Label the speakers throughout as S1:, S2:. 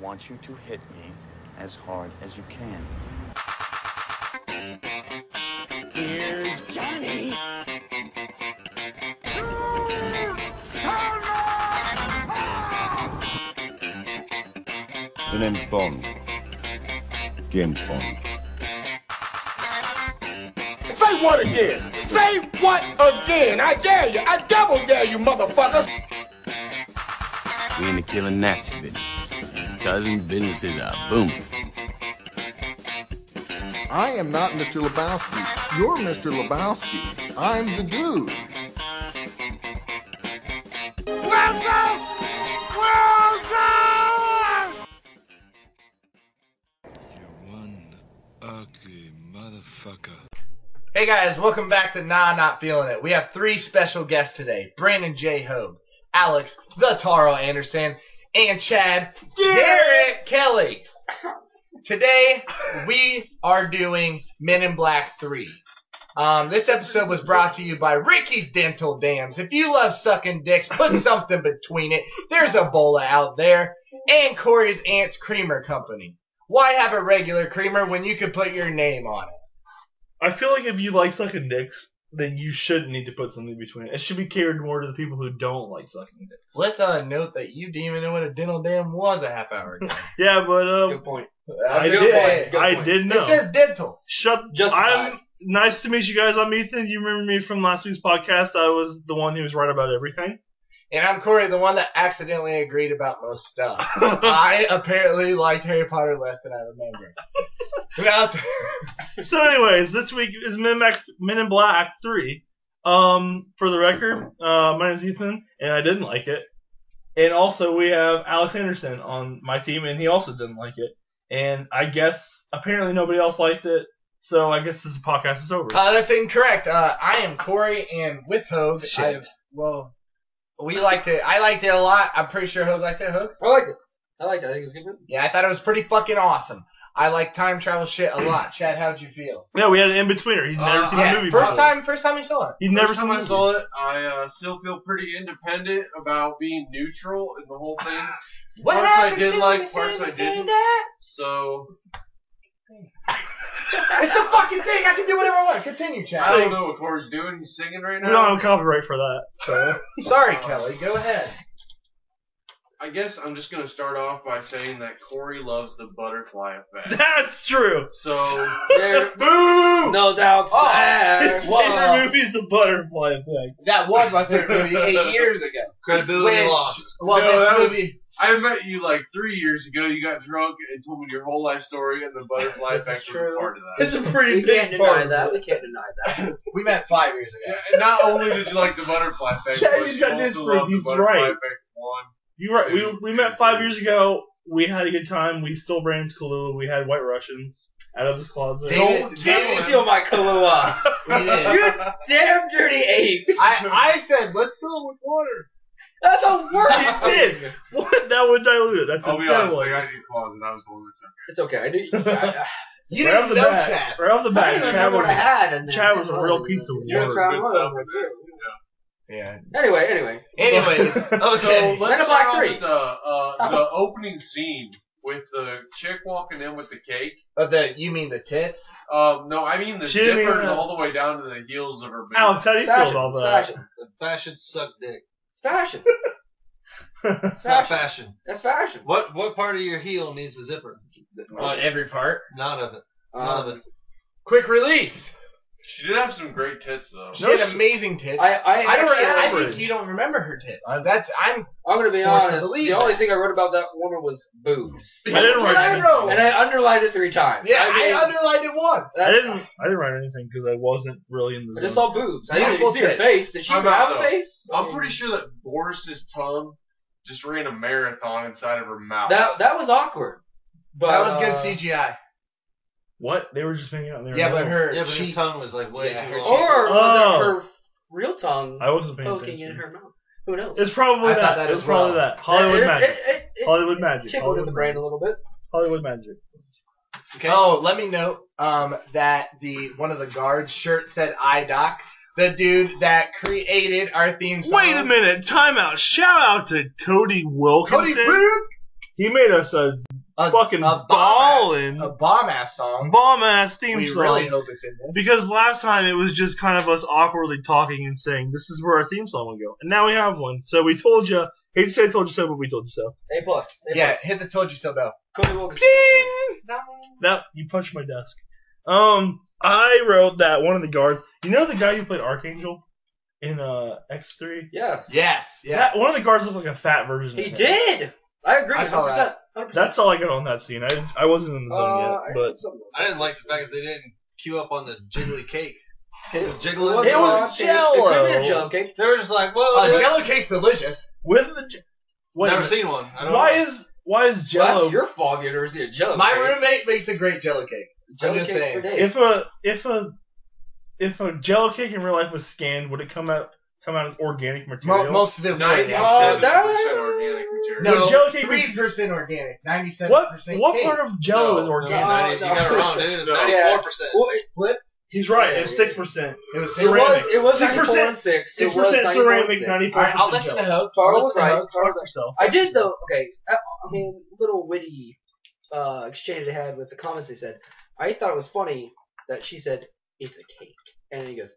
S1: want you to hit me as hard as you can. Here's Johnny.
S2: The name's Bond. James Bond.
S3: Say what again? Say what again? I dare you. I double dare you, motherfuckers.
S4: We in the killing Nazi business. Cousin business is a boom.
S5: I am not Mr. Lebowski. You're Mr. Lebowski. I'm the dude.
S3: Welcome! Welcome!
S6: You're one ugly motherfucker.
S7: Hey guys, welcome back to Nah Not Feeling It. We have three special guests today Brandon J. Hogue, Alex the Taro Anderson, and Chad Garrett Kelly. Today we are doing Men in Black 3. Um, this episode was brought to you by Ricky's Dental Dams. If you love sucking dicks, put something between it. There's a bola out there. And Corey's Aunt's Creamer Company. Why have a regular creamer when you could put your name on it?
S8: I feel like if you like sucking dicks, then you should need to put something between it. It should be catered more to the people who don't like sucking dicks.
S7: Let's uh, note that you didn't even know what a dental dam was a half hour ago.
S8: Yeah, but um,
S9: Good point.
S8: I
S9: Good
S8: did.
S9: point, good
S8: I
S9: point.
S8: did know.
S7: It says dental.
S8: Shut.
S9: Just
S8: I'm nice to meet you guys. I'm Ethan. You remember me from last week's podcast? I was the one who was right about everything.
S7: And I'm Corey, the one that accidentally agreed about most stuff. I apparently liked Harry Potter less than I remember. Without-
S8: so, anyways, this week is Men in Black, Men in Black Three. Um, for the record, uh, my name's Ethan, and I didn't like it. And also, we have Alex Anderson on my team, and he also didn't like it. And I guess apparently nobody else liked it, so I guess this podcast is over.
S7: uh, that's incorrect. Uh, I am Corey, and with Hogue,
S8: Shit.
S7: I have, well, we liked it. I liked it a lot. I'm pretty sure Hogue liked it. Hogue?
S9: I liked it. I liked it. I think it was a good. movie.
S7: Yeah, I thought it was pretty fucking awesome. I like time travel shit a lot. Chad, how'd you feel?
S8: yeah, we had an in betweener. He's never
S9: Uh,
S8: seen the
S7: Yeah,
S8: movie.
S7: first
S8: before.
S7: time, first time you saw it.
S8: He's never
S9: First
S8: seen
S9: time
S8: the
S9: I
S8: movie.
S9: saw it, I uh, still feel pretty independent about being neutral in the whole thing.
S7: What
S9: Parts I
S7: happened
S9: did
S7: to
S9: like,
S7: you,
S9: parts I
S7: Sandy
S9: didn't.
S7: Dad?
S9: So
S7: It's the fucking thing. I can do whatever I want. Continue,
S9: I
S7: Chad.
S9: don't know what Corey's doing. He's singing right
S8: We don't
S9: now.
S8: have copyright for that. So.
S7: Sorry, Kelly. Go ahead.
S9: I guess I'm just gonna start off by saying that Corey loves the butterfly effect.
S8: That's true.
S9: So
S8: Boo!
S9: no doubt.
S7: Oh.
S8: His
S7: Whoa.
S8: favorite movie is The Butterfly Effect.
S7: That was my favorite movie eight years ago.
S9: credibility
S7: Which-
S9: lost.
S7: Well,
S9: No, that
S7: this
S9: was-
S7: movie.
S9: I met you like three years ago. You got drunk and told me your whole life story, and the butterfly
S7: This is
S9: effect was
S7: true.
S9: a part of that.
S8: It's a pretty big part.
S7: We can't deny that. we met five years ago.
S9: Yeah, and not only did you like the butterfly effect,
S8: Chad,
S9: but
S8: he's
S9: you
S8: got
S9: also
S8: this proof.
S9: loved the
S8: He's
S9: butterfly
S8: right.
S9: effect one.
S8: You're right. We, we met five years ago. We had a good time. We still ran into Kahlua. We had White Russians out of his closet.
S7: David, David,
S9: steal
S7: my Kahlua. We did.
S10: damn dirty apes.
S7: I, I said, let's go with water.
S10: That's a
S8: It did. What? That would dilute it. That's
S9: I'll be honest,
S8: incredible.
S9: like, I didn't close it. I was the one that took
S10: It's okay. I knew. I,
S7: You
S8: right
S7: didn't
S8: off the
S7: know
S8: bat.
S7: Chad.
S8: Right off the
S10: I, I
S8: bat,
S10: didn't
S8: Chad
S10: remember
S8: was,
S10: what I had. And
S8: Chad was a real piece of
S9: it. There's
S8: work.
S10: right.
S9: good
S10: Word.
S9: stuff in there. Yeah.
S7: Yeah.
S10: Anyway, anyway.
S7: Anyways, okay.
S9: So let's
S10: Men in Black
S9: start off
S10: three. Oh.
S9: with the, uh, the opening scene with the chick walking in with the cake.
S7: Oh, the, you mean the tits?
S9: Um, no, I mean the
S8: She didn't mean
S9: zippers
S8: that.
S9: all the way down to the heels of her boots.
S8: Alex, how do you feel
S10: Fashion.
S8: about that?
S10: fashion.
S9: fashion suck dick.
S10: It's fashion. It's
S11: It's not
S10: fashion.
S11: fashion.
S10: That's fashion.
S11: What what part of your heel needs a zipper?
S7: On every part.
S11: None of it. None of
S10: Um,
S11: it.
S7: Quick release.
S9: She did have some great tits though.
S7: She had amazing tits.
S10: I, I,
S7: I don't.
S10: actually-
S7: I think you don't remember her tits. That's. I'm.
S10: I'm gonna be
S7: Forced to
S10: honest.
S7: believe
S10: The only
S7: that.
S10: thing I wrote about that woman was boobs,
S8: I didn't write anything.
S10: and I underlined it three times.
S7: Yeah,
S10: I, mean,
S7: I underlined it once.
S8: I didn't. I didn't write anything because I wasn't really in the.
S10: I just saw
S8: zone.
S10: boobs. I didn't
S7: Beautiful
S10: even see her
S7: tits.
S10: face. Did she
S9: How
S10: even
S9: about
S10: have a
S9: though?
S10: face? I
S9: I'm
S10: mean,
S9: pretty sure that Boris's tongue just ran a marathon inside of her mouth.
S10: that that was awkward. But
S7: that was
S10: uh,
S7: good CGI.
S8: What? They were just hanging out in there.
S7: Yeah, but her.
S11: Yeah, but
S7: she,
S11: his tongue was like way
S7: Yeah,
S11: too
S7: her
S11: long.
S10: Or
S8: Oh.
S10: was it her real tongue
S8: I wasn't paying
S10: poking
S8: attention.
S10: in her mouth? Who knows?
S8: It's probably
S7: I thought
S8: that.
S7: that
S8: It's
S7: as
S8: probably
S7: well.
S8: that. Hollywood
S10: it,
S8: magic.
S10: It, it, it,
S8: Hollywood magic.
S10: tickled in
S8: Hollywood
S10: the brain
S8: magic.
S10: a little bit.
S8: Hollywood magic.
S11: okay.
S7: Oh, let me note um, that the one of the guards' shirt said "I Doc." The dude that created our theme song.
S8: Wait a minute. Timeout. Shout out to Cody Wilkinson.
S7: Cody. Wilk-
S8: He made us a, fucking ballin',
S7: a bomb ass song,
S8: bomb ass theme
S7: we
S8: song.
S7: really hope it's in this.
S8: Because last time it was just kind of us awkwardly talking and saying, "This is where our theme song will go," and now we have one. So we told you. Hate to say I told you so, but we told you so.
S5: A plus. A
S7: yeah,
S5: plus.
S7: hit the told you so bell.
S5: Cody Walker.
S8: Ding! That you punched my desk. Um, I wrote that one of the guards. You know the guy who played Archangel in uh X three.
S5: Yeah.
S7: Yes, yeah.
S8: That one of the guards looked like a fat version.
S5: He
S8: of him.
S5: did. I agree.
S7: I saw
S5: 100%.
S7: that.
S5: 100%.
S8: That's all I got on that scene. I I wasn't in the zone
S5: Uh, I
S8: yet, but
S5: had something.
S9: I didn't like the fact that they didn't queue up on the jiggly cake. It was jiggling.
S5: It
S8: was
S5: It could be
S8: Jell-O.
S5: a Jell-O cake.
S9: They were just like, whoa.
S7: Uh,
S9: dude.
S7: Jello cake's delicious.
S8: with the j- wait, a
S9: Never
S8: minute.
S9: seen one. I don't
S8: why
S9: know.
S8: is why is
S5: Well,
S8: Jello
S5: that's your fault. You never seen a Jell-O
S7: My
S5: cake.
S7: roommate makes a great Jello cake.
S5: Jell-O
S7: I'm just
S5: cake
S7: saying.
S5: for days.
S8: if a if a if a jello cake in real life was scanned, would it come out come out as organic material?
S7: Mo- most of it,
S12: Ninety-seven
S5: Oh,
S12: percent
S5: that-
S12: organic material.
S7: no,
S8: Would Jell-O cake be-
S7: three percent organic, ninety-seven
S8: what
S7: percent.
S8: what part of jello
S9: No,
S8: is
S9: no,
S8: organic?
S5: no.
S9: ninety- You got it wrong, dude. It's
S8: No.
S9: ninety-four percent.
S5: well, it flipped.
S8: He's right, it's six percent.
S7: It was
S5: It was. It was
S8: 6%.
S5: 94 and six. It
S8: Six
S5: was
S8: percent
S5: 94 and
S8: ceramic,
S5: six.
S8: ninety four
S7: All right,
S8: percent.
S7: I'll listen to Hope. I'll
S5: Charles
S7: listen to
S5: right.
S7: Hope.
S5: Charles
S8: yourself.
S5: I did though. Okay, I, I mean, little witty uh, exchange I had with the comments they said. I thought it was funny that she said it's a cake, and then he goes,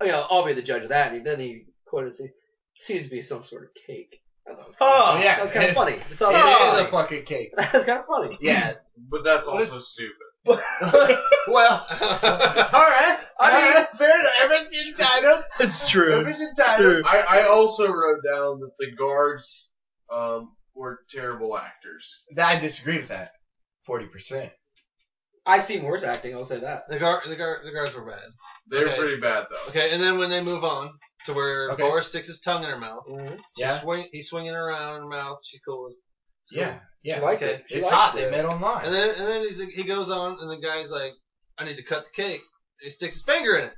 S5: "Oh yeah, I'll be the judge of that." And then he quoted, "It seems to be some sort of cake." I thought that was kind of,
S8: Oh,
S5: funny.
S7: yeah.
S5: that was kind of funny. It is
S7: It is a fucking cake.
S5: That was kind of funny.
S7: Yeah.
S12: But that's
S7: What
S12: also stupid.
S7: well, all right. I
S8: All
S7: mean,
S8: right.
S7: fair enough. Everything's entitled.
S8: It's true. It's
S7: Everything's entitled.
S8: true.
S12: I, I also wrote down that the guards um, were terrible actors.
S7: I disagree with that. Forty percent.
S5: I've seen worse acting. I'll say that.
S9: The guard, the guard, the guards were bad.
S12: They were
S9: Okay.
S12: pretty bad though.
S9: Okay, and then when they move on to where
S7: Okay.
S9: Boris sticks his tongue in her mouth,
S5: Mhm.
S9: she's
S7: Yeah.
S9: swing, he's swinging around in her mouth. She's cool as. it's cool.
S7: Yeah.
S5: She
S7: Yeah.
S5: liked it.
S9: okay.
S5: She
S7: It's
S5: liked
S7: hot.
S5: It.
S7: They met online.
S9: And then and then he's, he goes on, and the guy's like, "I need to cut the cake." And he sticks his finger in it,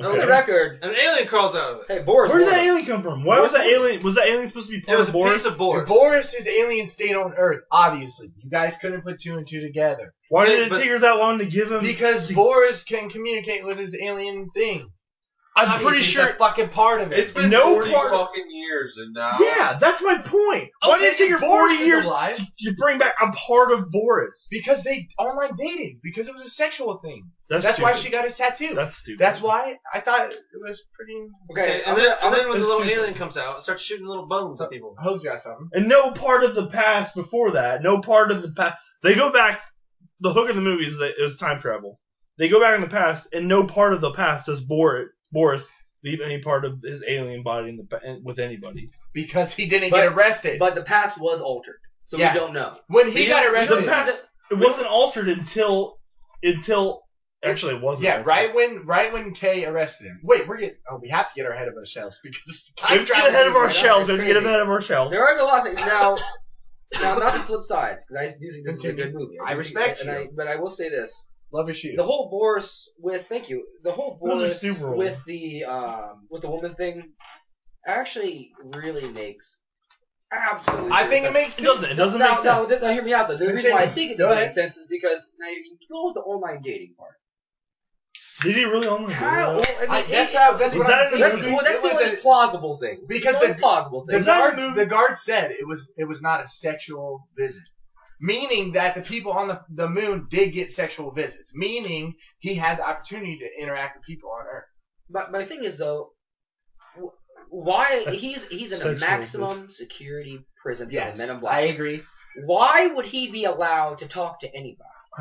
S5: For
S8: Okay.
S5: the record,
S9: and an alien crawls out of it.
S5: hey Boris.
S8: Where did
S5: won.
S8: that alien come from? Why was that alien was that alien supposed to be
S9: It
S8: part
S9: was
S8: of
S9: a
S8: Boris?
S9: piece of
S7: Boris.
S9: Boris.
S7: is alien state on Earth. Obviously, you guys couldn't put two and two together
S8: Why
S9: Yeah,
S8: did it
S9: but-
S8: take her that long to give him
S7: because Boris can communicate with his alien thing.
S8: I'm
S7: Obviously,
S8: pretty
S7: he's a
S8: sure
S7: fucking part of it.
S12: It's been
S8: No
S12: forty
S8: part of-
S12: fucking years, and now
S8: Yeah, that's my point. Why
S7: Okay,
S8: did it take her
S7: Boris
S8: forty
S7: is
S8: years
S7: alive.
S8: to, to bring back a part of Boris?
S7: Because they online dated. Because it was a sexual thing.
S8: That's,
S7: That's, why
S8: stupid.
S7: she got his tattoo. That's,
S8: That's stupid.
S7: why I thought it was pretty.
S9: Okay,
S5: Okay, I'm
S9: and then
S5: gonna-
S9: and then when the
S8: it's
S9: little
S8: stupid.
S9: alien comes out, it starts shooting little bones at people.
S7: Hope's got something.
S8: And no part of the past before that. No part of the past. They go back. The hook of the movie is that it was time travel. They go back in the past, and no part of the past does Boris, Boris leave any part of his alien body in the pa- with anybody.
S7: Because he didn't
S5: But-
S7: get arrested.
S5: But the past was altered, so
S7: Yeah.
S5: we don't know.
S7: when he
S5: You
S7: got
S5: know-
S8: The
S7: arrested.
S8: past it wasn't altered until until actually it wasn't.
S7: Yeah,
S8: altered.
S7: right when right when Kay arrested him. Wait, we're getting. Oh, we have to get our head of ourselves because it's
S8: We
S7: time
S8: have to
S7: travel.
S8: get ahead of
S7: movie,
S8: our
S7: right?
S8: shells. We have to get
S5: crazy.
S8: ahead of our shells.
S5: There are a lot of things now. Now, not to flip sides, because I do think this is a good movie.
S7: I
S5: do
S7: respect
S5: think-
S7: you.
S5: And I, but I will say this:
S7: Love is shoes.
S5: the whole Boris with thank you, the whole
S8: Those are
S5: Boris
S8: super old.
S5: with the um, with the woman thing actually really makes absolutely.
S7: I think it
S5: sense.
S7: makes
S8: It
S7: sense.
S8: doesn't. It doesn't
S5: no,
S8: make sense.
S5: No, th- no, hear me out though. The reason why I
S7: Continue.
S5: think it
S7: Go
S5: doesn't make
S7: ahead.
S5: sense is because now you can go with the online dating part.
S8: Did he really only do
S5: How?
S8: that?
S5: I mean,
S7: I,
S5: it-
S7: that's how. That's
S8: Was
S7: what
S8: that
S7: I'm
S8: in the
S7: thinking.
S5: that's,
S8: movie?
S5: well, that's
S7: It
S5: the
S7: was
S5: only plausible thing.
S7: Because
S5: the only
S7: the-
S5: plausible
S7: The
S5: thing.
S8: Was that
S7: guard,
S8: a movie?
S7: the guard said it was it was not a sexual visit, meaning that the people on the, the moon did get sexual visits, meaning he had the opportunity to interact with people on Earth.
S5: But my thing is though, wh- why
S8: That's
S5: he's he's in a
S8: sexual
S5: maximum security prison for the Men in Black.
S7: I agree.
S5: Why would he be allowed to talk to anybody?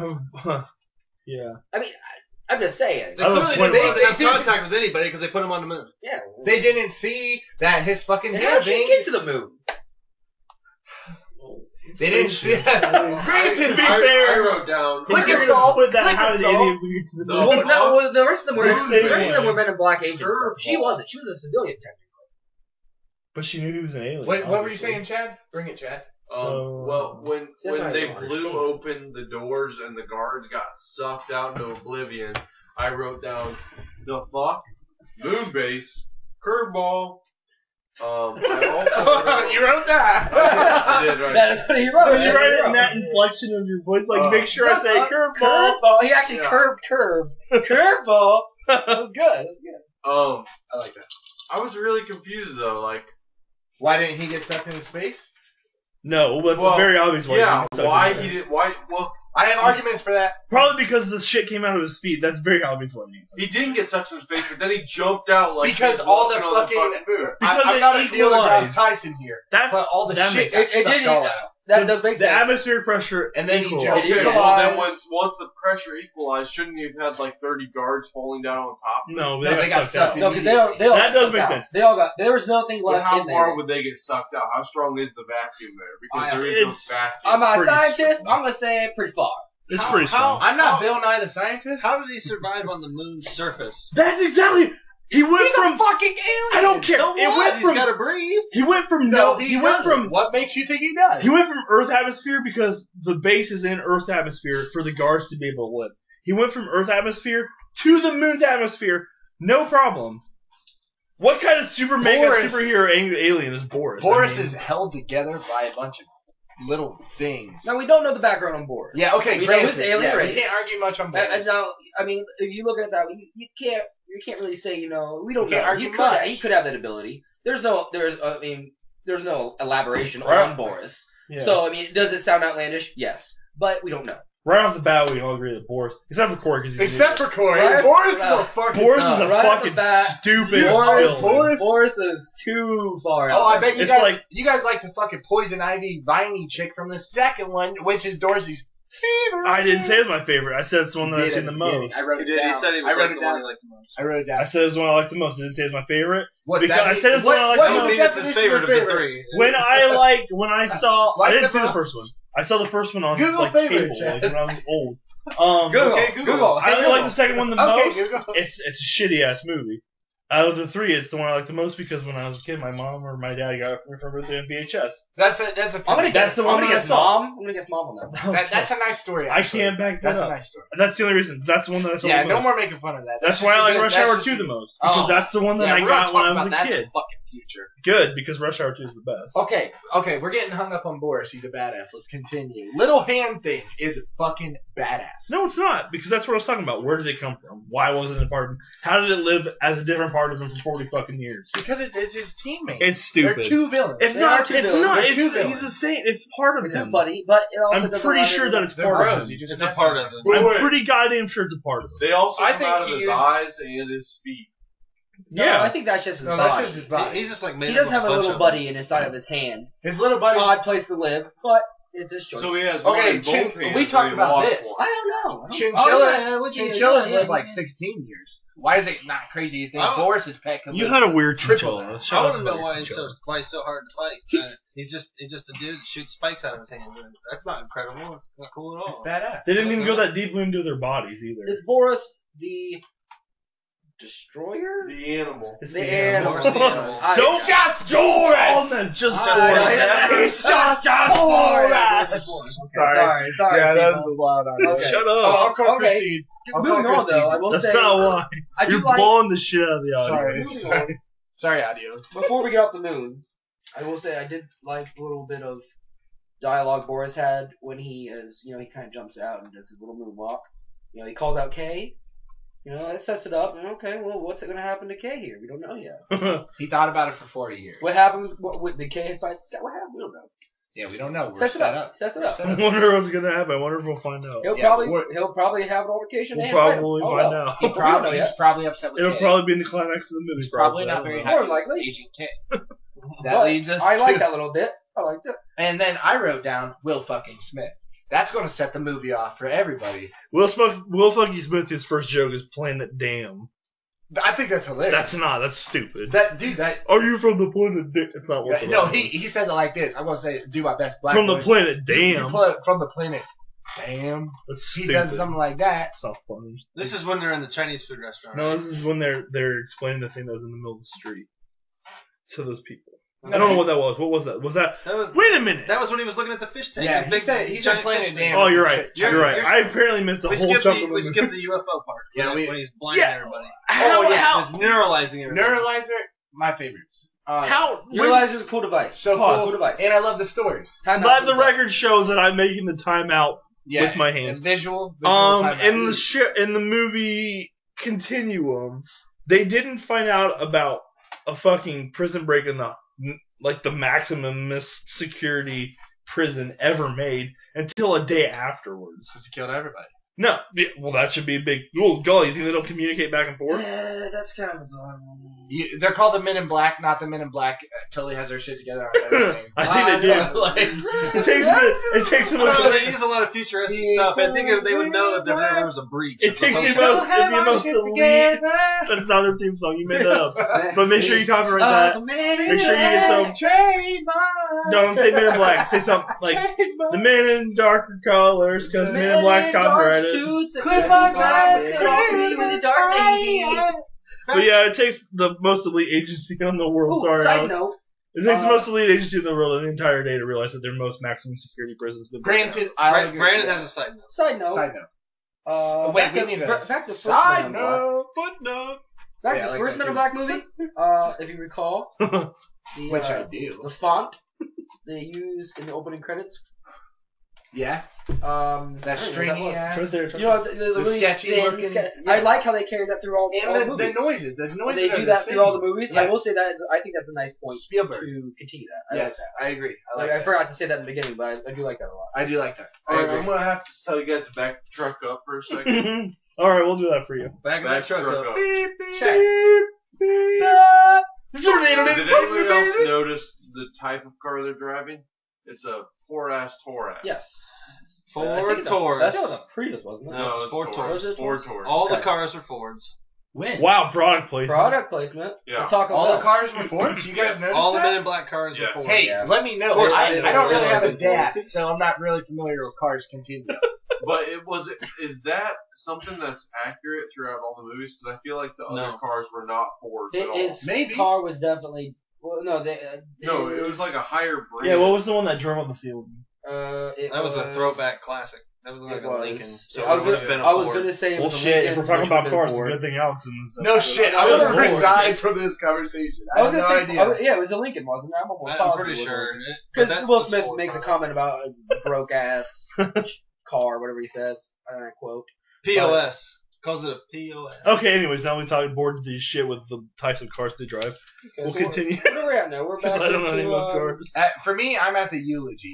S8: yeah.
S5: I mean, I, I'm just saying.
S9: They
S8: I was
S9: clearly didn't
S8: wondering.
S9: want
S7: They-
S9: to have
S7: they did-
S9: contact with anybody because they put him on the moon.
S5: Yeah.
S7: They didn't see that his fucking
S5: And how'd she
S7: building-
S5: get to the moon?
S7: They didn't see.
S8: To
S7: Granted,
S8: be
S12: I,
S8: fair,
S12: I wrote down.
S7: Look
S8: You're
S7: at
S8: gonna
S7: Saul.
S8: Put that
S7: Look
S8: how
S7: at
S8: did
S7: Saul.
S8: alien lead to the
S12: No,
S8: moon?
S5: Well, no, well, the rest of them were
S8: They
S5: the
S8: say
S5: rest of them
S8: one.
S5: were men in black agents.
S12: Her
S5: though. She
S12: fault.
S5: wasn't. She was a civilian. Technically.
S8: But she knew he was an alien.
S7: Wait, what were you
S8: obviously.
S7: saying, Chad? Bring it, Chad.
S12: Um,
S8: So-
S12: well, when
S5: That's what uh, I
S12: when they
S5: don't
S12: blew
S5: understand.
S12: open the doors and the guards got sucked out into oblivion, I wrote down the fuck moon base curveball. Um, I also wrote,
S7: you wrote that.
S12: I did right.
S5: That is what he
S8: So
S5: wrote.
S8: you
S5: That's what
S8: write
S5: he
S8: it in
S5: wrote.
S8: that inflection of your voice, like
S12: Uh,
S8: make sure I say
S5: uh,
S8: curveball.
S5: Curveball. He actually
S12: Yeah.
S5: curved, curved, curveball. That was good. That was good.
S12: Um,
S7: I like that.
S12: I was really confused though. Like,
S7: Why didn't he get sucked into space?
S8: No, well, that's
S12: Well,
S8: a very obvious why.
S12: yeah,
S8: he's talking
S12: why
S8: about
S12: he
S8: it.
S12: did? Why? Well,
S7: I have arguments for that.
S8: Probably because the shit came out of his feet. That's very obvious why. he's
S12: He didn't get sucked in his face, but then he jumped out like
S7: Because
S12: he was
S7: all the
S12: walking on
S7: fucking,
S12: moon.
S7: I,
S8: Because
S7: I'm
S8: it
S7: not a dealer
S8: equalized.
S7: Ross Tyson here.
S8: That's
S7: but all the
S8: that
S7: shit
S8: makes
S7: got
S8: sense.
S7: sucked
S5: did-
S7: all out.
S5: That does make
S8: The
S5: sense.
S8: atmosphere pressure
S7: And then you
S8: equal.
S7: jump.
S12: Okay,
S5: It
S12: well then
S5: equalized.
S12: was once the pressure equalized, shouldn't he have had like thirty guards falling down on top? of him?
S8: No,
S7: No,
S8: they,
S7: they got
S8: got sucked
S7: sucked
S8: out.
S5: no, because they all, they all
S8: That does make
S5: got-
S8: sense.
S5: They all got. There was nothing
S12: But
S5: left
S12: how
S5: in there.
S12: far would they get sucked out? How strong is the vacuum there? Because
S7: I-
S12: there is
S8: it's-
S12: no vacuum.
S5: I'm not a
S8: Pretty
S5: scientist.
S8: strong.
S5: I'm gonna say pretty far.
S8: It's
S9: How-
S8: pretty strong.
S9: how-
S7: I'm not Bill Nye the Scientist.
S9: How did he survive on the moon's surface?
S8: That's exactly. He went from.
S7: fucking alien.
S8: I don't care.
S9: So
S8: it
S9: what?
S8: went
S9: He's
S8: from.
S9: gotta breathe.
S8: he went from no.
S7: No,
S8: He, went from.
S7: What makes you think he does?
S8: He went from Earth atmosphere because the base is in Earth atmosphere for the guards to be able to live. He went from Earth atmosphere to the moon's atmosphere, no problem. What kind of super mega
S7: Boris-
S8: superhero ang- alien is Boris? I
S7: Boris
S8: mean-
S7: is held together by a bunch of little things.
S5: Now we don't know the background on board.
S7: Yeah, okay,
S5: We know
S7: granted.
S5: his alien
S7: yeah,
S5: race.
S7: We can't argue much on
S5: And,
S7: Boris.
S5: and now, I mean, if you look at it that, way, you, you can't you can't really say you know we don't
S7: You can't
S5: know.
S7: argue
S5: He could
S7: much.
S5: he could have that ability. There's no there's I mean there's no elaboration
S8: Right.
S5: on Boris.
S8: Yeah.
S5: So I mean, does it sound outlandish? Yes, but we don't know.
S8: right off the bat, we can all agree that Boris, except for Corey, because he's
S7: Except
S8: an
S7: for Corey.
S5: Right?
S7: Boris is
S5: Uh,
S7: a fucking.
S8: idiot. Boris is
S7: thug.
S8: a
S5: Right off the
S8: fucking
S5: bat,
S8: stupid.
S5: Boris,
S8: villain.
S5: Boris, is too far out.
S7: Oh, I bet you
S8: It's
S7: guys
S8: like-
S7: you guys like the fucking poison ivy viney chick from the second one, which is Dorsey's favorite.
S8: I didn't say it's my favorite. I said it's the one that
S5: You
S8: I've
S5: did
S8: seen
S5: at
S8: the
S5: beginning.
S8: most.
S5: I wrote
S9: He
S5: it
S9: did.
S5: down.
S9: He said he
S7: I
S9: was
S7: wrote
S9: like
S7: it
S9: the
S7: down.
S9: one he liked the most.
S7: I wrote it
S8: I
S7: down.
S8: said it's the one I like the most. I didn't say it's my favorite.
S7: What,
S8: because- I said it's
S7: what,
S8: the one I
S7: what
S8: like
S9: I
S7: is
S8: the
S9: don't
S8: most.
S7: the
S9: mean it's his
S7: definition
S9: favorite of
S7: favorite?
S9: the three.
S8: When I like, when I saw,
S7: Like
S8: I didn't
S7: the
S8: see the
S7: box.
S8: first one. I saw the first one on
S7: Google
S8: like
S7: favorite,
S8: cable,
S7: Jack.
S8: like when I was old. Um,
S5: Google,
S7: Okay, Google.
S5: Google. Google.
S8: I
S5: Hey,
S8: only
S5: Google.
S8: like the second one the
S7: Okay,
S8: most.
S7: Google.
S8: It's it's a shitty ass movie. Out of the three, it's the one I like the most because when I was a kid, my mom or my dad got it for me for birthday on VHS.
S7: That's a that's a
S5: I'm gonna
S8: That's
S5: guess,
S8: the one
S5: I'm gonna
S8: I
S5: guess
S8: saw.
S5: mom. I'm gonna guess mom on that. one.
S7: that, that's a nice story.
S8: I
S7: actually.
S8: can't back that
S7: That's a
S8: up.
S7: nice story.
S8: That's the only reason. That's the one that I saw
S7: Yeah,
S8: the
S7: no
S8: most.
S7: more making fun of that.
S8: That's
S7: just
S8: why I
S7: a
S8: like
S7: good-
S8: Rush
S7: that's
S8: Hour
S7: just a
S8: 2 the
S7: good-
S8: most because
S7: Oh.
S8: that's the one that
S7: yeah,
S8: I
S7: we're
S8: got
S7: gonna
S8: when
S7: talk
S8: I
S7: about
S8: was a
S7: that in
S8: kid.
S7: the fucking future.
S8: Good because Rush Hour 2 is the best.
S7: Okay, okay, we're getting hung up on Boris. He's a badass. Let's continue. Little hand thing is fucking badass.
S8: No, it's not because that's what I was talking about. Where did it come from? Why wasn't it a part of him? How did it live as a different part of him for forty fucking years?
S7: Because it's, it's his teammate.
S8: It's
S7: They're
S8: stupid.
S7: two villains.
S8: it's
S5: They are
S8: not.
S5: two
S8: It's
S5: villains.
S8: not.
S7: They're
S8: It's,
S7: two
S8: he's
S7: villains.
S8: the same. It's part of
S5: It's
S8: him.
S5: his buddy, but it also
S8: I'm
S5: doesn't
S8: pretty
S5: allow
S8: sure
S5: you-
S8: that it's
S7: They're
S8: part of
S7: bros.
S8: him.
S7: You just
S9: It's a part of it.
S8: I'm pretty goddamn sure it's a part of him.
S12: They also
S7: I
S12: come
S7: think
S12: out of
S7: he
S12: his
S7: used-
S12: eyes and his feet.
S5: No,
S8: yeah.
S5: I think that's just his
S7: No, that's
S5: body.
S7: just his body.
S9: He- He's just like made
S5: he doesn't have
S9: up
S5: a
S9: bunch
S5: little
S9: of
S5: buddy in his side of his hand.
S7: His little buddy.
S5: Odd place to live, but it's his choice.
S12: So he has
S7: Okay,
S12: one in both
S7: Chin-
S12: hands
S7: we
S12: and
S7: talked
S12: he
S7: about
S12: lost
S7: this.
S12: one.
S5: I don't know. I don't-
S7: Chinchillas,
S5: Oh, yeah, what you-
S7: chinchillas
S5: yeah,
S7: live
S5: yeah.
S7: like 16 years. Why is it not crazy to think
S9: I don't-
S7: Boris is pet? can
S8: you
S7: live
S8: had a weird
S7: Triple.
S8: chinchilla. Shut
S9: I
S8: up
S9: want to know
S8: about
S9: why
S8: your
S9: he's so
S8: chinchilla.
S9: why he's so hard to fight. Uh, he's just he's just a dude that shoots spikes out of his hand. That's not incredible. It's not cool at
S7: It's
S9: all.
S7: badass.
S8: They didn't even go that deeply into their bodies either.
S5: Is Boris the destroyer?
S12: The animal.
S8: It's
S5: The
S8: animal.
S5: animal.
S9: Boris the animal.
S5: I-
S8: Don't just Doris. just
S5: I-
S8: Doris.
S5: I-
S8: It's just Doris. Sorry.
S5: Sorry, sorry.
S8: Yeah, that was
S5: people. Okay.
S8: Shut
S5: Oh,
S8: up.
S5: I'll call Okay. Christine.
S7: I'll
S5: Moving
S7: call
S5: on,
S7: Christine.
S5: though, I will
S8: That's
S5: say
S8: not why.
S5: I do
S8: You're
S5: like
S8: blowing the shit out of the audience.
S7: Sorry.
S5: Moving
S7: Sorry. Sorry, audio.
S5: before we get off the moon. I will say I did like a little bit of dialogue Boris had when he is, you know, he kind of jumps out and does his little moonwalk. You know, he calls out Kay. You know, that sets it up. And okay, well, what's going to happen to Kay here? We don't know yet.
S7: He thought about it for 40 years.
S5: What happened? What, what the K fight? What happened? We don't know.
S7: Yeah, we don't know. We're
S5: Sets it
S7: set
S5: up.
S7: up.
S5: Sets it up.
S8: I wonder what's gonna happen. I wonder if we'll find out.
S5: He'll
S7: Yeah,
S5: probably
S7: we're-
S5: he'll probably have an altercation.
S8: We'll
S5: and fight him.
S8: probably
S5: Oh,
S8: find
S5: well.
S8: out.
S5: We
S7: He
S5: don't know
S7: probably,
S5: yet.
S7: he's probably upset with
S8: It'll
S7: Kay.
S8: probably be in the climax of the movie.
S7: He's probably not
S8: I
S7: very
S8: don't
S7: happy
S5: More
S7: with
S5: likely.
S7: Agent K. That
S5: But
S7: leads us
S5: I
S7: to...
S5: like that little bit. I liked it.
S7: And then I wrote down Will fucking Smith. That's going to set the movie off for everybody.
S8: know. Will Smith, Will fucking Smith, his first joke is Planet Damn.
S7: I think that's hilarious.
S8: That's not. That's stupid.
S7: that dude. That
S8: Are you from the planet? Da- It's not Will. Smith.
S7: no, he he says it like this. I'm gonna say do my best black
S8: from the
S7: boy.
S8: planet
S7: You
S8: Damn.
S7: pl- from the planet. Damn.
S8: That's
S7: He
S8: stupid.
S7: does something like that.
S8: That's not funny.
S9: This is when they're in the Chinese food restaurant.
S8: No,
S9: right?
S8: this is when they're they're explaining the thing that was in the middle of the street to those people.
S7: No,
S8: I don't know
S7: he-
S8: what that was. What was that? Was that?
S9: that was
S8: Wait a minute.
S9: that was when he was looking at the fish tank.
S7: Yeah,
S9: the
S7: he
S9: big
S7: said- he said
S9: giant
S7: Planet
S9: fish
S7: Dan.
S9: tank.
S8: oh, you're right.
S9: You're-
S8: You're, right.
S9: you're-
S8: I apparently missed a
S9: We
S8: whole
S9: skipped,
S8: chunk
S9: the,
S8: of
S9: we
S8: the
S9: skipped the UFO part.
S7: Yeah,
S9: when-
S7: we-
S9: when he's blinding
S8: Yeah.
S9: everybody.
S8: How?
S7: Oh, yeah,
S8: how?
S9: He's neuralizing everybody.
S7: Neuralizer, my favorites. Uh,
S8: How?
S5: Utilize is a cool device.
S7: so
S5: Cool,
S7: cool.
S5: cool device.
S7: And I love the stories.
S5: Time out
S8: Let
S5: for
S8: the
S5: fight.
S8: record shows that I'm making the timeout
S7: Yeah,
S8: with my hands.
S7: and visual. visual
S8: Um,
S7: timeout.
S8: in the sh- in the movie Continuum, they didn't find out about a fucking prison break in the like the maximum security prison ever made until a day afterwards.
S9: Because he killed everybody.
S8: No, the- well that should be a big. Well, golly, you think they don't communicate back and forth?
S9: Yeah, that's kind of.
S7: You, they're called the Men in Black, not the Men in Black. Uh, totally has their shit together on everything.
S8: I think they
S7: Uh,
S8: do.
S7: like,
S8: It takes the, it takes
S9: I
S8: the
S9: don't know, they
S8: most.
S9: use a lot of futuristic stuff. I think if they would know that there, there was a breach.
S8: It takes the most. The most elite. That's not their theme song. You made that up. But make sure you copyright that.
S7: Oh,
S8: Make sure you get some. No, don't say Men in Black. Say something like the men in darker colors, because Men in Black copyrighted. But yeah, it takes the most elite agency in the world. Sorry,
S5: Side
S8: Alex.
S5: note.
S8: It takes the
S5: Uh,
S8: most elite agency in the world an entire day to realize that their most maximum security prison's been
S7: Granted, I
S9: Bra-
S7: agree.
S9: Brandon has a side note.
S5: Side note.
S7: Side note.
S5: Uh,
S7: Wait,
S5: back
S7: we
S5: to-
S7: need a
S5: back to first
S7: side
S5: Men in Black.
S8: Uh,
S9: Footnote.
S5: Back
S7: Yeah,
S5: to
S7: I
S5: the
S7: like
S5: first
S7: that
S5: Men in Black movie. Uh, if you recall,
S8: down.
S5: the,
S7: Which I
S5: uh,
S7: do.
S5: the font they used in the opening credits.
S7: Yeah.
S5: Um,
S7: That
S5: I don't know what
S7: stringy
S5: was.
S7: ass.
S8: Trust there, trust
S5: You know, the, the, the
S7: The
S5: really
S7: sketchy
S5: thin
S7: looking-
S5: sketch-
S7: yeah.
S5: I like how they carry that through all, all
S7: And the, the
S5: movies.
S7: noises. The noises.
S5: they
S7: are
S5: do
S7: the
S5: that through all
S7: same.
S5: the movies. I
S7: Yes.
S5: will say that is, I think that's a nice point
S7: Spielberg.
S5: to continue that. I like
S7: Yes,
S5: that.
S7: I agree. I
S5: Like,
S7: like.
S5: I forgot to say that in the beginning, but I, I do like that a lot.
S7: I do like that.
S12: All right, I'm gonna have to tell you guys to back the truck up for a second.
S8: All right, we'll do that for you.
S9: Back in that
S12: back the
S9: truck
S12: truck
S9: up.
S12: up. Did anyone else
S8: Check.
S12: notice the type of car they're driving? It's a four-ass Torax.
S5: Yes.
S9: Ford
S5: I think it's a-
S9: Taurus.
S5: I think it was a Prius, wasn't it?
S9: No, it's Ford Taurus.
S12: Taurus. Ford Taurus.
S9: All the cars are Fords.
S7: When?
S8: Wow, product placement.
S5: Product placement.
S12: Yeah.
S5: Talk
S7: All the cars were Fords. You guys notice
S9: All the
S7: that?
S9: men in black cars
S12: Yeah.
S9: are Fords.
S7: Hey,
S5: Yeah.
S7: let me know.
S5: course
S7: I,
S5: I do.
S7: I don't really
S5: Yeah.
S7: have a dad, so I'm not really familiar with cars. Continue.
S12: But it was is that something that's accurate throughout all the movies? Because I feel like the other
S9: No.
S12: cars were not Ford at all.
S5: His
S7: Maybe.
S5: car was definitely. Well, no, they. Uh,
S12: No, it was like a higher brand.
S8: Yeah, what was the one that drove up the field?
S5: Uh, it
S9: That was a
S5: was-
S9: throwback classic. That was like
S5: It
S9: a
S5: was.
S9: Lincoln. So
S5: I
S9: it
S5: was
S9: would have been a
S5: I was
S9: Ford.
S5: gonna say it was
S8: Well,
S5: a
S8: shit.
S5: Lincoln,
S8: If we're
S5: which
S8: talking
S5: would've
S8: about
S5: been
S8: cars, it's a
S5: Ford.
S8: good thing Alex in this.
S7: No shit. I
S5: I
S7: would
S5: was
S7: have
S5: bored.
S7: resigned from this conversation. I,
S5: I was
S7: have
S5: gonna
S7: no
S5: say,
S7: idea.
S5: I- yeah, it was a Lincoln, wasn't it? I'm almost
S9: I'm
S5: positive
S9: pretty
S5: it was a
S9: sure.
S5: Lincoln.
S9: It- but
S5: Because
S9: that
S5: Will
S9: was
S5: Smith
S9: Ford
S5: makes a
S9: product.
S5: comment about his broke ass car, whatever he says. I don't know, quote.
S9: POS. Calls it a POS.
S8: Okay. Anyways, now we talked bored to shit with the types of cars they drive.
S5: Okay,
S8: We'll
S5: so what-
S8: continue.
S5: What are we at now? We're
S8: 'Cause
S5: back
S8: I don't know anything
S5: into,
S8: about
S5: uh,
S8: cars.
S7: Uh, for me, I'm at the eulogy.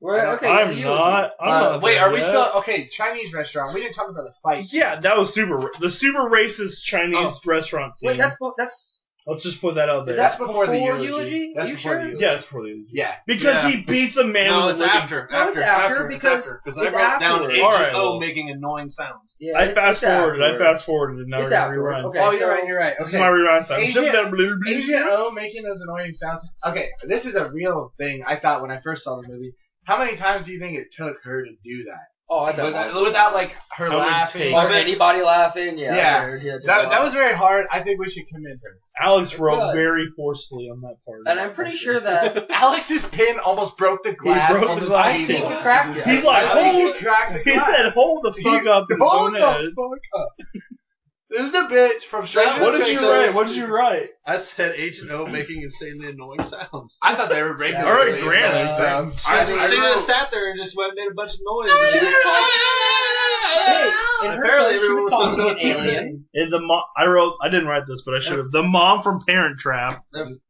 S5: we're at, okay.
S8: I'm
S5: you-
S8: not. I'm
S7: Uh,
S8: not
S7: wait,
S8: there
S7: are we
S8: yet.
S7: still okay? Chinese restaurant. We didn't talk about the fight.
S8: Yeah, that was super. ra- The super racist Chinese restaurant scene.
S5: Wait, that's bo- that's
S8: Let's just put that out there.
S5: is
S7: That's
S5: that
S7: before
S5: before,
S7: the eulogy.
S5: eulogy?
S7: That's
S5: Are you
S7: before
S5: sure?
S7: the eulogy.
S8: yeah, it's for the
S7: Yeah.
S8: because
S9: Yeah.
S8: he beats a man.
S9: No,
S8: with
S9: it's
S8: a wooden-
S9: after.
S5: No, it's after, because
S9: because I
S5: it's
S9: wrote down
S5: afterwards.
S9: H
S8: All right,
S9: O
S8: well.
S9: making annoying sounds.
S5: Yeah,
S8: I
S5: it's
S8: fast forwarded. I
S5: afterwards.
S8: fast forwarded, and now
S5: It's
S8: we're gonna
S5: afterwards.
S8: rewind.
S5: Okay,
S7: oh,
S5: so-
S7: you're right. You're right.
S8: This is
S7: Okay.
S8: my rewind time.
S7: Asia-
S8: Jump down, blue, blue,
S7: Asia
S8: blue.
S7: O making those annoying sounds. Okay, this is a real thing. I thought when I first saw the movie. How many times do you think it took her to do that?
S5: Oh, I bet.
S7: Without, without like her
S8: How many
S7: laughing.
S8: takes?
S5: Or anybody laughing? Yeah. I
S7: Yeah.
S5: heard, yeah, just
S7: That, that
S5: laugh.
S7: was very hard. I think we should commend her.
S8: Alex wrote
S5: good.
S8: very forcefully on that part.
S5: And I'm pretty sure that
S7: Alex's pin almost broke the glass.
S8: broke
S7: on
S8: the
S7: the,
S8: glass
S5: I
S7: table.
S5: think he cracked it.
S8: He's like,
S7: I think
S8: "Hold
S7: he cracked the
S8: he
S7: glass.
S8: said, "Hold the fuck up." and
S7: Hold
S8: don't
S7: the
S8: edit."
S7: fuck up. This is the bitch from Stranger
S8: What did
S7: Things.
S8: you write? What did you write?
S9: I said H and O making insanely annoying sounds.
S7: I thought they were raping.
S5: All right,
S8: Grant,
S7: That sounds.
S9: I,
S12: I-
S9: I,
S12: I
S9: should
S12: wrote-
S9: have sat there and just went made a bunch of noise.
S5: Hey, in her
S9: Apparently
S5: place, she was
S9: everyone was
S5: talking to an
S9: supposed to know what she
S5: alien.
S8: In the mom, I wrote. I didn't write this, but I should have. The mom from Parent Trap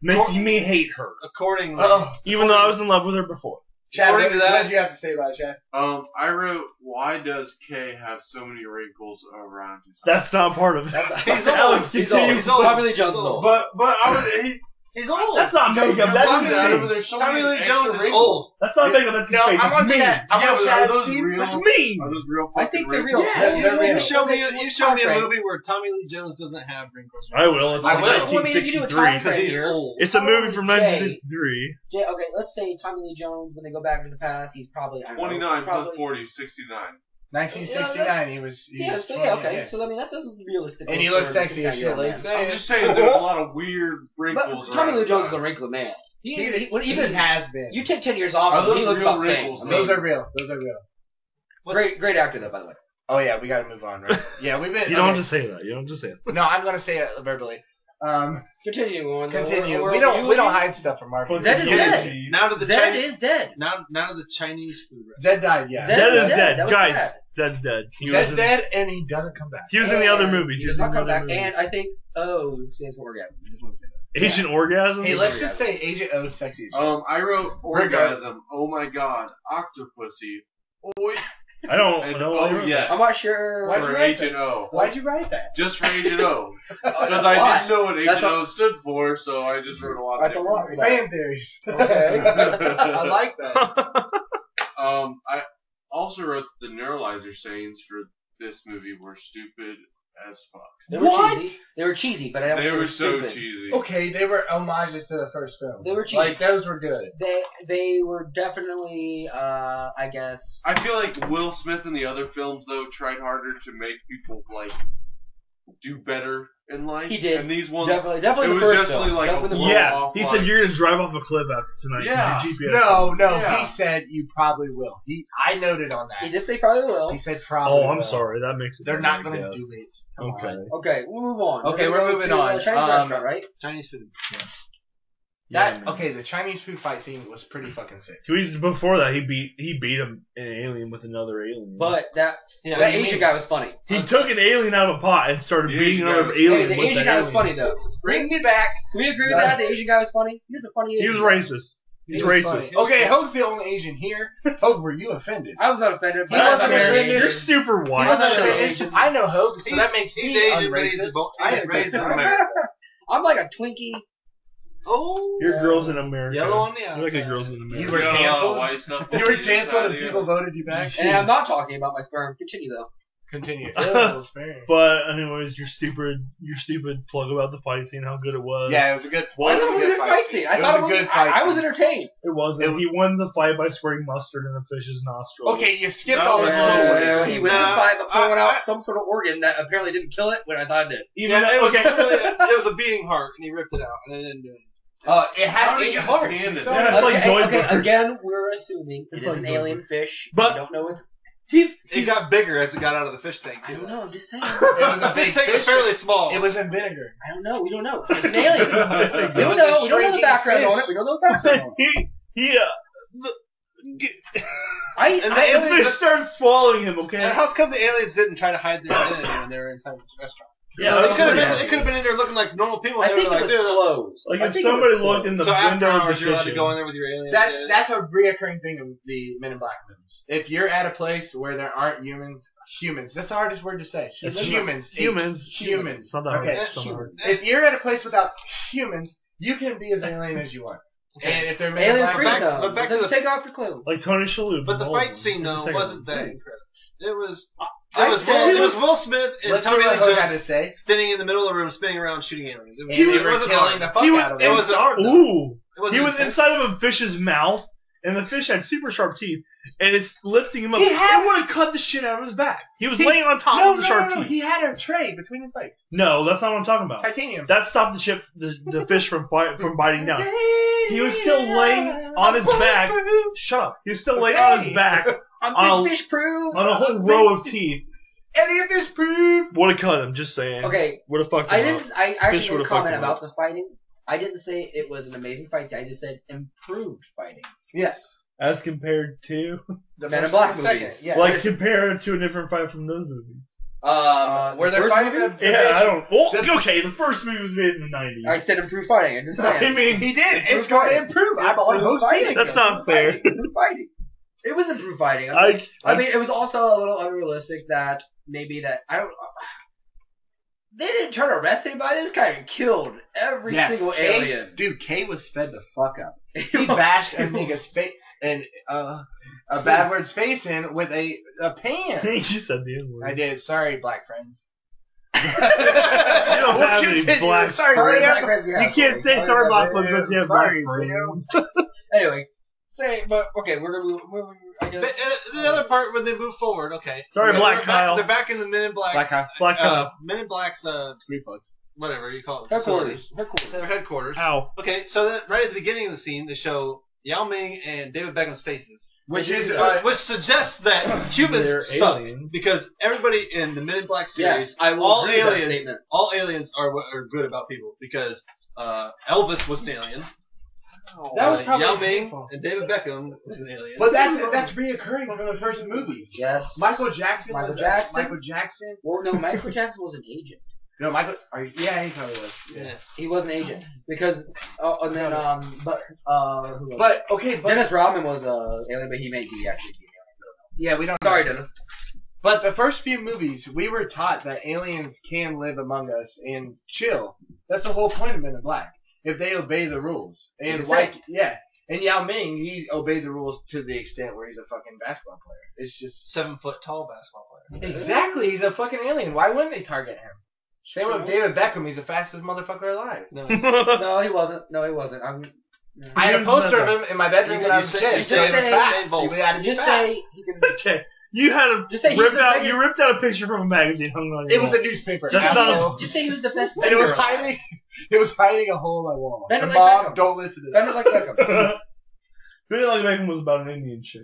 S8: making me hate her,
S9: Accordingly,
S7: Oh,
S8: even though I was in love with her before.
S7: Chad, what,
S9: According to that-
S7: what did you have to say about it, Chad?
S12: Um, I wrote, "Why does K have so many wrinkles around his?"
S8: That's not part of it.
S9: he's
S8: Alex,
S9: old.
S5: He's old.
S8: continue.
S9: He's old.
S5: Tommy Lee
S9: He's
S5: Jones is
S9: old.
S5: old.
S12: But but I was he,
S9: He's old.
S8: That's not makeup. That's
S9: Tommy
S8: his
S9: Lee-
S12: out of
S8: face.
S12: there's so
S9: Tommy
S12: many
S9: Lee
S12: extra
S9: Jones is
S12: wrinkles.
S9: old.
S8: That's not makeup. That's his
S7: No,
S8: face.
S7: I'm on
S8: It's me.
S7: Chad. I'm
S12: Yeah,
S7: on
S12: but
S7: Chad's
S12: are those
S7: team.
S12: real?
S8: It's me.
S12: Are those real?
S5: I
S12: fucking
S5: think they're
S12: wrinkles?
S5: real.
S7: Yeah, they're
S9: You
S7: real.
S9: show me.
S5: What
S9: You show me a
S5: timeframe?
S9: movie where Tommy Lee Jones doesn't have wrinkles.
S8: I will. It's
S7: I
S8: from
S7: will.
S5: Well, I mean, if you do a time
S8: 1963.
S9: Because
S5: frame
S9: he's
S5: here,
S9: old.
S8: It's a movie from
S5: Jay.
S8: 1963.
S5: Jay, okay, let's say Tommy Lee Jones, when they go back to the past, he's probably I don't know,
S12: 29 plus
S5: probably,
S12: 40 is 69.
S7: 1969. He was. He
S5: Yeah,
S7: was
S5: so yeah,
S7: 20,
S5: okay. So I mean, that's a realistic.
S7: And he
S5: look
S7: looks
S5: for a
S7: sexy
S5: 69
S7: as shit,
S5: year old
S7: ladies.
S5: man.
S12: I'm just saying there's a lot of weird wrinkles.
S5: But Tommy
S12: around
S5: Lee
S12: his
S5: Jones is a
S12: eyes.
S5: wrinkled man. He,
S7: He,
S5: he,
S7: he,
S5: what-
S7: even
S5: even
S7: has been.
S5: you take ten years off,
S12: Are
S5: him,
S12: those
S5: he looks
S12: real
S5: about the same.
S12: wrinkles,
S5: I mean,
S7: Those are real. Those are real.
S5: great, great actor though, by the way.
S7: Oh yeah, we gotta move on, right? Yeah, we've been.
S8: You don't
S7: okay.
S8: have to say that. You don't have to say that.
S7: No, I'm gonna say it verbally.
S5: Um, continue on. though.
S7: Continue.
S5: We're-
S7: we
S5: we're-
S7: don't we don't
S5: eulogy?
S7: hide stuff from our
S5: Well,
S7: people.
S5: Zed is dead.
S9: Now to the
S5: Zed
S9: Chinese,
S5: is dead.
S9: Now, now to the Chinese food. restaurant.
S7: Zed died. Yeah.
S8: Zed, is dead,
S5: That was
S8: guys.
S5: sad.
S8: Zed's dead. He
S7: Zed's
S8: was in-
S7: dead, and he doesn't come back.
S8: He was in the other
S5: And
S8: movies.
S5: He
S8: He
S5: does
S8: was
S5: not
S8: in the
S5: come
S8: other
S5: back.
S8: movies.
S5: And I think oh, see, it's orgasm. I just want to say that.
S8: Agent Orgasm.
S7: Hey, let's just say Agent O sexy. as shit.
S12: Um, I wrote
S7: Rick, uh,
S12: orgasm. Oh my god, octopussy. Oi.
S8: I don't
S12: And
S8: know. what he
S12: oh
S8: wrote.
S12: yes.
S5: I'm not sure.
S7: Why'd you
S12: for
S7: write
S12: Agent O.
S7: Why'd you write that?
S12: Just for Agent O. Because
S5: That's a
S12: I
S5: lot.
S12: didn't know what
S5: That's
S12: Agent
S5: a-
S12: O stood for, so I just wrote a lot.
S5: That's a
S12: of
S5: lot. for that.
S7: Fan theories.
S5: Okay.
S7: I like that.
S12: Um, I also wrote the neuralizer sayings for this movie were stupid as fuck.
S5: They
S7: What?
S5: Were cheesy. They were cheesy, but I don't
S12: They
S5: think
S12: were so
S5: stupid. Oh,
S12: cheesy.
S7: Okay, they were homages to the first film.
S5: They were cheap.
S7: Like those were good.
S5: They they were definitely uh I guess
S12: I feel like Will Smith in the other films though tried harder to make people like do better in life.
S5: He did.
S12: And these ones,
S5: definitely definitely
S12: it
S5: the
S12: was
S5: first
S12: just
S5: film.
S12: like a
S5: definitely the
S12: one-
S5: first-
S8: Yeah,
S12: off
S8: he
S12: line.
S8: said you're gonna drive off a cliff after tonight. 'cause your GPS
S7: No, no,
S12: Yeah.
S7: he said you probably will. He, I noted on
S5: He
S7: that.
S5: did say probably will.
S7: He said probably.
S8: Oh, I'm
S7: will.
S8: sorry. That makes it.
S7: They're not
S8: I
S7: going to
S8: guess.
S7: do it. Come on.
S8: Okay.
S5: Okay, we'll move on.
S7: Okay,
S5: We're
S7: we're
S5: going
S7: moving
S5: to,
S7: on.
S5: Uh, Chinese
S7: Um,
S5: restaurant, right?
S9: Chinese food.
S7: That
S8: Yeah.
S7: okay. The Chinese food fight scene was pretty fucking sick.
S8: Two weeks before that, he beat he beat him an alien with another alien.
S5: But that
S9: Yeah,
S5: that
S9: you
S5: Asian
S9: mean-
S5: guy was funny.
S8: he took an alien out of a pot and started
S12: The
S8: beating
S12: Asian guy
S8: another
S12: was-
S8: alien.
S5: Hey, the
S8: with
S5: Asian
S8: that
S5: guy was
S8: alien.
S5: funny though.
S7: Bring me back.
S5: Can we agree with
S7: No.
S5: that? The Asian guy was funny. He was a funny.
S8: He
S5: Asian
S8: was
S5: guy.
S8: racist. He's
S7: It was
S8: racist.
S7: funny. Okay, Hope's the only Asian here. Hope, were you offended?
S5: I was not offended.
S7: He
S5: but I
S7: wasn't
S5: was
S7: offended.
S5: Asian.
S8: You're super
S7: I
S8: white.
S7: wasn't
S8: Shut up.
S7: offended. I know Hope, so
S9: He's-
S7: that makes
S9: he's
S7: me
S9: Asian, but he's
S7: unracist.
S9: bo-
S7: I
S9: he's
S7: agree.
S9: racist in America.
S5: I'm like a Twinkie.
S9: Oh,
S8: You're girls in America.
S9: yellow on the
S8: You're like a
S9: outside.
S8: girls in
S7: You
S8: America.
S7: were
S12: got a lot of
S7: canceled.
S12: white "Oh, stuff
S7: You were
S12: on the
S7: canceled
S12: inside
S7: and
S12: of
S7: people
S12: you.
S7: voted you back.
S5: And I'm not talking about my sperm. Continue though.
S7: Continue.
S8: Ew,
S7: sparing.
S8: But anyways, your stupid, your stupid plug about the fight scene, how good it was.
S7: Yeah, it was a good.
S5: I
S7: It
S5: thought it was a good fight scene. I
S7: It
S5: thought
S7: was a good
S5: I-
S7: fight
S5: I was
S7: scene.
S5: entertained.
S8: it wasn't.
S7: It was-
S8: he won the fight by spraying mustard in a fish's nostril.
S7: Okay, you skipped
S12: That
S7: all
S12: was
S7: the
S12: a
S7: little
S12: little
S7: ones.
S5: Uh, he wins
S9: Nah,
S5: the fight by pulling
S9: I-
S5: out
S9: I-
S5: some sort of organ that apparently didn't kill it when I thought it did.
S8: even
S9: Yeah, it was,
S8: okay.
S9: it was a beating heart, and he ripped it out, and it didn't do anything.
S7: Uh, it
S12: How
S7: had
S12: did
S7: eight
S12: you
S7: hearts.
S12: understand
S7: you
S12: it?
S7: saw
S8: Yeah,
S7: it.
S8: it's like
S5: okay, okay,
S8: Zoidberg.
S5: again, we're assuming
S8: It's
S5: it is
S8: like
S5: an alien
S8: Zoidberg.
S5: fish.
S8: But-
S5: I don't know what's.
S9: He's, it got bigger as it got out of the fish tank
S5: I
S9: too.
S5: don't know. I'm just saying.
S7: It was
S9: the
S7: a big
S9: fish tank was
S7: fish
S9: fairly
S7: tank.
S9: small.
S7: It was in vinegar.
S5: I don't know. We don't know. It's an alien. we
S7: It
S5: don't
S7: was
S5: know.
S7: a
S5: We don't know the
S7: shrinking
S5: background on it.
S7: fish.
S5: We don't know the background on it.
S8: he, he, uh,
S5: I,
S9: And
S5: I,
S9: then-
S8: the fish started swallowing him. Okay.
S9: and how's come the aliens didn't try to hide their identity when they were inside this restaurant?
S8: Yeah,
S9: it
S8: I
S9: could
S8: don't
S9: have
S8: know.
S9: been. It could have been in there looking like normal people.
S5: I
S9: and they
S5: think
S9: were
S5: it
S9: like,
S5: was
S9: "Dude,
S5: closed. I
S8: Like if
S5: think it was
S8: somebody looked in
S5: closed.
S8: the
S9: so after
S8: window of the
S9: hours,
S8: kitchen,
S9: you're allowed to go in there with your alien.
S7: That's
S9: identity.
S7: that's a reoccurring thing of the Men in Black movies. If you're at a place where there aren't humans, humans. That's the hardest word to say.
S8: It's
S7: humans.
S8: humans.
S7: Humans.
S8: It's not that
S7: Okay.
S8: hard. It's not that hard.
S7: If you're at a place without humans, you can be as alien as you want. And if they're Men in
S5: Alien
S7: Black,
S5: free
S9: back-
S5: zone.
S9: but back to
S5: Doesn't
S9: the-
S5: take off your clothes.
S8: Like Tony Shalhoub.
S9: But the
S8: in
S9: fight
S8: Baldwin.
S9: scene
S8: It's the
S9: though
S8: second
S9: wasn't
S8: one.
S9: that incredible. It was.
S7: I
S9: It was,
S7: said
S9: Will,
S7: he
S9: it was
S7: was-
S9: Will Smith and
S7: let's hear
S9: Tommy Lee
S7: what Hope had to
S9: Jones
S7: say.
S9: standing in the middle of the room, spinning around, shooting aliens. It,
S7: And
S9: it
S7: they were
S9: wasn't
S7: killing
S9: hard.
S7: the fuck
S8: He
S7: out of
S8: was-
S9: It
S7: them.
S9: wasn't hard. though.
S8: Ooh.
S9: It wasn't
S8: He was
S9: intense.
S8: inside of a fish's mouth, and the fish had super sharp teeth, and it's lifting him up.
S7: He had-
S8: it would have cut the shit out of his back. He was
S7: He-
S8: laying on top
S7: no,
S8: of the
S7: Oh, no,
S8: sharp
S7: no, no.
S8: teeth.
S7: He had a tray between his legs.
S8: no, that's not what I'm talking about.
S7: Titanium.
S8: That stopped the ship, the, the fish from bite, from biting down. He was still laying on his back. Shut up. He was still laying on his
S7: Okay.
S8: back
S5: I'm
S8: On
S5: big
S8: a-
S5: fish proof.
S8: on a whole row of teeth.
S7: Any of this proof?
S8: Would have cut him. Just saying.
S5: Okay,
S8: Would have fucked him
S5: I
S8: up.
S5: didn't. I actually
S8: Fish
S5: didn't
S8: would've
S5: comment
S8: fucked him
S5: about
S8: up.
S5: the fighting. I didn't say it was an amazing fight scene. I just said improved fighting.
S7: Yes.
S8: As compared to,
S7: The
S5: Men in
S7: first
S5: Black
S7: and the second,
S5: movies.
S7: Yeah.
S8: like, compared to a different fight from those movies.
S7: um, were there
S5: Uh, first
S7: five
S5: movie?
S7: the
S8: Yeah, I don't. Well,
S7: The-
S8: okay, the first movie was made in the nineties.
S5: I said improved fighting. I'm just
S8: I
S5: saying.
S8: mean,
S7: He did. It's going to improve. I'm all
S5: Improved
S7: hosting.
S5: fighting.
S7: it.
S8: That's not fair.
S5: Fighting, improved fighting. It was improved fighting. I,
S8: I, I,
S5: mean, it was also a little unrealistic that maybe that I don't. They didn't try to arrest anybody. This guy killed every
S7: Yes,
S5: single
S7: Kay-
S5: alien.
S7: Dude, Kay was fed the fuck up. He bashed a nigga's face and uh, a bad word's face in with a a pan.
S8: you said the N word.
S7: I did. Sorry, black friends.
S8: You don't have
S7: We'll
S8: any
S7: continue.
S8: black
S7: Sorry,
S5: Sorry,
S7: Sam.
S5: Black Friends, we
S8: You
S5: have
S8: can't
S5: sorry.
S7: Sorry,
S8: say sorry,
S7: Black
S8: black ones unless you have black
S7: Sorry,
S8: friends.
S5: Anyway, say but okay, we're gonna move. We're, I
S9: But,
S5: guess.
S9: uh, the other part when they move forward, okay.
S8: Sorry,
S9: So
S8: Black
S9: they're back-
S8: Kyle.
S9: they're back in the Men in Black.
S7: Black eye.
S8: Black
S9: uh,
S8: uh,
S9: Men in Black's uh,
S7: Three plugs.
S9: whatever you call it.
S5: Headquarters.
S9: Their headquarters.
S8: Ow.
S9: Okay, so that right at the beginning of the scene, they show Yao Ming and David Beckham's faces,
S7: Which is, uh,
S9: which suggests that
S7: They're
S9: humans suck
S7: alien.
S9: because everybody in the Men in Black series,
S5: Yes, I will
S9: all
S5: agree with that
S9: aliens,
S5: statement.
S9: all aliens are what are good about people because uh, Elvis was an alien.
S7: That was
S9: Uh,
S7: probably
S9: Yao Ming
S7: painful.
S9: and David Beckham was an alien.
S7: But that's that's reoccurring from the first movies.
S5: Yes.
S7: Michael Jackson.
S5: Michael
S7: was
S5: Jackson?
S7: Michael Jackson.
S5: Well, no, Michael Jackson was an agent.
S7: No, Michael. Are you, yeah, he probably was. Yeah.
S9: Yeah.
S5: He was an agent because, oh, and then um, but uh, who else?
S7: But okay, but
S5: Dennis Rodman was uh alien, but he may be actually be
S7: yeah, we don't.
S5: an alien. Sorry, Dennis.
S7: But the first few movies, we were taught that aliens can live among us and chill. That's the whole point of Men in Black. If they obey the rules, and
S5: Exactly.
S7: like yeah, and Yao Ming, he obeyed the rules to the extent where he's a fucking basketball player. It's just
S9: seven foot tall basketball player.
S7: exactly he's a fucking alien. Why wouldn't they target him? Same with David Beckham. He's the fastest motherfucker alive.
S9: No.
S5: No, he wasn't. No, he wasn't. I'm.
S7: I had a
S8: Here's
S7: poster
S8: another.
S7: of him in my bedroom
S9: You-
S7: when
S9: you
S7: I was a
S9: say-
S7: kid.
S9: you
S7: It
S9: say
S7: was
S5: Usain
S7: facts.
S9: Bolt.
S7: You gotta do
S5: Just
S7: facts.
S5: say he can.
S8: okay, you had a
S5: Just say he's
S8: rip
S5: the
S8: out.
S5: biggest-
S8: You ripped out a picture from a magazine, hung it on your
S7: It was
S8: wall.
S7: a newspaper.
S8: That's not
S7: asshole.
S8: a-
S5: Just say he was the best.
S7: and it was
S5: defender alive.
S7: hiding. It was hiding a hole in my wall.
S5: Bend it
S7: And
S5: like
S7: Mom,
S5: Beckham.
S7: don't listen to that.
S5: Defender like Beckham.
S8: Really like Beckham was about an Indian chick.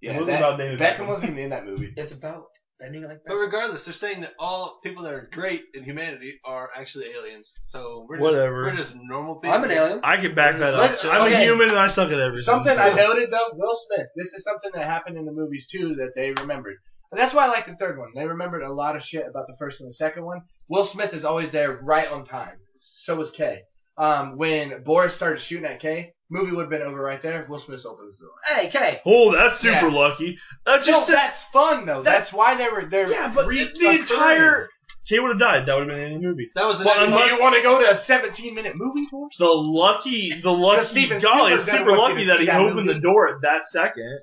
S7: Yeah,
S8: It
S7: that-
S8: wasn't about David Beckham.
S7: wasn't even in that movie.
S5: It's about bending like
S9: But
S5: Beckham.
S9: regardless, they're saying that all people that are great in humanity are actually aliens. So we're
S8: Whatever.
S9: just we're just normal people.
S5: Oh, I'm an alien.
S8: I can back that up.
S7: Let's-
S8: I'm
S7: okay.
S8: a human and I suck at everything.
S7: Something I
S8: so.
S7: noted though, Will Smith. This is something that happened in the movies too that they remembered. And that's why I like the third one. They remembered a lot of shit about the first and the second one. Will Smith is always there right on time. So was Kay. Um, when Boris started shooting at Kay, movie would have been over right there. Will Smith opens the door.
S5: Hey, Kay.
S8: Oh, that's
S7: Yeah.
S8: super lucky. That
S7: Just
S8: just said-
S7: that's fun though. that's why they were there.
S8: yeah, but the, the entire Kay would have died. That would have been any movie.
S9: That was an
S8: Well,
S9: well,
S7: Do
S8: unless-
S7: you want to go to a 17 minute movie for?
S8: The lucky, the lucky,
S7: Steven
S8: golly, it's
S7: Spielberg
S8: super
S7: doesn't want you
S8: lucky
S7: to
S8: that
S7: see
S8: he
S7: that
S8: opened
S7: movie.
S8: the door at that second.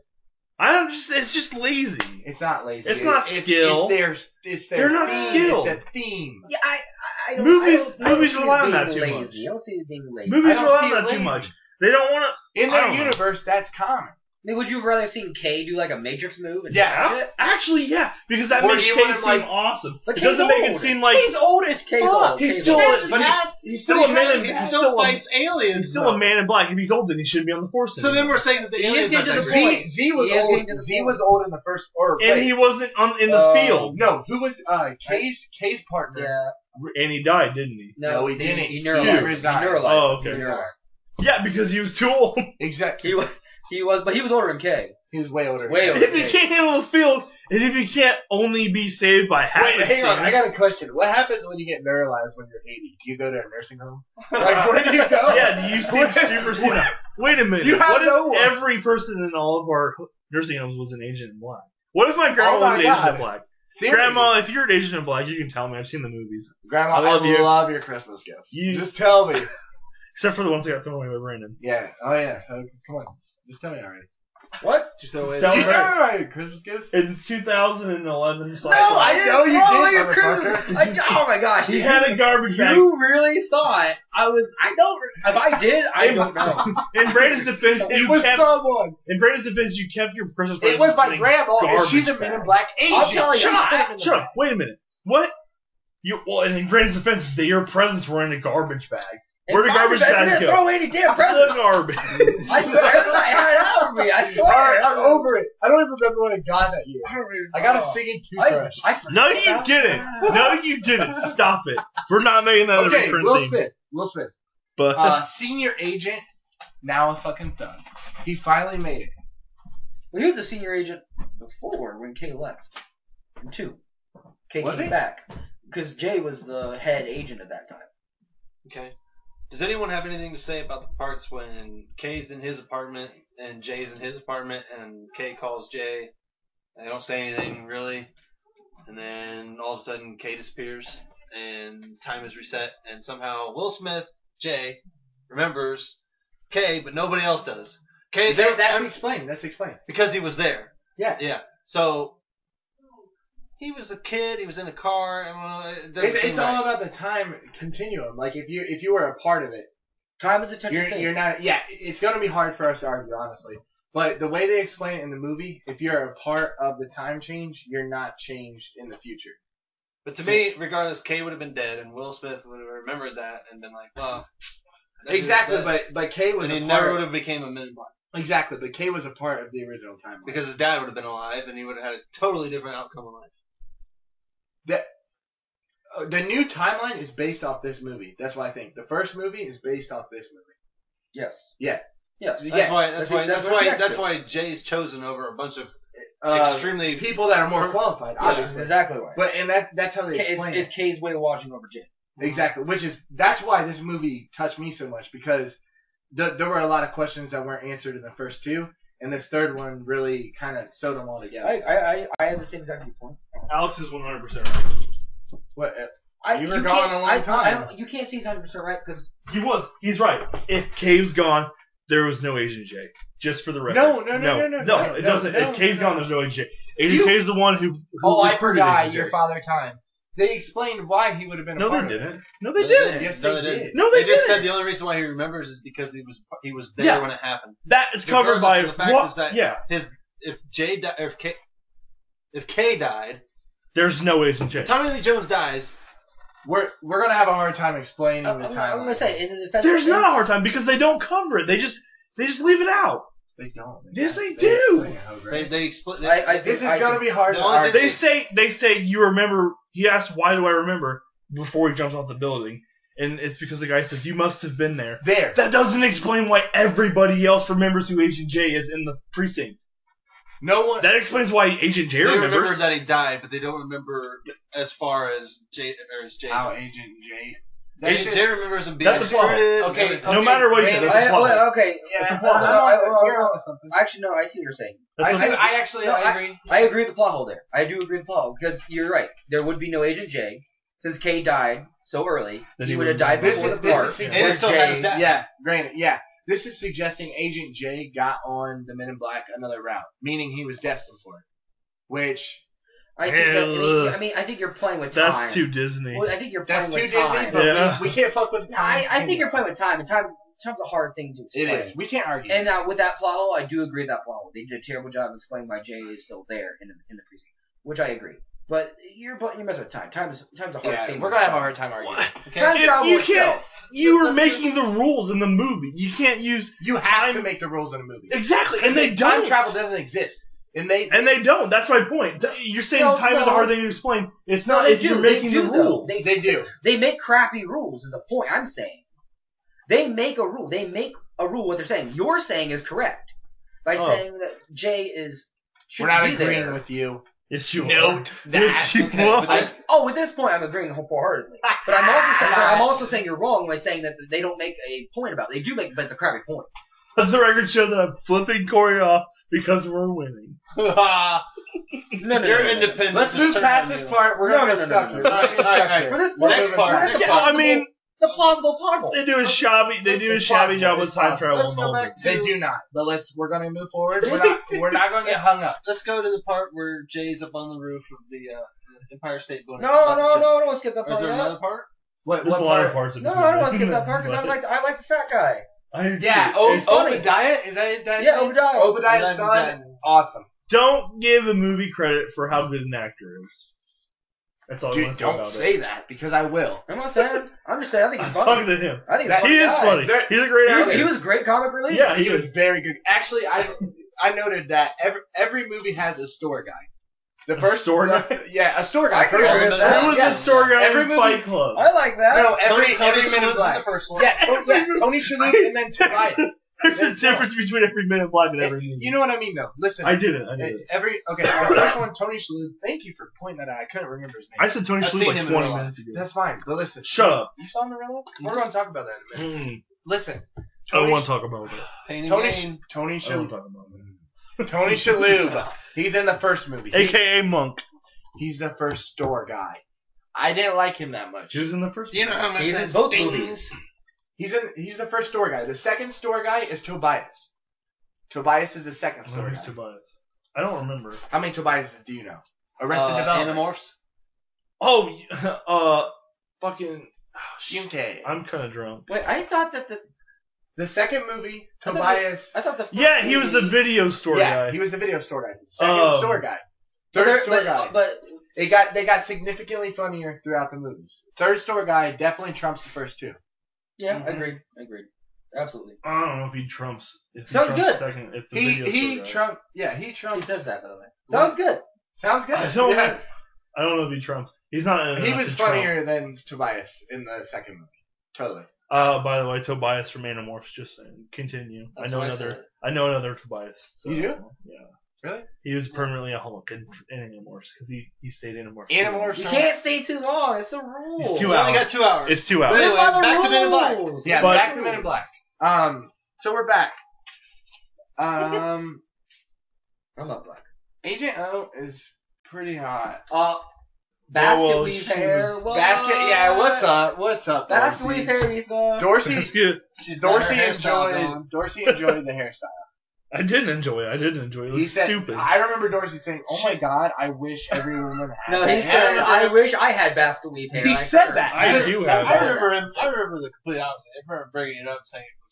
S8: I'm just, it's just lazy.
S7: It's not lazy.
S8: It's not skill.
S7: It's their, it's their
S8: They're not
S7: theme.
S8: skilled.
S7: It's a theme.
S5: Yeah, I. I I don't,
S8: Movies-
S5: I don't,
S8: movies
S5: I don't see
S8: rely
S5: it
S8: on that
S5: being
S8: too much.
S5: lazy. I don't see it being lazy.
S8: Movies
S7: don't
S8: rely
S7: see
S8: on
S7: it
S8: that too
S7: lazy.
S8: much. They don't want
S7: In
S8: I
S7: their
S8: don't know.
S7: universe, that's common.
S5: I mean, would you have rather seen Kay do like a Matrix move?
S8: to.
S5: And
S8: Yeah,
S5: dodge it?
S8: actually, yeah, because that
S7: Or
S8: makes
S7: do you
S8: Kay
S7: want
S8: seem
S7: him, like-
S8: awesome.
S5: But
S8: it
S5: Kay's
S8: doesn't make it
S5: old.
S8: seem like
S7: he's old as
S5: Kay's
S7: fuck.
S5: old.
S8: he's
S5: Kay's
S8: still,
S5: old.
S8: a, but he's, he's still a man.
S9: he
S8: in- He's
S9: still
S8: still a,
S9: fights aliens.
S8: he's still a man in black. If he's old, then he should be on the force.
S9: So then we're saying that the
S5: He
S9: aliens
S5: is
S9: are
S5: into the
S9: that
S5: point.
S9: great.
S7: Z, Z was
S5: He is
S7: old.
S5: getting to the
S7: Z
S5: point.
S7: was old in the first. Or
S8: and
S7: wait, Um,
S8: he wasn't on in the
S5: Uh,
S8: field,
S7: no, who was uh Kay's Kay's partner?
S5: Yeah.
S8: and he died, didn't he?
S5: No,
S7: No, he didn't.
S5: He
S7: He
S5: neuralized.
S7: resigned.
S5: He neuralized.
S8: Oh, okay.
S5: He, neuralized.
S8: Yeah, because he was too old.
S7: Exactly.
S5: he was. He was, but he was older than Kay.
S7: He was way older.
S5: Way older.
S8: if you can't handle the field, and if you can't only be saved by half,
S7: Wait,
S8: the
S7: hang on.
S8: things-
S7: I got a question. What happens when you get neuralized when you're 80? Do you go to a nursing home? Like, where do you go?
S8: Yeah, do you seem super senile? Wait a minute.
S7: You have
S8: what if
S7: no one.
S8: every person in all of our nursing homes was an agent in black? What if my grandma
S7: Oh my
S8: was an agent
S7: God.
S8: in black?
S7: Theory.
S8: Grandma, if you're an agent in black, you can tell me. I've seen the movies,
S7: Grandma,
S8: I love you.
S7: love your Christmas gifts.
S8: You-
S7: Just tell me.
S8: except for the ones that got thrown away by Brandon.
S7: Yeah. Oh yeah. Okay, come on. Just tell me already.
S5: What?
S9: Just the way
S8: Tell
S9: they-
S7: you
S8: me.
S7: tell me already. Christmas gifts.
S8: In 2011,
S5: No,
S8: cycle,
S5: I didn't
S7: No, you
S5: throw
S7: did,
S5: away your
S7: motherfucker.
S5: Christmas. I, oh my gosh,
S8: he
S5: you,
S8: had a garbage bag.
S5: you really thought I was? I don't. If I did, I don't know.
S8: In Brandon's defense,
S7: It
S8: you
S7: was
S8: kept.
S7: someone.
S8: in Brandon's defense, you kept your Christmas.
S7: It
S8: presents
S7: was my
S8: in a
S7: grandma, and
S8: garbage
S7: she's a
S8: bag.
S7: Men in Black
S5: I'll
S7: agent.
S5: tell you.
S8: Shut
S5: I'm
S8: up!
S5: in the
S8: Shut
S5: back.
S8: up! Wait a minute. What? You well, and in Brandon's defense, the, your presents were in a garbage bag. Where
S5: If
S8: did
S5: I
S8: garbage
S5: did, I
S8: bags
S5: didn't
S8: go?
S5: Throw away any damn
S8: The
S5: presents.
S8: garbage.
S5: I swear, I had it out for me. I swear.
S7: Alright, I'm over it. I don't even remember what I got that year.
S5: I don't even-
S7: I got a
S5: oh.
S7: singing
S5: I,
S7: toothbrush.
S5: I forgot
S8: no, you
S5: about-
S8: didn't. No, you didn't. Stop it. We're not making that a
S7: Okay,
S8: recurring
S7: Will
S8: thing.
S7: Smith. Will Smith.
S8: But
S7: Uh, senior agent, now a fucking thug. He finally made it.
S5: Well, he was the senior agent before when Kay left. In two. Kay
S7: Was
S5: came
S7: he?
S5: back. Because Jay was the head agent at that time.
S9: Okay. Does anyone have anything to say about the parts when Kay's in his apartment and Jay's in his apartment and Kay calls Jay? and They don't say anything really, and then all of a sudden Kay disappears and time is reset, and somehow Will Smith Jay remembers Kay, but nobody else does. Kay,
S7: That- that's
S9: every-
S7: explained. That's explained.
S9: because he was there.
S7: Yeah.
S9: Yeah. So he was a kid. He was in a car. I don't know. It doesn't
S7: It's,
S9: seem
S7: it's
S9: right.
S7: all about the time continuum. Like if you if you were a part of it,
S5: Time is a touchy
S7: you're
S5: thing.
S7: you're not. Yeah, it's gonna be hard for us to argue, honestly. But the way they explain it in the movie, if you're a part of the time change, you're not changed in the future.
S9: But to me, regardless, Kay would have been dead, and Will Smith would have remembered that and been like, "Well, that-
S7: Exactly,
S9: that-
S7: but but Kay was
S9: and he
S7: a
S9: never
S7: part.
S9: would have became a Men in Black."
S7: Exactly, but Kay was a part of the original timeline.
S9: because his dad would have been alive and he would have had a totally different outcome in life.
S7: that uh, the new timeline is based off this movie. That's what I think. The first movie is based off this movie.
S5: Yes.
S7: Yeah.
S5: Yes.
S9: That's why. That's why. That's
S7: what
S9: why.
S7: it
S9: That's
S7: connects
S9: why Jay's chosen over a bunch of
S7: to. Uh,
S9: extremely
S7: people that are more qualified.
S5: Yeah,
S7: Obviously,
S5: that's exactly right.
S7: But and that that's how they
S5: It's,
S7: explain
S5: it's
S7: it.
S5: Kay's way of watching over Jay.
S7: Exactly, which is that's why this movie touched me so much because th- there were a lot of questions that weren't answered in the first two, and this third one really kind of sewed them all together.
S5: I, I, I, I have the same exact viewpoint.
S8: Alex is 100 percent right.
S7: what, uh,
S5: I,
S7: You were
S5: can't-
S7: gone a long
S5: I- I
S7: time.
S5: don't, you can't say he's 100 percent right because
S8: He was. He's right. If Cave's gone, there was no Asian Jay. Just for the record.
S7: No, no, no, no, no, no,
S8: it
S7: no,
S8: doesn't.
S7: no,
S8: if Cave's
S7: no.
S8: gone, there's no Asian Jay. Asian
S7: You-
S8: K's the one who. who
S7: oh, I
S8: recruited
S7: forgot
S8: Asian
S7: your
S8: Jay.
S7: father time. They explained why he would have been. A
S8: No,
S7: part
S8: they
S7: of it.
S8: didn't. No,
S9: No,
S8: they didn't.
S7: Yes,
S9: No,
S7: they
S9: they
S7: did.
S9: didn't.
S8: No,
S9: They
S8: they
S9: just said
S8: didn't.
S9: the only reason why he remembers is because he was he was there
S8: Yeah.
S9: when it happened.
S8: That is covered by
S9: Regardless, the fact
S8: what?
S9: is that-
S8: yeah,
S9: His if Jay di- or if K if K died,
S8: there's no Asian Jay.
S9: Tommy Lee Jones dies.
S7: We're we're gonna have a hard time explaining
S5: I'm,
S7: the
S5: I'm,
S7: timeline.
S5: I'm gonna say in the defense.
S8: There's not a hard time because they don't cover it. They just they just leave it out.
S7: They don't.
S8: Yes, they do.
S7: explain it, Hope,
S9: They
S7: right?
S9: they explain.
S5: I- I
S7: this is
S5: I
S7: gonna
S5: do.
S7: be hard
S9: The
S7: to
S9: only
S7: argue.
S9: thing-
S8: They say they say you remember. He asked, "Why do I remember?" Before he jumps off the building, and it's because the guy says, "You must have been there."
S7: there.
S8: That doesn't explain why everybody else remembers who Agent J is in the precinct.
S7: No one.
S8: That explains why Agent J
S9: they
S8: remembers.
S9: remember that he died, but they don't remember as far as Jay or as Jay.
S7: How
S9: goes.
S7: Agent J. That
S9: Agent
S7: shit-
S9: Jay remembers him being
S8: That's a plot.
S9: recruited. and
S7: Okay,
S9: everything.
S8: no
S7: okay,
S8: matter what you
S7: man,
S8: say,
S5: I,
S8: that's a plot.
S5: well, okay.
S7: Yeah,
S5: no, no, no, I-
S7: I,
S5: well,
S7: you're on something.
S5: Actually, no. I see what you're saying.
S8: That's
S5: I-
S8: a-
S7: I, I actually
S5: No,
S7: I agree.
S5: I agree with the plot hole there. I do agree with the plot hole because you're right. There would be no Agent J since K died so early.
S8: Then
S5: he
S8: he
S5: would have
S8: would've
S5: died
S7: this
S5: before
S7: is
S5: the part.
S7: this is
S8: Yeah.
S9: And it still had his
S7: suggesting-
S9: dad.
S7: yeah, granted, yeah. This is suggesting Agent J got on the Men in Black another route, meaning he was destined for it. Which
S5: I, think that, I, mean,
S8: Hell.
S5: I mean, I think you're playing with time.
S8: That's too Disney.
S5: Well, I think you're playing
S7: that's too
S5: with
S7: Disney,
S5: time.
S7: but
S8: Yeah.
S7: we, we can't fuck with.
S5: No, I, I think you're playing with time, and time's time's a hard thing to
S7: It
S5: explain.
S7: is. We can't argue.
S5: And uh, with that plot hole, I do agree with that plot hole. They did a terrible job explaining why Jay is still there in the, in the precinct, which I agree. But you're but you're messing with time. Time's time's a hard
S7: yeah,
S5: thing.
S7: we're
S5: to
S7: gonna have a
S5: explain.
S7: hard time arguing.
S9: Okay.
S5: Time
S8: If
S5: travel
S8: you
S5: itself.
S8: can't, you are
S9: Let's do-
S8: making the rules in the movie. You can't use
S7: You have to make the rules in a movie.
S8: exactly, and they
S7: time
S8: don't.
S7: travel doesn't exist, and they
S8: and they don't. That's my point. Th- You're saying
S5: No,
S8: time is
S5: no.
S8: a hard thing to explain. It's
S5: No,
S8: not
S5: they
S8: if you're
S5: do, they
S8: making
S5: do,
S8: the
S5: though.
S8: rules.
S5: They-
S7: they do.
S5: They make crappy rules is the point I'm saying. They make a rule. They make a rule what they're saying. You're saying is correct by
S8: Oh.
S5: saying that Jay is should
S7: We're not
S5: be
S7: agreeing
S5: there.
S7: with you.
S8: Yes, you are.
S7: Note
S8: Yes,
S7: that.
S8: you
S9: Okay,
S8: are.
S9: but then-
S5: Oh, at this point, I'm agreeing wholeheartedly. But I'm also saying, but I'm also saying you're wrong by saying that they don't make a point about. It. They do make, but it's a crappy point.
S8: Let the record show that I'm flipping Corey off because we're winning.
S5: No, no,
S9: You're
S5: no, no, no.
S9: independent.
S7: Let's
S9: Just
S7: move
S9: turn
S7: past
S9: on
S7: this
S9: you.
S7: part. We're
S5: No, no,
S7: gonna
S5: no,
S7: get stuck
S5: no,
S7: here.
S5: no, no.
S7: We're gonna get
S9: All right,
S7: stuck
S9: all
S7: here.
S5: For this
S9: Next
S5: moment,
S9: part,
S5: that's
S9: next
S5: a
S9: part.
S8: I
S5: plausible-
S8: mean,
S5: it's a plausible plot.
S8: they do a shabby. They
S5: This
S8: do a
S5: is
S8: shabby
S5: possible.
S8: job with
S5: It's
S8: time
S5: possible.
S8: travel.
S9: Let's
S8: in
S9: go
S8: the
S9: back
S7: They do
S9: to
S7: not. But let's. We're gonna move forward. We're not. We're not gonna get hung up.
S9: let's go to the part where Jay's up on the roof of the uh, Empire State Building.
S5: No, no, no, no. Skip that
S9: Or is
S5: part.
S9: there another part?
S7: What?
S8: There's
S7: what
S8: a lot of
S7: part?
S8: parts of
S5: No,
S8: this
S5: no, I don't
S8: movie.
S5: want to skip that part because I
S8: But-
S5: like oh, I like the fat guy.
S8: I do
S7: Yeah.
S8: too.
S7: O-
S8: It's funny.
S7: Obadiah is that his dad's
S5: Yeah,
S7: name?
S5: Obadiah.
S7: Obadiah's
S9: Obadiah's
S7: son.
S9: dad.
S7: Awesome.
S8: Don't give a movie credit for how good an actor is. That's all I
S7: Dude,
S8: want to say
S7: don't
S8: about
S7: say that because I will.
S5: I'm not saying. I'm just saying. I
S8: it.
S5: think
S8: I'm
S5: he's funny.
S8: talking to him.
S5: I think he's a
S7: That-
S5: funny
S8: He is
S5: guy.
S8: funny.
S7: There-
S8: He's a great
S5: He was, he
S8: actor.
S5: was great comic relief.
S8: Yeah,
S7: He was very good. Actually, I I noted that every every movie has a store guy. The
S8: A
S7: first
S8: store
S7: the-
S8: guy?
S7: Yeah, a store
S5: I
S7: guy.
S5: can
S7: correct.
S5: agree with that.
S8: Who was
S7: Yeah.
S8: the store guy
S7: Every
S8: in
S7: movie-
S8: Fight Club?
S5: I like that.
S7: No, every
S9: Tony, Tony
S7: every man in
S9: Shalhoub's in
S7: black.
S9: the first one.
S7: Yeah, oh, yes, Tony Shalhoub and then Tobias.
S8: There's a difference between every man in black and every movie.
S7: Eh, You know what I mean, though. Listen, eh,
S8: I didn't. I didn't.
S7: every okay. The first one, Tony Shalhoub. Thank you for pointing that out. I couldn't remember his
S8: I
S7: name.
S8: said Tony
S9: I've
S8: Shalhoub
S9: seen
S8: like
S9: him in
S8: 20
S9: real life.
S8: minutes ago.
S7: That's fine, but listen.
S8: Shut up.
S7: You saw him in real life? We're gonna talk about that in a minute.
S8: Mm.
S7: Listen,
S8: I don't
S7: Tony,
S8: want to talk about it.
S9: Pain and
S7: Tony,
S9: gain.
S7: Sh- Tony
S8: I don't
S7: Shalhoub.
S8: talk about it.
S7: Tony Shalhoub. He's in the first movie. He-
S8: AKA Monk.
S7: he's the first store guy. I didn't like him that much.
S8: He was in the first
S9: Do you know how much
S5: He's
S9: that
S5: in both
S9: stings?
S5: movies.
S7: He's in. He's the first store guy. The second store guy is Tobias. Tobias is the second
S8: one.
S7: store
S8: Where's
S7: guy.
S8: Tobias? I don't remember.
S7: How many Tobiases do you know? Arrested
S9: Uh,
S7: Development.
S9: Animorphs.
S8: Oh, y- uh, fucking. oh, shit.
S7: Shinkai.
S8: I'm kind of drunk.
S5: Wait, I thought that the
S7: The second movie,
S5: I thought
S7: Tobias.
S5: I thought the first
S8: Yeah, he was the
S5: movie-
S8: video store
S7: yeah,
S8: guy.
S7: he was the video store guy. Second
S8: Oh.
S7: store guy.
S5: but
S7: Third
S5: there-
S7: store
S5: but,
S7: guy.
S5: But
S7: they got they got significantly funnier throughout the movies. Third store guy definitely trumps the first two.
S5: yeah,
S9: Mhm.
S5: I agreed. I agreed. Absolutely.
S8: I don't know if he trumps. If he
S5: Sounds
S8: trumps
S5: good.
S8: Second, if the
S7: He
S8: video's
S7: he
S8: still going.
S7: Trump. Yeah, he Trump. He
S5: says that by the way.
S7: Sounds
S5: good.
S7: Sounds good.
S8: I don't.
S7: Yeah.
S8: I don't know if he trumps. He's not. in
S7: He
S8: enough
S7: was
S8: to trump.
S7: funnier than Tobias in the second movie. Totally.
S8: Uh, by the way, Tobias from Animorphs. Just saying. continue.
S7: That's
S8: I know
S7: what I
S8: another.
S7: said.
S8: I, know another Tobias. So,
S7: You do?
S8: Yeah.
S7: Really?
S8: He was permanently a Hulk in, in Animorphs because he he stayed Animorphs.
S7: Animorphs
S5: You
S8: Yeah.
S5: can't stay too long. It's a rule.
S8: It's two
S9: We only
S8: hours.
S9: got two hours.
S8: It's two hours.
S9: Anyway,
S5: Live by the
S9: back to Men in Black.
S5: rules.
S7: Yeah,
S8: But-
S7: back to Men in Black. Um, so we're back. Um,
S5: I'm not black.
S7: Agent O is pretty hot.
S5: Uh, basket
S8: Whoa,
S5: weave
S8: she
S5: hair.
S8: was-
S5: What?
S7: Basket, yeah, what's
S9: uh,
S8: uh,
S7: up? What's up?
S5: Basket
S7: Dorsey?
S5: weave hair, Ethan.
S8: That's
S7: Dorsey,
S8: good.
S9: She's got her
S7: Dorsey
S9: hairstyle
S7: enjoyed.
S9: going.
S7: Dorsey enjoyed the hairstyle.
S8: I didn't enjoy it. I didn't enjoy it. It
S7: He
S8: was
S7: said,
S8: stupid.
S7: I remember Dorsey saying, "Oh my God, I wish every woman had."
S5: No,
S7: that
S5: he said,
S7: hair."
S5: I wish I had basket weave hair.
S7: He
S5: like
S7: said
S5: her.
S7: that.
S8: I
S7: He
S8: do
S7: said
S8: have
S7: that.
S9: I remember him. I remember the complete opposite. I remember bringing it up, saying it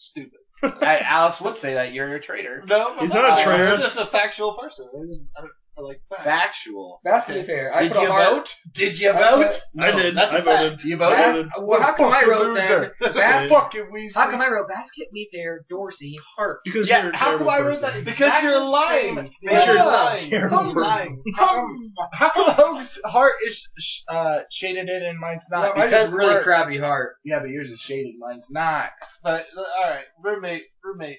S9: was stupid.
S7: Hey, Alex would say that you're a traitor.
S9: No,
S8: He's not
S7: a
S8: traitor.
S9: I'm just a factual person. I just I, don't, I like facts.
S7: Factual.
S5: Basket
S9: Okay.
S5: weave hair. I
S7: Did
S5: put a
S7: you
S5: heart-
S7: vote? Did you
S5: I
S7: vote?
S8: I
S9: No,
S8: did.
S9: that's a
S8: I voted.
S7: You
S8: I
S7: voted?
S8: voted.
S5: Well, how come I wrote that?
S8: That's-
S7: fucking weasel.
S5: How come I wrote basket weave hair, Dorsey, heart?
S8: Because
S7: Yeah,
S8: you're a
S7: how
S8: terrible
S7: come I wrote
S8: person. Oh
S7: that?
S9: Because
S7: Exactly
S9: you're
S7: the
S9: lying.
S7: same.
S9: Because
S5: Yeah.
S9: you're lying.
S8: Terrible
S9: You're
S8: person.
S9: lying.
S7: How come, how come Hoag's heart is sh- uh, shaded in and mine's
S5: Well,
S7: not?
S5: I just really
S7: we're-
S5: crappy heart.
S7: Yeah, but yours is shaded, mine's not.
S9: But all right, roommate, roommate,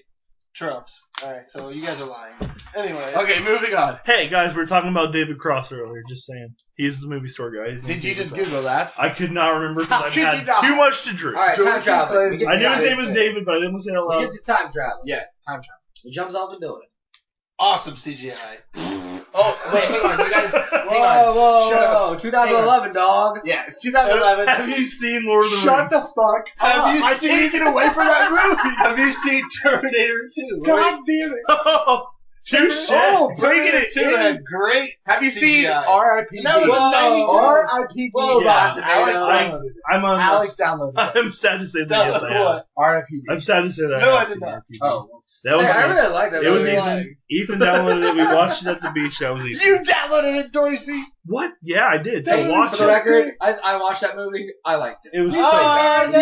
S9: trumps. All right, so you guys are lying. Anyway,
S7: Okay, moving on.
S8: Hey guys, we were talking about David Cross earlier. Just saying, he's the movie store guy. He's in
S7: Did you
S8: David
S7: just
S8: Cross.
S7: Google that?
S8: I could not remember
S7: How
S8: because
S7: could
S8: I
S7: you
S8: had
S7: not?
S8: too much to drink.
S5: All right, time
S7: Dorsey
S5: travel. We
S7: plays-
S5: get
S8: I
S5: to
S8: knew his
S5: travel.
S8: name was David, but I didn't say it out
S5: We
S8: loud.
S5: get to time travel.
S7: Yeah, time travel.
S5: He jumps off the building.
S9: awesome CGI.
S7: Oh, wait, hang on, you guys.
S5: Whoa,
S7: Hang on.
S5: whoa,
S7: Shut up.
S5: whoa! 2011, dog.
S7: Yeah, it's 2011.
S8: Have you seen Lord of the Rings?
S7: the fuck
S9: Have you
S7: Oh, I
S9: seen-
S7: can't get away from that movie.
S9: Have you seen Terminator 2?
S7: God damn it.
S8: Oh, touche.
S7: Oh, bringing
S9: Terminator
S7: it
S9: 2
S7: in.
S9: had great.
S7: Have you seen
S9: CGI.
S7: R.I.P.D.?
S9: And that was
S5: Whoa.
S9: in 92.
S7: R.I.P.D.
S9: Whoa,
S8: Yeah.
S7: Rotten
S5: Alex-
S7: Tomatoes.
S8: I, I'm on.
S7: Alex downloaded it.
S8: I'm sad to say that. Yes,
S9: That was
S8: I have.
S9: what?
S7: R.I.P.D.
S8: I'm sad to say that.
S9: No, I
S8: have
S9: did
S8: seen
S9: not.
S8: RPGs.
S7: Oh.
S8: that was
S5: Hey, I
S8: me.
S5: really like that.
S8: It was
S5: movie.
S8: Ethan. Ethan downloaded it. We watched it at the beach. That was Ethan.
S7: You downloaded it, Dorsey.
S8: What? Yeah, I did.
S5: Hey,
S8: To watch
S5: for
S8: it.
S5: the record, I, I watched that movie. I liked it.
S8: It was so
S9: Oh
S8: bad.
S9: no!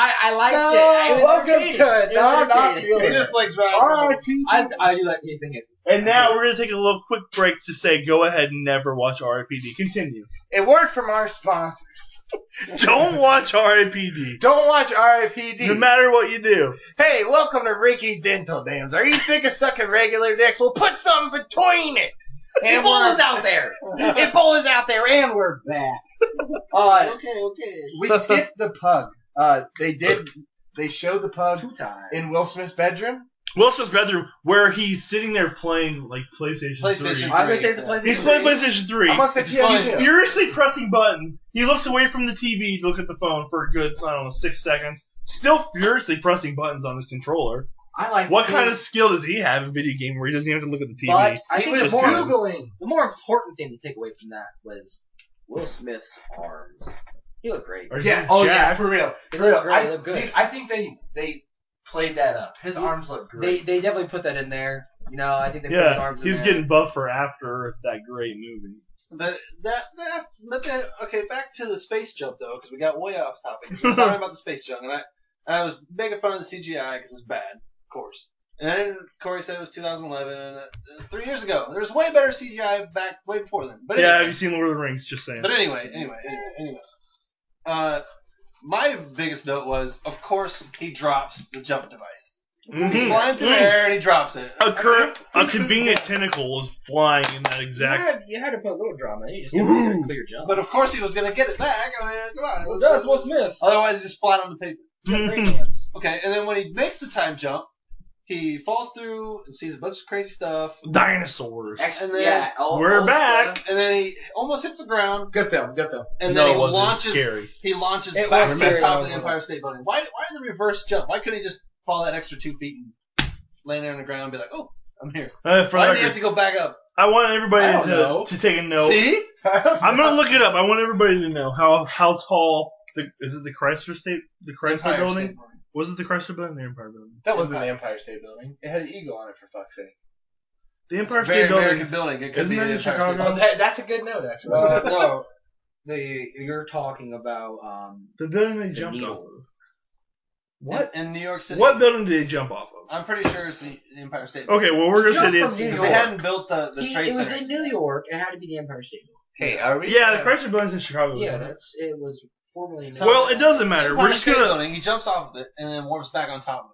S5: I, I liked
S9: No,
S5: it. it. was
S7: welcome
S5: entertaining.
S7: to it.
S5: was
S7: No, I'm not
S5: entertaining.
S9: He just likes Ryan Reynolds.
S7: R.I.P.D.
S5: I, I do like Ethan Hansen.
S8: And now we're gonna take a little quick break to say, go ahead and never watch R.I.P.D. Continue.
S7: A word from our sponsors.
S8: Don't watch R.I.P.D.
S7: Don't watch R.I.P.D.
S8: No matter what you do.
S7: Hey, welcome to Ricky's Dental Dams. Are you sick of sucking regular dicks? Well, put something between it. And
S5: Ebola's
S7: we're,
S5: out there.
S7: Ebola's out there, and we're back. Uh,
S9: Okay, okay.
S7: we skipped the pug. Uh, they did. They showed the pug
S5: Two times.
S7: in Will Smith's bedroom.
S8: Wilson's bedroom, where he's sitting there playing like PlayStation,
S9: PlayStation
S8: 3.
S5: I'm gonna say it's a PlayStation.
S8: He's playing
S5: three.
S8: PlayStation 3.
S7: I'm gonna say
S9: It's
S7: yeah,
S9: fine.
S7: he's
S8: He's
S7: furious.
S8: furiously pressing buttons. He looks away from the TV to look at the phone for a good, I don't know, six seconds. Still furiously pressing buttons on his controller.
S7: I like.
S8: What kind of skill does he have in video game where he doesn't even have to look at the TV?
S5: But I
S7: He
S5: think
S7: was
S5: the
S8: just
S5: more
S8: Google.
S7: googling.
S5: the more important thing to take away from that was Will Smith's arms. He looked great.
S8: Or is
S7: Yeah.
S8: he
S7: Oh yeah.
S8: jacked?
S7: For real.
S5: They
S7: For real.
S5: look great.
S7: I,
S5: They look good.
S7: dude, I think they they played that up. His arms look
S5: They
S7: great.
S5: they definitely put that in there. You know, I think they put his
S8: Yeah,
S5: arms in
S8: he's
S5: there.
S8: getting buff for After that great movie.
S9: But that, that, but then, okay, back to the space jump though, because we got way off topic. 'cause we were talking about the space jump, and I, and I was making fun of the CGI because it's bad, of course. And then Corey said it was 2011, and it was three years ago. There was way better CGI back way before then. But
S8: yeah, have
S9: anyway,
S8: you seen Lord of the Rings? Just saying.
S9: but anyway, anyway, anyway, anyway. Uh, my biggest note was, of course, he drops the jump device. He's
S8: Mhm.
S9: flying through the air and he drops it.
S8: A, cur- a convenient tentacle was flying in that
S5: You
S8: exact.
S5: had, you had to put a little drama. You just didn't
S8: Ooh.
S5: a clear jump.
S9: But of course, he was gonna get it back. I mean, come on. it was-
S5: Smith.
S9: Otherwise, he's just flat on the pavement.
S5: Great
S8: Mhm.
S5: hands.
S9: Okay, and then when he makes the time jump, he falls through and sees a bunch of crazy stuff,
S8: Dinosaurs.
S9: Ex- And then
S5: yeah, oh, all-
S8: We're
S5: all
S8: back.
S5: stuff.
S9: and then he almost hits the ground,
S7: Good film. Good film.
S9: and
S8: no,
S9: then
S8: it
S9: he
S8: wasn't
S9: launches.
S8: scary.
S9: He launches
S5: It
S9: back
S5: was
S9: to the
S5: scary,
S9: top
S5: though,
S9: of the
S5: wasn't
S9: Empire State Building. Why? Why the reverse jump? Why couldn't he just fall that extra two feet and land there on the ground and be like, "Oh, I'm here."
S8: Uh, for
S9: why
S8: the
S9: did he
S8: record,
S9: have to go back up?
S8: I want
S7: I
S8: everybody
S7: don't know.
S8: to, to take a note.
S9: See?
S8: I'm gonna look it up. I want everybody to know how how tall the is it the Chrysler State the Chrysler
S9: Empire
S8: Building
S9: State Building.
S8: was it the Chrysler Building the Empire Building
S7: That wasn't the Empire State Building. It had an eagle on it for fuck's sake.
S8: the
S9: It's
S8: Empire
S9: a
S8: State
S9: very
S8: Building
S9: American building. It could
S8: Isn't
S9: be
S8: that
S9: the
S8: in
S9: Empire
S8: Chicago?
S9: State Building.
S7: That, that's a good note actually.
S5: Uh, no, the you're talking about um
S8: the building they
S5: the
S8: jumped
S5: needle.
S8: off of. What?
S9: in, in New York City?
S8: What building did he jump off of?
S9: I'm pretty sure it's the, the Empire State.
S8: Okay, well, we're gonna
S9: Just
S8: say
S9: from
S8: this
S9: New
S8: because
S9: York.
S8: they
S9: they hadn't built the the
S5: He-
S9: Trade
S5: it was
S9: Center.
S5: in New York. It had to be the Empire State. Building.
S7: Hey, are we?
S8: Yeah, the Chrysler Building's in Chicago.
S5: Yeah, that's it was formerly. known
S8: Oh, well,
S5: as-
S8: it doesn't matter. We're
S9: Empire
S8: just
S9: State
S8: gonna.
S9: Building. He jumps off of it and then warps back on top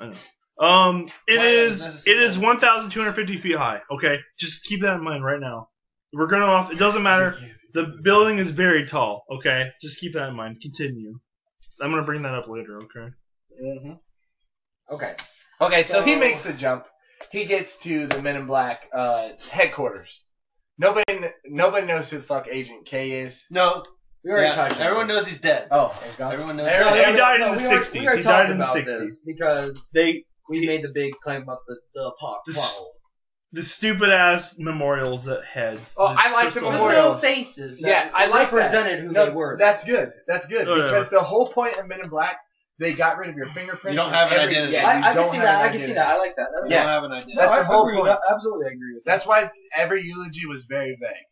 S9: of it.
S8: Um, it
S9: Why
S8: is
S9: is this-
S8: it is one thousand two hundred fifty feet high. Okay, just keep that in mind right now. We're going off. It doesn't matter. The building is very tall. Okay, just keep that in mind. Continue. I'm gonna bring that up later. Okay. Mm-hmm.
S7: Okay. Okay, so, he
S5: So-
S7: makes the jump. He gets to the Men in Black uh, headquarters. Nobody, kn- nobody knows who the fuck Agent K is.
S9: No,
S5: We already
S9: yeah,
S5: talked about
S9: everyone
S5: this.
S9: knows he's dead.
S7: Oh,
S9: Everyone knows.
S7: Everyone-
S9: he's dead.
S8: He died in
S5: no,
S8: the
S5: we already-
S8: 60s.
S5: we already
S8: He died
S5: talked
S8: in the
S5: about
S8: 60s.
S5: this because
S8: They
S5: we made the big claim about the the pop
S8: The
S5: the
S8: s- the stupid ass memorials that heads.
S7: Oh, I like the
S8: Crystal-
S5: The
S7: memorial.
S5: little faces. That
S7: Yeah, I like that.
S5: represented who
S7: No,
S5: they were.
S7: That's good. That's good
S8: Whatever.
S7: because the whole point of Men in Black, they got rid of your fingerprints.
S9: You don't
S7: and
S9: have an
S7: every-
S9: identity.
S7: yeah, you
S5: I, I
S7: don't
S5: can see
S7: have
S5: that.
S7: an
S5: I can see
S7: identity.
S5: that. I like that. That's
S9: You
S7: Yeah.
S9: don't have an idea.
S5: No,
S7: That's
S5: I
S7: the whole
S5: agree with
S7: point.
S5: that. Absolutely, I agree with that.
S7: That's why every eulogy was very vague.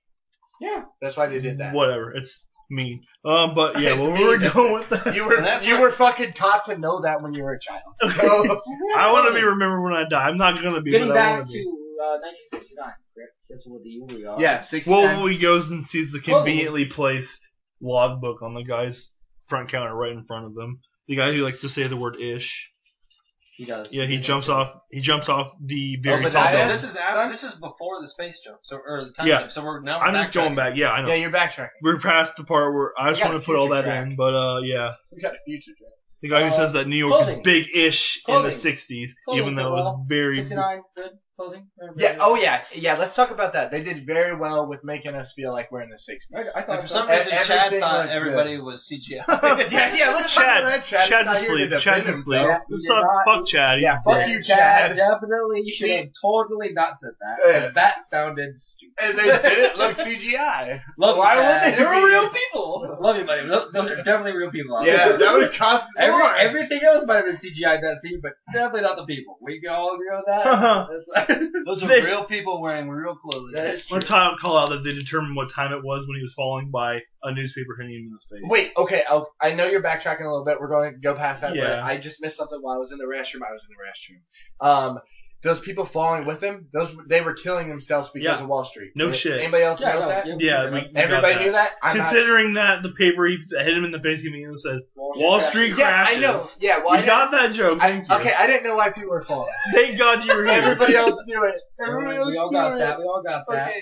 S5: Yeah.
S7: That's why they did that.
S8: Whatever. It's mean. Um, but yeah,
S7: It's
S8: well, we
S7: mean.
S8: were going with that.
S7: You were
S9: And that's
S7: you
S9: why-
S7: were fucking taught to know that when you were a child. So,
S8: I want to be remembered when I die. I'm not gonna be.
S5: Getting
S8: but I
S5: back
S8: wanna
S5: to
S8: be.
S5: uh, 1969, correct? That's what the year are.
S7: yeah, sixty nine.
S8: Well, he goes and sees the conveniently placed logbook on the guy's front counter right in front of them. The guy who likes to say the word "ish."
S5: he does.
S8: Yeah, he jumps off. He jumps off the
S9: Oh,
S8: very
S9: but
S8: top.
S9: so
S7: Obadiah?
S9: this is after, this is before the space jump, so or the time
S8: Yeah.
S9: jump. So we're now. We're
S8: I'm just going back. Yeah, I know.
S7: yeah, you're backtracking.
S8: We're past the part where I just
S7: We got
S8: want
S7: a
S8: to put all
S7: future
S8: that
S7: track.
S8: in, but uh, yeah,
S7: We got a future track.
S8: the guy who
S5: Uh,
S8: says that New York
S5: clothing.
S8: is big-ish
S5: Clothing.
S8: in the '60s,
S5: Clothing,
S8: even though it
S5: well,
S8: was very.
S5: 69, good clothing. Remember
S7: Yeah.
S5: that?
S7: Oh yeah. Yeah. Let's talk about that. They did very well with making us feel like we're in the
S5: I,
S7: sixties.
S5: I thought
S9: And for some
S7: E-
S9: reason, Chad
S7: everything
S9: thought
S7: looked
S9: everybody was CGI.
S7: yeah. Yeah. Let's talk
S8: Chad,
S7: about that. Chad.
S8: Chad's
S7: Not here to
S8: asleep.
S7: defend
S8: Chad's
S7: himself.
S8: asleep.
S5: Yeah,
S8: What's
S5: he did
S8: up?
S5: not-
S8: Fuck Chad.
S7: Yeah.
S8: He's
S7: Fuck
S8: dead.
S7: you, Chad.
S5: Definitely you should have totally not said that. 'cause
S7: Yeah.
S5: That sounded stupid.
S7: And they didn't look CGI.
S5: Love
S7: Why
S5: you,
S7: would
S5: Chad.
S7: they? They were real
S5: people. Love you, buddy. Those, those are definitely real people. out
S7: Yeah,
S5: there.
S7: that would cost
S5: Every,
S7: more.
S5: everything else might have been CGI in that scene, but definitely not the people. We can all agree on that. That's-
S9: Those are
S8: They-
S9: real people wearing real clothing.
S5: that is true.
S8: One time call out that they determined what time it was when he was falling by a newspaper hitting him in the face.
S7: Wait, okay, I'll, I know you're backtracking a little bit. We're going to go past that, but
S8: Yeah.
S7: I just missed something while I was in the restroom. I was in the restroom. Um, those people falling with him, those they were killing themselves because
S8: Yeah.
S7: of Wall Street.
S8: No
S7: Did
S8: shit.
S7: Anybody else
S5: Yeah,
S7: know
S5: no,
S7: that?
S5: yeah,
S8: Yeah, we, we got
S7: Everybody
S8: that.
S7: knew that. I'm not-
S8: Considering that the paper he hit him in the face conveniently said,
S5: Wall
S8: Wall Street
S7: yeah,
S8: crashes.
S7: I know. Yeah, well,
S8: we
S7: I didn't-
S8: got that joke.
S7: I-
S8: Thank you.
S7: okay, I didn't know why people were falling.
S8: Thank God you were here.
S7: Everybody else knew it. Everybody else
S5: We all
S7: knew
S5: got
S7: it.
S5: that. We all got that.
S9: Okay.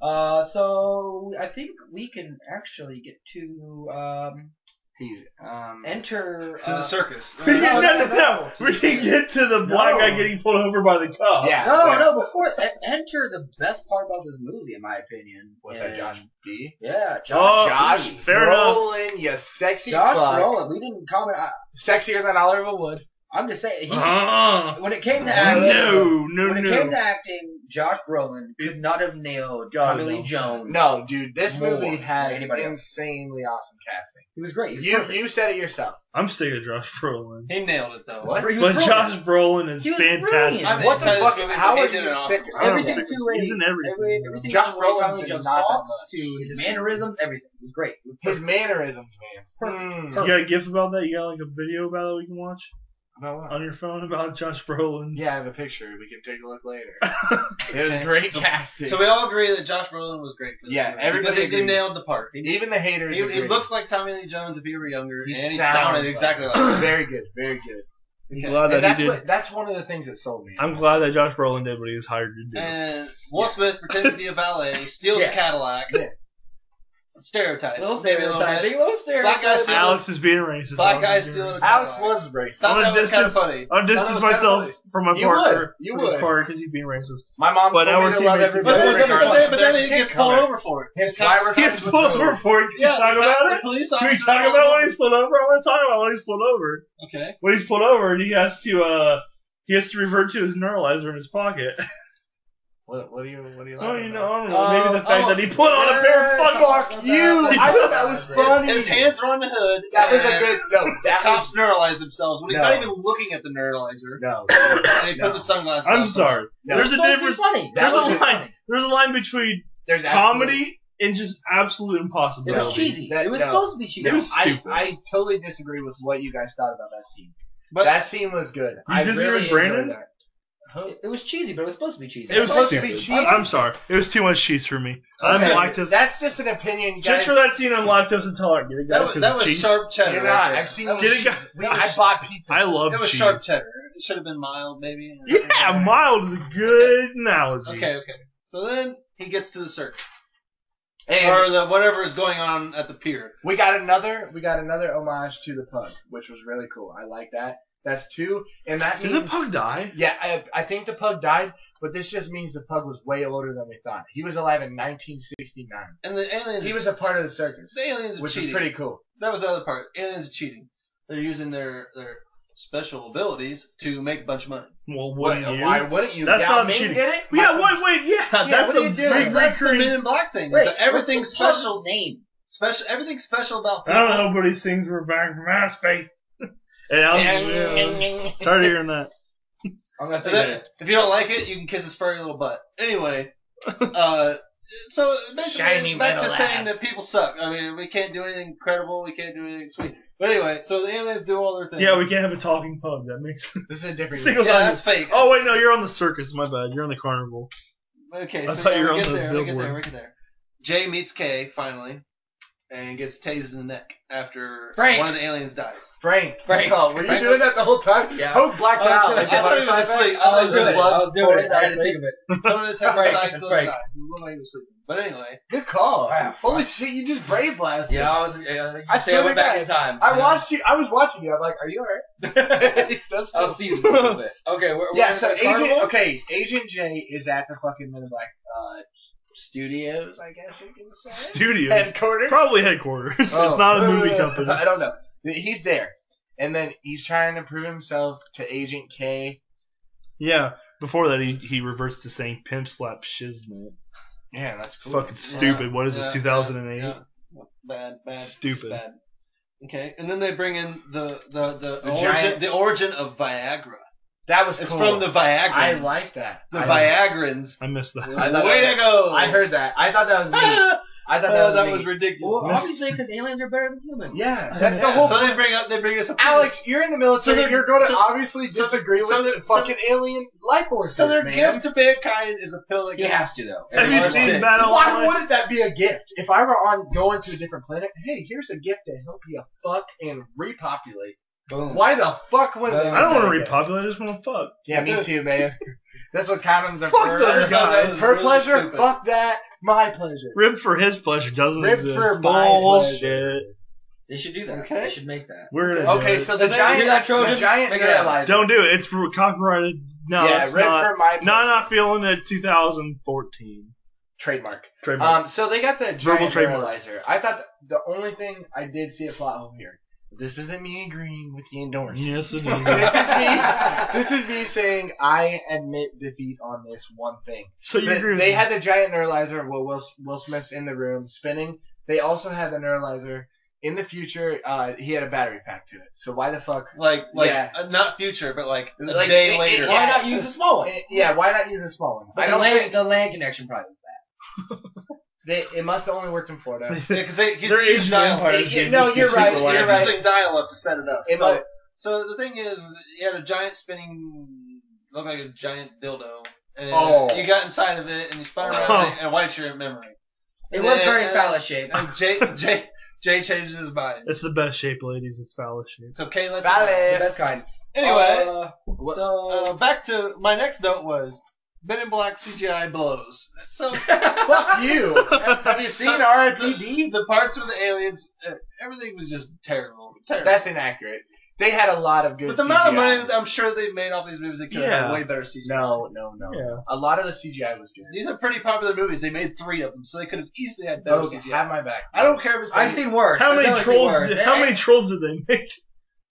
S5: Uh, so I think we can actually get to um,
S7: He's um.
S5: enter
S9: to
S5: uh,
S9: the circus.
S8: We didn't-
S5: No,
S8: no,
S5: no,
S8: no, no.
S5: no.
S8: We didn't get to the black
S5: No.
S8: guy getting pulled over by the cop.
S7: Yeah.
S5: No, no, before e- enter the best part about this movie, in my opinion.
S7: What's that,
S5: And-
S7: Josh B?
S5: Yeah,
S8: Oh,
S5: Josh.
S7: Josh
S5: B.
S8: fair enough.
S7: Brolin, you sexy
S5: Josh
S7: fuck.
S5: Brolin. We didn't comment. I,
S7: Sexier than Oliver Wood.
S5: I'm just saying. He,
S8: Uh-uh.
S5: when it came to acting,
S8: No, no,
S5: when it came to
S8: no.
S5: acting, Josh Brolin could not have nailed
S8: God,
S5: Tommy
S8: no.
S5: Lee Jones.
S7: No, dude, this
S5: More
S7: movie had
S5: than anybody else.
S7: insanely awesome casting.
S5: he was great. He was
S7: You
S5: perfect.
S7: you said it yourself.
S8: I'm sick of Josh Brolin.
S9: He nailed it though.
S7: What?
S5: He was
S8: But
S5: brilliant.
S8: Josh Brolin is
S5: He was
S8: fantastic.
S5: brilliant.
S9: I mean,
S7: What the
S9: tell you
S7: fuck?
S9: this movie,
S7: How
S9: he
S7: are
S9: did
S7: you
S9: an
S7: sick?
S9: awesome-
S8: I don't
S5: everything
S8: know.
S5: to a
S8: He's in everything.
S5: every- everything
S7: Josh
S5: to a
S7: Brolin's
S5: Tommy Jones
S7: not that
S5: talks
S7: much.
S5: to his mannerisms, everything It was great. It was
S7: His
S5: perfect.
S7: mannerisms, man.
S9: Hmm.
S7: Mm.
S8: You got a gif about that? You got like a video about that we can watch
S7: About what?
S8: on your phone about Josh Brolin?
S7: Yeah, I have a picture. We can take a look later. it was great
S9: So-
S7: casting.
S9: So we all agree that Josh Brolin was great for this
S7: Yeah,
S9: movie,
S7: everybody
S9: because he
S7: agrees.
S9: nailed the part. He,
S7: Even the haters.
S9: he, he
S7: agree.
S9: looks like Tommy Lee Jones if he were younger,
S7: He
S9: and he
S7: sounds
S9: sounded
S7: like
S9: exactly like. him.
S7: very good, very good.
S8: I'm
S9: Okay.
S8: glad
S7: And
S8: that
S7: that's
S8: he did.
S7: what that's one of the things that sold me.
S8: I'm glad that Josh Brolin did what he was hired to do.
S9: And Will Smith pretends to be a valet, steals
S7: Yeah.
S9: a Cadillac.
S7: Yeah.
S9: Stereotype.
S5: Little
S9: Maybe a little
S5: stereotype.
S9: bit.
S5: Big little stereotype.
S9: Black guy stealing-
S8: Alex is being racist.
S9: Black
S8: Alex
S9: guys
S8: is
S9: stealing
S8: being
S9: a-
S8: racist.
S7: Alex was racist.
S9: Thought
S8: Well,
S9: that was kind of
S8: distance-
S9: funny.
S7: That
S8: I'll distance
S7: was
S8: myself
S7: kinda
S8: from my
S7: You
S8: partner,
S7: would, you
S8: from his
S7: would.
S8: partner, because he's being racist.
S7: My mom
S8: But
S7: told
S8: our
S7: me to love
S8: teammates-
S7: everybody.
S9: But then, but, then, but, then,
S7: regardless
S9: but
S7: of
S9: then
S7: their
S9: he
S7: skin
S9: gets pulled
S7: color.
S9: over for it.
S7: His
S9: Kind of-
S7: wire-
S8: He gets
S7: That's what's
S8: pulled
S7: going
S8: over
S7: on.
S8: for it. Can
S9: Yeah,
S8: we talk
S9: the-
S8: about
S9: the
S8: it?
S9: police
S8: Can we
S9: officer.
S8: talk about when he's pulled over? I want to talk about when he's pulled over.
S9: Okay.
S8: When he's pulled over, and he has to uh, he has to revert to his neuralizer in his pocket.
S7: What, what do you what do you like?
S8: Oh, you know, I don't know. Maybe
S7: Um,
S8: the fact
S9: oh,
S8: that he put on a pair of
S5: yeah,
S8: fucking.
S7: Fuck you! I thought that was funny.
S9: His hands are on the hood.
S7: That was a
S9: and
S7: good no.
S9: The
S7: That was
S9: cops neuralize themselves when he's
S7: No.
S9: not even looking at the neuralizer.
S7: no.
S9: And he
S7: No.
S9: puts his sunglasses on.
S8: I'm sorry.
S7: No.
S8: There's a
S5: Supposed to be
S8: difference.
S5: Funny.
S8: There's
S7: That
S8: a
S7: was
S8: line. There's a line between
S7: There's absolutely-
S8: comedy and just absolute impossibility.
S7: No, that- no. No,
S8: It was
S7: I,
S8: stupid.
S7: I totally disagree with what you guys thought about that scene.
S9: But-
S7: that scene was good. I
S8: disagree
S7: really
S8: with Brandon?
S7: enjoyed that.
S5: It, it was cheesy, but it was supposed to be cheesy.
S8: It was
S7: supposed to
S8: stupid.
S7: be cheesy.
S8: I'm sorry. It was too much cheese for me. I'm
S7: Okay,
S8: lactose.
S7: That's just an opinion, guys.
S8: Just for that scene, I'm lactose intolerant. Get it, guys? 'cause of cheese.
S7: You're not. I've seen.
S8: Get it, guys?
S7: We- I bought pizza.
S8: I love
S9: It was
S8: cheese.
S9: sharp cheddar. It should have been mild, maybe.
S8: Yeah, mild is a good analogy.
S9: Okay, okay. So then he gets to the circus.
S7: And-
S9: or the whatever is going on at the pier.
S7: We got another. We got another homage to the pug, which was really cool. I like that. That's two, and that
S8: Did
S7: means
S8: the pug die?
S7: Yeah, I, I think the pug died, but this just means the pug was way older than we thought. He was alive in 1969.
S9: And the aliens
S7: He was a part of the circus,
S9: the aliens are
S7: which
S9: cheating.
S7: is pretty cool.
S9: That was the other part. Aliens are cheating. They're using their their special abilities to make a bunch of money.
S8: Well, wouldn't
S7: Wait,
S8: you?
S7: why wouldn't you?
S8: That's
S7: Yao
S8: not
S7: Ming
S8: cheating.
S7: did it?
S8: Yeah, wait, wait, yeah. that's
S7: what are
S8: a
S7: you doing?
S8: big
S9: That's the
S8: recurring-
S9: Men in Black thing. is
S5: Wait,
S9: that everything's
S5: what's the
S9: special.
S5: pug's name?
S9: Special. Everything's special about.
S8: I
S9: People.
S8: don't know, but these things were back from outer space. and I was yeah, tired of hearing that.
S5: I'm gonna
S9: So
S5: think
S9: that-
S5: that,
S9: if you don't like it, you can kiss his furry little butt. Anyway, uh, so basically,
S7: Shiny
S9: it's back to
S7: metal ass.
S9: saying that people suck. I mean, we can't do anything credible. We can't do anything sweet. But anyway, so the aliens do all their things.
S8: Yeah, we can't have a talking pug. That makes
S7: This is a different.
S8: single
S9: Yeah,
S8: line.
S9: that's fake.
S8: Oh wait, no, you're on the circus. My bad. You're on the carnival.
S9: Okay,
S8: I
S9: so
S8: thought
S9: yeah,
S8: you were
S9: we
S8: on
S9: get
S8: the
S9: there, we get there,
S8: billboard.
S9: we get there. Jay meets Kay finally, and gets tased in the neck after
S7: Frank.
S9: one of the aliens dies.
S7: Frank,
S5: Frank.
S7: oh, were you
S9: Frank.
S7: doing that the whole time?
S5: Yeah.
S7: Oh, black
S5: out.
S9: I thought he was asleep. I thought
S5: I
S9: he
S5: was
S9: was
S5: doing it. I was doing it.
S9: asleep.
S5: I had to think of it.
S9: Someone just had his
S5: Frank,
S9: eye
S5: that's
S9: closed
S5: Frank.
S9: his eyes, and looked like he was sleeping. But anyway,
S7: Good call.
S5: Wow.
S7: Holy shit, you just brave blasted.
S5: Yeah, I was. Uh,
S7: I
S5: I
S7: swear
S5: say I
S7: to
S5: went back
S7: God.
S5: in time.
S7: I
S5: Yeah.
S7: watched you. I was watching you. I'm like, are you alright?
S9: that's
S5: I
S9: cool.
S5: was seasoned a little bit. Okay, we're,
S7: Yeah,
S5: we're
S7: so
S5: at the
S7: Agent
S5: carnival?
S7: okay, Agent J is at the fucking Men in Black uh, s- studios, I guess you can say.
S8: Studios.
S7: Headquarters.
S8: Probably headquarters.
S7: Oh.
S8: It's not a movie
S7: Uh,
S8: company.
S7: I don't know. He's there. And then he's trying to prove himself to Agent K.
S8: Yeah. Before that, he, he reverts to saying pimp slap shiznit.
S7: Yeah, that's cool.
S8: Fucking stupid. what is
S9: Yeah,
S8: this?
S9: yeah,
S8: 2008.
S9: yeah. Bad, bad,
S8: Stupid.
S9: stupid. Bad. Okay, and then they bring in the the the,
S7: The
S9: origin
S7: giant-
S9: the origin of Viagra.
S7: That was
S9: It's
S7: cool.
S9: from the Viagrans.
S7: I like that.
S9: the
S7: I,
S9: Viagrans.
S8: I missed that.
S7: I thought
S9: Way
S7: that-
S9: to go!
S7: I heard that. I thought that was neat.
S9: Ah!
S7: I thought that
S9: Oh,
S7: was
S9: that
S7: neat.
S9: was ridiculous.
S5: Well, obviously, because aliens are better than humans.
S7: Yeah, that's the
S9: Yeah,
S7: whole.
S9: so they bring up they bring us a penis.
S7: Alex, you're in the military.
S9: So they're-
S7: you're going to
S9: so-
S7: obviously
S9: so-
S7: disagree
S9: so
S7: with
S9: they're-
S7: the fucking alien life forces.
S9: So their
S7: man.
S9: gift to mankind is a pill that
S5: He
S9: gets
S5: has to though.
S8: Have you
S9: Everyone
S8: seen
S9: did.
S8: Battle
S7: Why
S8: Line?
S7: wouldn't that be a gift? If I were on going to a different planet, hey, here's a gift to help you fuck and repopulate.
S5: Boom.
S7: Why the fuck wouldn't they
S5: Boom.
S8: I don't want to
S7: make that a gift?
S8: repopulate. I just want to fuck.
S7: Yeah, me too, man. That's what condoms are
S8: Fuck
S7: for.
S8: those
S9: guys.
S7: Her
S9: Really
S7: pleasure,
S9: stupid.
S7: fuck that. My pleasure.
S8: Rib for his pleasure doesn't
S7: Rib
S8: exist.
S7: for my
S8: Bullshit.
S5: They should do that.
S9: Okay.
S5: They should make that.
S8: We're gonna do
S7: Okay,
S8: it.
S7: so the
S5: If they
S7: giant,
S5: do that, Trojan,
S7: the giant
S5: figure it out.
S7: realized.
S8: don't do it. It's for copyrighted. No,
S7: yeah,
S8: it's
S7: rip
S8: not.
S7: for my
S8: No,
S7: pleasure.
S8: not feeling it. 2014.
S7: trademark.
S8: Trademark.
S7: Um, so they got the
S8: Verbal
S7: giant
S8: trademark.
S7: neuralizer. I thought th- the only thing I did see a plot hole here. This isn't me agreeing with the endorsement.
S8: yes, it
S7: this
S8: is.
S7: is me. This is me saying I admit defeat on this one thing.
S8: so you
S7: They-
S8: agree with
S7: they
S8: me.
S7: had the giant neuralizer. Well, Will, Will Smith's in the room spinning. They also had the neuralizer in the future. Uh, he had a battery pack to it. So why the fuck?
S9: like like
S7: Yeah.
S9: uh, not future, but like a
S7: Like,
S9: day
S7: it- it-
S9: later.
S7: yeah.
S5: Why not use the small one?
S7: Eh, Yeah, why not use a small one?
S5: But
S7: I
S5: the
S7: don't
S5: land,
S7: think
S5: the land connection probably was bad.
S7: they, it must have only worked in Florida.
S9: Because they he's
S8: Their
S9: using
S8: Asian
S9: dial
S8: empire
S7: Hey,
S8: is
S7: you-
S8: getting
S7: no,
S8: just
S7: you're
S8: super
S7: right,
S8: large.
S7: you're right.
S9: He's using dial up to set it up.
S7: It
S9: so,
S7: might-
S9: so the thing is, you had a giant spinning, looked like a giant dildo, and
S7: Oh.
S9: you got inside of it and you spun around
S8: Oh.
S9: it and wiped your memory.
S5: It
S9: And
S5: was
S9: then-
S5: very
S9: and-
S5: phallus shaped.
S9: And Jay Jay Jay changes his mind.
S8: It's the best shape, ladies. It's phallus shape.
S9: So Kay lets
S7: Phallus.
S9: him
S5: The best kind.
S9: out. Anyway,
S5: Uh,
S7: What-
S9: uh,
S5: so
S9: back to my next note was Men in Black CGI blows. So
S7: Fuck you. Have you seen RIPD?
S9: the, the parts with the aliens, uh, everything was just terrible. Terrible.
S7: That's inaccurate. They had a lot of good.
S9: With the amount of
S7: CGI.
S9: money that I'm sure they made off these movies, they could have
S8: Yeah.
S9: had way better CGI.
S7: No, no, no.
S8: Yeah.
S7: A lot of the CGI was good.
S9: These are pretty popular movies. They made three of them, so they could have easily had better
S7: Those
S9: CGI.
S7: have my back.
S9: I don't care if it's.
S5: I've seen worse.
S8: How
S5: I've
S8: many
S5: definitely seen
S8: trolls?
S5: worse.
S8: Did, how
S5: Eh,
S8: many trolls did they make?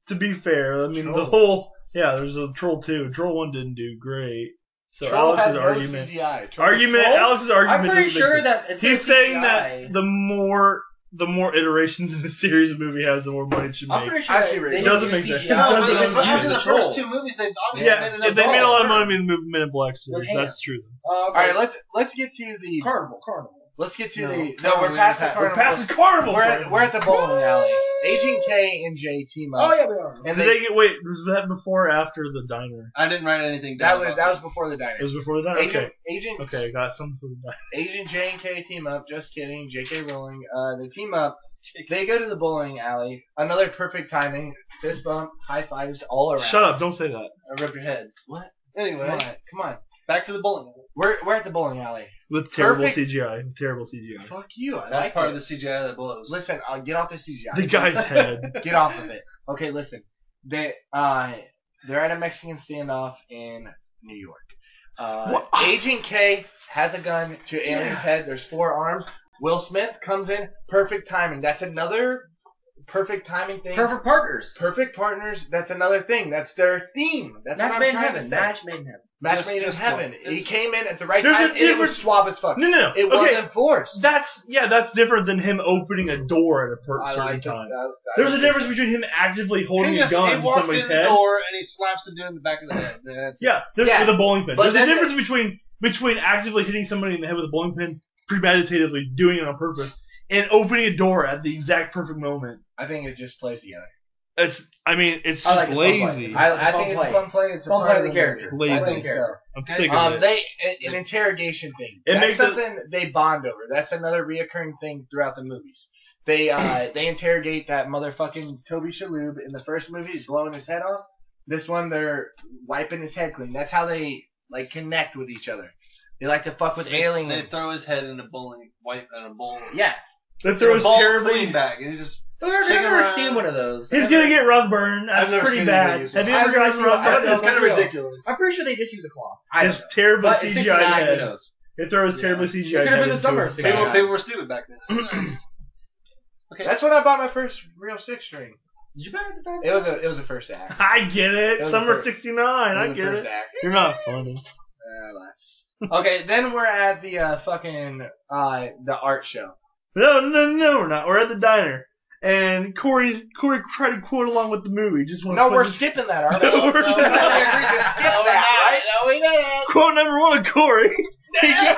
S8: To be fair, I mean the
S7: Trolls.
S8: whole yeah. There's a troll two. Troll one didn't do great. So
S7: Troll had
S8: Alex's
S7: no
S8: argument.
S7: CGI. Troll-
S8: Argument.
S5: Troll?
S8: Alex's argument.
S5: I'm pretty
S8: doesn't
S5: sure
S8: make sense.
S5: that it's not
S8: he's saying
S5: CGI.
S8: that the more the more iterations in a series of movie has, the more money it should
S5: I'm
S8: make.
S5: pretty sure
S7: I
S5: that
S7: see where
S5: they
S7: you're
S5: didn't
S8: going.
S5: use
S8: Doesn't make sense.
S5: CGI.
S9: No,
S8: Doesn't
S9: but,
S8: make
S9: but
S8: sense.
S9: after the first
S5: Troll.
S9: two movies, they've obviously
S8: yeah,
S9: made
S8: if
S9: enough.
S8: they made a lot of
S9: dollars.
S8: money in Men in Black series.
S5: hands.
S8: That's true.
S5: Uh, okay.
S7: All right, let's let's get to the
S5: carnival, carnival.
S7: Let's get to
S9: No,
S7: the. No,
S9: Carnival
S7: we're past the
S9: just
S7: carnival.
S9: happened. We're past the
S8: carnival.
S7: We're at,
S8: Carnival.
S7: we're at the bowling alley. Agent K and J team up.
S5: Oh, yeah, we are.
S7: And
S8: Did
S7: they,
S8: they get wait? Was that before or after the diner?
S9: I didn't write anything
S7: that
S9: down.
S7: was
S9: about
S7: that was before the diner.
S8: It was before the diner.
S7: Agent,
S8: Okay,
S7: Agent
S8: okay, I got something for the diner.
S7: Agent J and K team up. Just kidding. J.K. Rowling. Uh, they team up. They go to the bowling alley. Another perfect timing. Fist bump, high fives all around.
S8: Shut up! Don't say that.
S9: I rubbed your head.
S7: What?
S9: Anyway,
S7: Come on, come on.
S9: back to the bowling. alley.
S7: We're we're at the bowling alley.
S8: With terrible
S7: Perfect.
S8: CGI. with Terrible CGI.
S7: Fuck you. I
S9: That's
S7: like
S9: part
S7: it.
S9: of the CGI that blows.
S7: Listen, uh, get off the CGI.
S8: The guy's head.
S7: Get off of it. Okay, listen. They uh they're at a Mexican standoff in New York. Uh, Agent K has a gun to Alien's head. There's four arms. Will Smith comes in. Perfect timing. That's another perfect timing thing.
S5: Perfect partners.
S7: Perfect partners. That's another thing. That's their theme. That's
S5: Match
S7: what
S5: made in
S7: I'm trying
S5: heaven.
S7: to say.
S5: Match made in heaven.
S7: Match
S9: Just-
S7: made
S9: just
S7: in heaven.
S9: one.
S7: He came in at the right
S8: There's a
S7: time. and it was
S8: difference-
S7: suave as fuck.
S8: No, no, no.
S7: It
S8: okay.
S7: wasn't forced.
S8: That's yeah. That's different than him opening a door at a per-
S9: I
S8: certain
S9: like it.
S8: time.
S9: I- I
S8: There's a
S9: like
S8: difference between him actively holding
S9: He
S8: a
S9: just
S8: gun
S9: he
S8: to
S9: walks
S8: somebody's
S9: in the
S8: head.
S9: door and he slaps the dude in the back of the head. and That's it.
S8: Yeah, there's,
S7: Yeah.
S8: with a bowling pin.
S7: But
S8: there's a
S7: then-
S8: difference between between actively hitting somebody in the head with a bowling pin, premeditatively doing it on purpose, and opening a door at the exact perfect moment.
S7: I think it just plays together.
S8: It's, I mean, it's
S5: I like
S8: just
S5: it.
S8: lazy.
S5: I-
S8: I,
S5: It's a
S7: I, I
S5: fun
S7: think it's
S5: play.
S7: a fun play. It's a
S5: Fun
S7: part
S5: play
S7: of
S5: of
S7: the
S5: the
S7: character.
S8: character.
S7: I think
S5: Lazy.
S7: so.
S8: am sick of
S7: Um,
S8: it.
S7: they an- an interrogation thing.
S8: It
S7: That's
S8: makes it-
S7: something they bond over. That's another reoccurring thing throughout the movies. They uh, they interrogate that motherfucking Toby Shalhoub in the first movie. He's blowing his head off. This one, they're wiping his head clean. That's how they like connect with each other. They like to fuck with aliens.
S9: They throw his head in a bowling, wipe in a bowl.
S7: yeah,
S8: That throws
S9: a bowl
S8: terribly.
S9: cleaning bag, and he's just
S5: I've never-
S9: Shaking
S5: I've never
S9: around.
S5: seen one of those.
S8: He's
S5: I've
S8: gonna
S5: never-
S8: get rug burn.
S9: I've
S8: That's
S9: never
S8: pretty
S9: seen
S8: bad.
S9: anybody use
S8: Have you
S7: one.
S8: ever
S7: I've never
S8: gotten
S7: seen
S8: rug
S7: one. I
S8: burn?
S7: don't know.
S9: it's kind of
S7: Real.
S9: ridiculous.
S5: I'm pretty sure they just use a claw.
S7: I don't
S8: It's terrible
S5: But it's
S8: CGI
S5: 69, who
S8: head.
S5: knows?
S8: It throws
S9: Yeah.
S8: terribly
S5: It
S8: CGI
S5: could have
S8: head
S5: been the
S8: into
S5: summer
S8: a-
S5: of
S9: People,
S5: 69.
S9: people were stupid back then. okay,
S7: know. That's when I bought my first real six string.
S5: Did you buy it at the back?
S7: It was a it was a first act.
S8: I get
S7: It
S8: it.
S7: was
S8: Summer
S7: first.
S8: '69.
S7: It was
S8: I
S7: a
S8: get
S7: first
S8: it.
S7: act.
S8: You're not funny.
S7: Uh, laugh. okay, then we're at the uh, fucking uh, the art show.
S8: No, no, no, we're not. We're at the diner, and Corey's Corey tried to quote along with the movie. Just want
S7: No,
S8: to
S7: we're skipping that, aren't we?
S8: No, we're
S7: we
S8: not.
S7: agreed to skip that, right? No, we didn't.
S8: quote number one of Corey. He goes,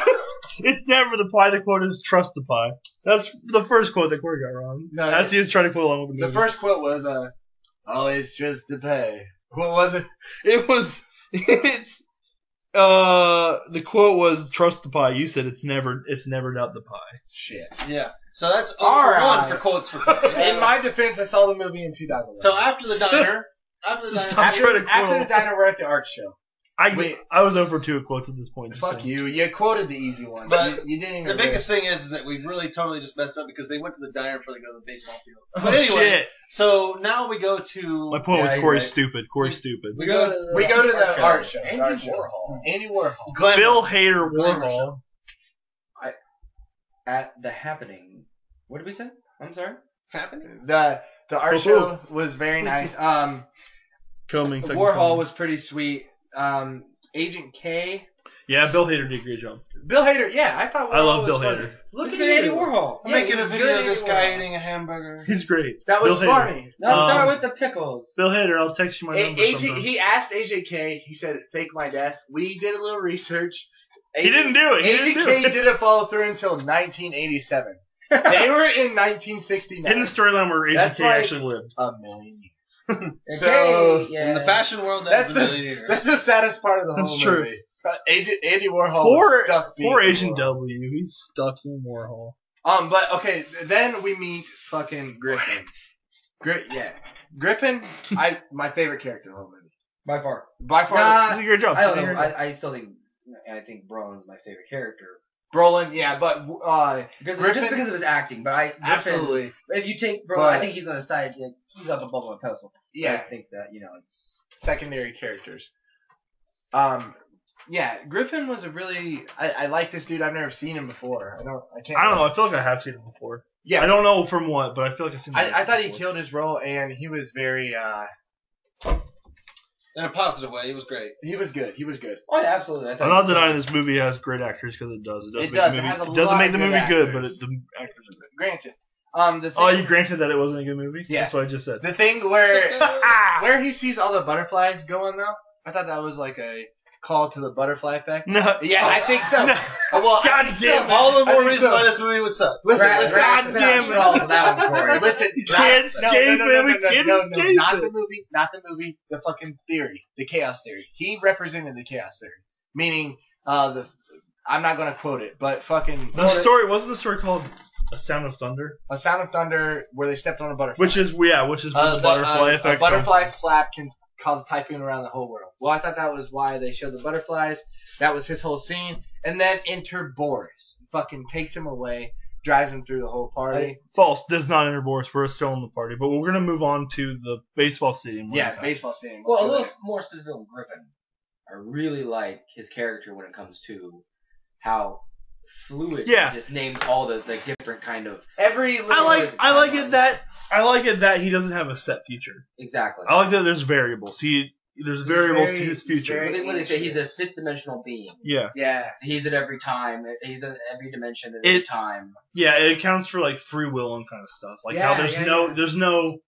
S8: "It's never the pie. The quote is trust the pie." That's the first quote that Corey got wrong.
S7: No,
S8: That's he was trying to quote along with
S7: The
S8: the movie.
S7: first quote was, uh, always just to pay. What was it? It was,
S8: it's uh the quote was trust the pie. You said it's never it's never doubt the pie.
S7: shit.
S9: yeah. So that's over
S7: All right.
S9: one for quotes for.
S7: In my defense, I saw the movie in 2001.
S9: so after the diner, after the
S8: Stop.
S9: diner,
S8: I'm trying
S7: after,
S8: to
S7: after the
S8: quote.
S7: diner, we're at the art show.
S8: I
S7: Wait.
S8: I was over two quotes at this point. just
S7: Fuck
S8: saying.
S7: you. You quoted the easy one.
S9: But
S7: you, you didn't even.
S9: The
S7: read it.
S9: biggest thing is, is that we really totally just messed up because they went to the diner before they go to the baseball field.
S8: Oh,
S9: But anyway,
S8: shit.
S9: so now we go to
S8: my point
S9: Yeah,
S8: was
S9: you're
S8: Corey's
S9: right.
S8: stupid. Corey's stupid.
S9: We go.
S5: to the,
S7: We go to the art show.
S5: Andy
S7: art show.
S5: Warhol.
S7: Andy Warhol.
S9: Glenn
S8: Bill Hader
S9: Glenn
S8: Warhol.
S5: At the happening. What did we say? I'm sorry. Happening.
S7: The the art
S8: Ooh.
S7: show was very nice. Um,
S8: Coming. second
S7: Warhol
S8: coming.
S7: was pretty sweet. Um, Agent K.
S8: Yeah, Bill Hader did a great job.
S7: Bill Hader. Yeah, I thought. Warhol
S8: I love
S7: was
S8: Bill
S7: funny.
S8: Hader.
S7: Look,
S5: Look
S7: at
S5: at Andy
S7: you.
S5: Warhol.
S9: I'm
S7: Yeah,
S9: making
S7: he
S9: a
S7: was
S9: video
S7: good
S9: of this
S7: anyway.
S9: guy eating a hamburger.
S8: He's great.
S7: That was
S8: Bill Hader.
S7: funny.
S5: Now
S8: Um,
S5: start with the pickles.
S8: Bill Hader, I'll text you my
S7: A-
S8: number.
S7: AJ,
S8: sometime.
S7: he asked AJ K. He said, "Fake my death." We did a little research.
S8: He didn't do it. He
S7: AJ
S8: didn't
S7: K.
S8: do it.
S7: didn't follow through until 1987. they were in 1969.
S8: In the storyline where AJ
S7: That's
S8: K
S7: like-
S8: actually lived.
S7: a million.
S5: Okay,
S7: So,
S5: yeah.
S9: In the fashion world, that
S7: That's
S9: was a millionaire.
S7: That's the saddest part of the whole
S8: That's true.
S7: movie. Uh, Agent, Andy Warhol was
S8: Poor,
S7: stuck being
S8: poor Asian
S7: Warhol.
S8: W. He's stuck in Warhol.
S7: Um, but okay, th- then we meet fucking Griffin. Gri- yeah, Griffin. I my favorite character in the whole movie
S5: By far.
S7: by far.
S5: Nah.
S8: You did a great job.
S5: I don't
S8: You did a
S5: know.
S8: great job.
S5: I, I still think I think Brolin's my favorite character
S7: Brolin. Yeah, but uh,
S5: because
S7: Griffin-
S5: just because of his acting. But I Griffin,
S7: absolutely.
S5: If you take Brolin,
S7: But-
S5: I think he's on his side. Like, he's up above on a pedestal. I
S7: Yeah,
S5: think that you know it's
S7: secondary characters. Um, yeah, Griffin was a really. I, I like this dude. I've never seen him before. I don't. I can't.
S8: I don't know. I feel like I have seen him before.
S7: Yeah.
S8: I don't know from what, but I feel like I've seen him.
S7: I, I thought he
S8: before.
S7: killed his role, and he was very. uh
S9: In a positive way, it was great.
S7: He was good. He was good.
S5: oh yeah, absolutely. I
S8: I'm not denying this movie has great actors because it does. It
S7: It
S8: does. make
S7: does.
S8: The
S7: It
S8: movie,
S7: has a
S8: doesn't
S7: lot
S8: make
S7: of
S8: the
S7: good
S8: movie good, but
S7: actors.
S8: it, the actors are good.
S7: Granted, um, the thing,
S8: Oh, you granted that it wasn't a good movie?
S7: Yeah.
S8: That's what I just said.
S7: the thing where
S9: Sucker.
S7: where he sees all the butterflies going though, I thought that was like a called to the Butterfly Effect?
S8: No.
S7: Yeah, I think so. Uh, Well, I
S8: God
S7: think so,
S8: damn
S7: man.
S8: it. All the
S7: I
S8: more
S7: think
S8: reason
S7: so.
S8: why
S9: this movie would suck.
S7: Listen,
S8: Right,
S7: listen,
S8: right.
S7: listen,
S8: God damn it.
S7: Charles, that one for you. Listen,
S8: Can't
S7: no, no,
S8: escape
S7: no,
S8: it,
S7: no,
S8: we
S7: no, no,
S8: can't
S7: no, no,
S8: escape
S7: Not
S8: it.
S7: the movie, not the movie. The fucking theory, the chaos theory. He represented the chaos theory, meaning uh, the. I'm not gonna quote it, but fucking
S8: The story wasn't the story called "A Sound of Thunder,"
S7: A Sound of Thunder, where they stepped on a butterfly.
S8: which is yeah, which is where
S7: Uh,
S8: the
S7: the, uh,
S8: butterfly
S7: a
S8: effect.
S7: butterfly flap can cause a typhoon around the whole world. Well, I thought that was why they showed the butterflies. That was his whole scene, and then enter Boris, fucking takes him away, drives him through the whole party.
S8: comes from. False does not enter Boris. We're still in the party, but we're gonna move on to the baseball stadium. where
S7: yeah,
S8: it's at.
S7: baseball stadium.
S5: Well, a little more specific on Griffin. I really like his character when it comes to how fluid
S8: Yeah.
S5: he just names all the like different kind of
S7: Every
S8: I like I like it that I like it that he doesn't have a set future.
S5: exactly.
S8: I like that there's variables. He there's variables
S7: very-
S8: to his
S7: he's
S8: future.
S5: When
S7: very-
S5: they, when they say he's a fifth dimensional being,
S8: yeah,
S7: Yeah,
S5: he's at every time. He's at every dimension at every
S8: It-
S5: time.
S8: yeah. It accounts for like free will and kind of stuff. Like how
S7: Yeah,
S8: there's
S7: yeah,
S8: no
S7: yeah.
S8: there's no.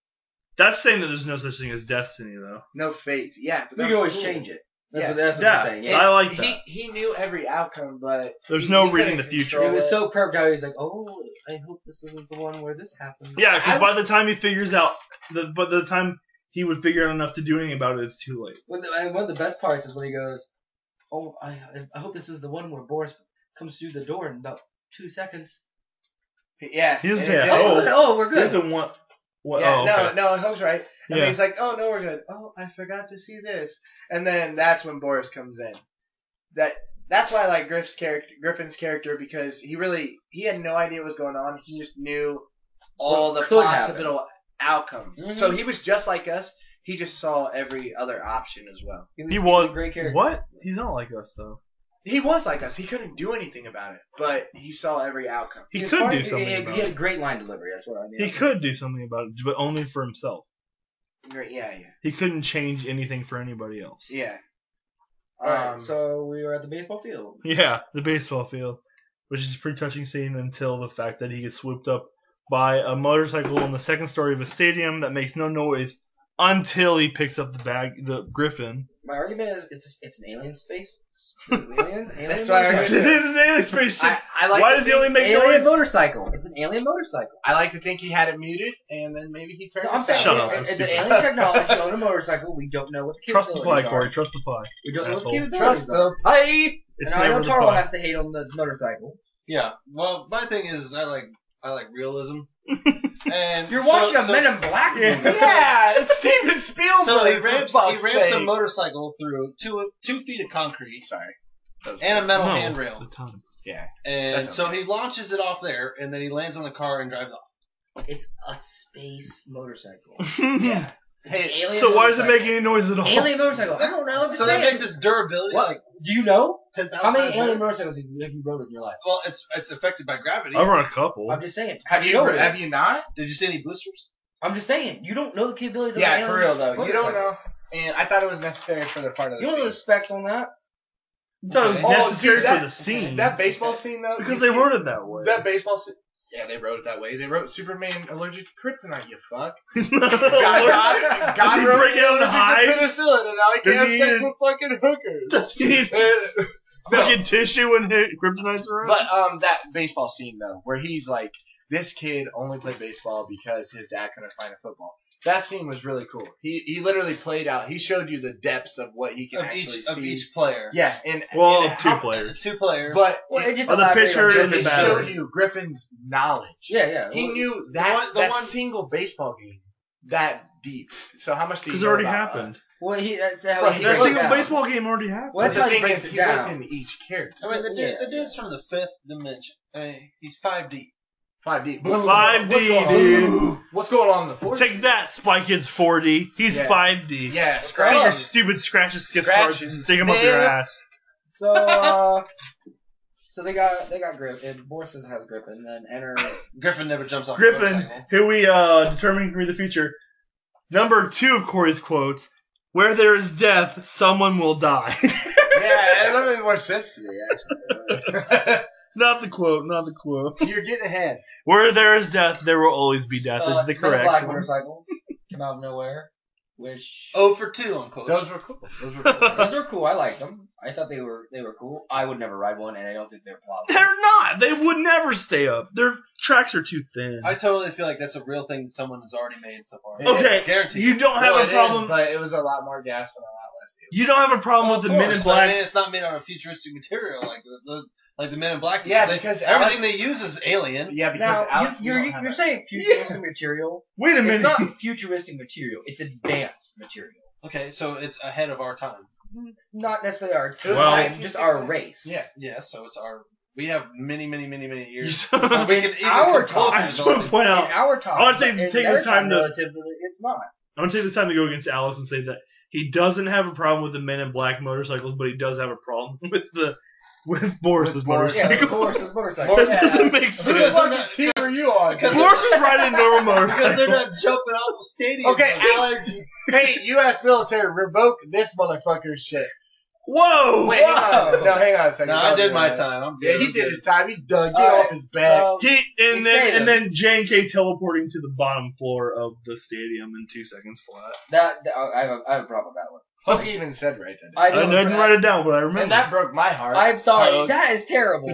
S8: That's saying that there's no such thing as destiny though.
S7: no fate. Yeah,
S5: We
S7: but
S5: can
S7: that's
S5: always
S7: cool.
S5: change it. That's
S7: Yeah.
S5: what, that's what
S8: Yeah.
S5: I'm saying.
S8: I
S5: Yeah.
S8: like
S7: He
S8: that.
S7: he knew every outcome, but
S8: There's
S7: he-
S8: no
S7: he
S8: reading the
S7: couldn't
S8: future.
S7: control
S5: it was so perfect how he's like, "Oh, I hope this isn't the one where this happened."
S8: Yeah, because
S7: I
S8: by the time he figures out, the by the time he would figure out enough to do anything about it, it's too late.
S5: When the, and one of the best parts is when he goes, "Oh, I, I hope this is the one where Boris comes through the door in about two seconds."
S7: Yeah,
S8: He doesn't
S7: And- and-
S8: say, Oh,
S5: oh, we're
S8: He
S5: good.
S8: doesn't want. What?
S7: yeah,
S8: oh,
S7: no,
S8: okay.
S7: no, Hope's right. And
S8: Yeah.
S7: then he's like, "Oh no, we're good. Oh, I forgot to see this." And then that's when Boris comes in. That that's why I like Griff's character, Griffin's character, because he really he had no idea what was going on. He just knew all
S5: What
S7: the
S5: could
S7: possible
S5: happen.
S7: outcomes.
S8: Mm-hmm.
S7: So he was just like us. He just saw every other option as well.
S8: He was
S5: a great character.
S8: What? He's not like us though.
S7: He was like us. He couldn't do anything about it, but he saw every outcome.
S8: He
S5: As
S8: could
S5: far
S8: do
S5: as-
S8: something
S5: He, he,
S8: about
S5: he had
S8: it.
S5: great line delivery. That's what I mean.
S8: He could do something about it, but only for himself.
S7: Great, yeah, yeah,
S8: He couldn't change anything for anybody else.
S7: yeah.
S5: All right,
S7: Um,
S5: so we were at the baseball field.
S8: Yeah, the baseball field, which is a pretty touching scene until the fact that he gets swooped up by a motorcycle on the second story of a stadium that makes no noise until he picks up the bag, the griffin.
S5: My argument is it's it's an alien space. aliens, alien
S7: That's why I
S8: it
S5: motorcycle.
S8: is an alien spaceship.
S7: I, I like
S8: Why
S7: to
S8: does he
S7: think-
S8: only make
S5: Alien
S8: noise?
S5: motorcycle. It's an alien motorcycle.
S7: I like to think he had it muted, and then maybe he turned.
S5: No, I'm
S7: himself.
S5: saying
S8: Shut
S5: it-
S8: up,
S5: it's,
S8: that's
S5: it's an
S8: stupid.
S5: alien technology on a motorcycle. We don't know what the
S8: Trust
S5: capabilities
S8: the pie,
S5: are.
S8: Corey. Trust the pie.
S5: We don't know what the
S8: Asshole.
S5: capabilities
S7: Trust
S5: are.
S7: the pipe.
S8: It's
S5: and I know
S8: never the
S5: Taro
S8: pie.
S5: has to hate on the motorcycle.
S9: Yeah. Well, my thing is, I like I like realism. and
S5: You're
S9: so-
S5: watching a
S9: so-
S5: Men in Black
S8: Yeah.
S5: movie.
S7: Yeah, it's Steven Spielberg.
S9: So he
S7: for
S9: ramps, he
S7: fuck's
S9: ramps a
S7: sake.
S9: motorcycle through two two feet of concrete
S7: Sorry. Those-
S9: and a metal
S8: No,
S9: handrail,
S8: the time.
S7: yeah.
S9: and
S7: That's
S9: so he launches it off there, and then he lands on the car and drives off.
S5: It's a space motorcycle.
S7: Yeah.
S5: Hey, alien
S8: so why does it make
S5: motorcycle.
S8: any noise at all?
S5: alien motorcycle? I don't know. I'm just
S9: So that
S5: saying.
S9: makes its durability
S5: What?
S9: like
S5: Do you know
S9: ten thousand.
S5: how many alien motorcycles have you, have you rode in your life?
S9: Well, it's it's affected by gravity.
S8: I run a couple.
S5: I'm just saying.
S7: Have
S5: Do
S7: you
S5: know it?
S7: have you not?
S9: Did you see any blisters?
S5: I'm just saying. You don't know the capabilities of
S7: Yeah,
S5: an
S7: for
S5: alien
S7: real though. You
S5: motorcycle.
S7: don't know. And I thought it was necessary for the part of the
S5: You don't know the
S7: scene.
S5: specs on that.
S8: thought it was
S7: Oh, dude,
S8: necessary
S7: that-
S8: for the scene
S7: That baseball scene though,
S8: because
S7: you
S8: they
S7: can't-
S8: wrote it that way.
S7: that baseball. scene. Yeah, they wrote it that way. They wrote Superman allergic to kryptonite. You fuck.
S8: He's not
S7: God,
S8: allergic.
S7: God,
S8: Does he
S7: God wrote
S8: break
S7: me
S8: out in
S7: allergic to
S8: hives?
S7: penicillin, and I
S8: Does
S7: can't
S8: he
S7: have sex
S8: eat-
S7: with fucking hookers.
S8: Does he need
S7: Uh, no.
S8: fucking tissue and hit kryptonite around?
S7: But um, that baseball scene though, where he's like, this kid only played baseball because his dad couldn't find a football. That scene was really cool. He he literally played out. He showed you the depths of what he can
S9: Of
S7: actually
S9: each
S7: see.
S9: of each player.
S7: Yeah, and
S8: well,
S7: and
S8: two
S7: how-
S9: The
S8: players.
S9: two players.
S7: But
S5: Well, it
S7: it,
S5: just
S8: Oh, the
S5: elaborated
S8: picture
S5: on
S8: and
S5: it.
S8: the
S7: it
S8: battery.
S7: showed you Griffin's knowledge.
S5: Yeah, yeah.
S7: He knew
S9: the
S7: that
S9: one- the
S7: that
S9: one-
S7: single baseball game that deep. So how much do you?
S8: Because
S7: Because
S8: it already happened.
S5: Well, he. That's how
S7: Well,
S5: he
S7: that
S5: broke
S8: That
S7: looked
S8: single
S5: down.
S8: baseball game already happened.
S5: Well,
S7: But
S5: that's
S7: the
S5: how he
S7: thing
S5: breaks
S7: is,
S5: it
S7: he looked
S5: down.
S7: in each character.
S9: I mean, the, dude,
S5: Yeah.
S9: the dude's from the fifth dimension. I mean, he's five deep.
S7: Five deep.
S8: Five
S7: What's
S8: D,
S7: going on?
S8: dude.
S7: What's going on in the fourth?
S8: Take that, Spy Kids 4D. He's
S7: Yeah.
S8: 5D.
S7: Yeah,
S8: Take your
S7: scratch.
S8: stupid scratches, skip
S7: Scratch
S8: cards, and
S7: and
S8: stick them up your
S7: sniff.
S8: ass.
S5: So, uh, so they got they got Griffin. Boris has Griffin, then enter.
S9: Griffin never jumps off. the
S8: Griffin,
S9: motorcycle.
S8: who we uh, determined can read the future. Number two of Corey's quotes: "Where there is death, someone will die."
S7: yeah, that made more sense to me, actually.
S8: not the quote. Not the quote.
S7: You're getting ahead.
S8: Where there is death, there will always be death.
S5: uh,
S8: is the
S5: Men in Black
S8: correct one.
S5: motorcycle. Come out of nowhere. which
S9: oh for two on Coach.
S5: Those were cool. Those were cool. Those were cool. I liked them. I thought they were they were cool. I would never ride one, and I don't think they're plausible.
S8: They're not. They would never stay up. Their tracks are too thin.
S9: I totally feel like that's a real thing someone has already made so far.
S8: Okay,
S9: guaranteed.
S8: you don't have
S7: Well,
S8: a
S7: it is,
S8: problem.
S7: but it was a lot more gas than a lot less. fuel.
S8: you don't have a problem
S9: Well,
S8: with the
S9: of
S8: Men in
S9: course,
S8: Black.
S9: but I mean, it's not made out of futuristic material like the- those, like the Men in Black.
S7: Yeah,
S9: They-
S7: because
S9: everything they use is alien.
S7: Yeah, because
S5: Now
S7: Alex,
S5: you, are
S7: we don't have
S5: you're
S7: that.
S5: saying futuristic material.
S8: Wait a
S5: It's
S8: minute.
S5: not futuristic material. It's advanced material.
S9: Okay, so it's ahead of our time.
S5: Not necessarily our time,
S8: Well-
S5: just our race.
S7: Yeah.
S9: Yeah, so it's our. We have many, many, many, many years.
S8: I
S9: we could
S5: In
S9: even
S5: our
S9: come close
S5: time.
S9: to
S8: just want to
S9: something.
S8: point
S5: In
S8: out.
S5: our time,
S8: I'll take-
S5: in
S8: take
S5: their
S8: this time to-
S5: relatively, it's not.
S8: I'm gonna take this time to go against Alex and say that he doesn't have a problem with the Men in Black motorcycles, but he does have a problem with the with Boris's
S7: Boris,
S5: Yeah,
S8: motorcycle.
S5: of course, it's motorcycle.
S8: that
S9: yeah.
S8: doesn't make
S9: Because
S8: sense.
S9: they're not-
S7: team are you on?
S9: because
S8: Boris is riding a normal
S9: Because they're
S8: motorcycle.
S9: not jumping off of stadiums.
S7: Okay, Alex. hey, U.S. military, revoke this motherfucker's shit.
S8: Whoa!
S7: Wait, hang on. No, hang on a second.
S9: no, I
S7: Don't
S9: did
S7: do
S9: my
S7: that.
S9: time. I'm
S7: Yeah,
S9: good.
S7: he
S9: I'm
S7: did
S9: good.
S7: his time. He's done. Get
S5: All
S7: off
S5: right,
S7: his back.
S5: so-
S8: He
S5: We say
S8: and then and
S5: them.
S8: then J and K teleporting to the bottom floor of the stadium in two seconds flat.
S5: That, that-
S7: oh,
S5: I, have a, I have a problem with that one.
S7: Hook even said right then.
S8: I didn't, write it down, but I remember.
S7: And that broke my heart.
S5: I'm sorry.
S7: Hug.
S5: That is terrible.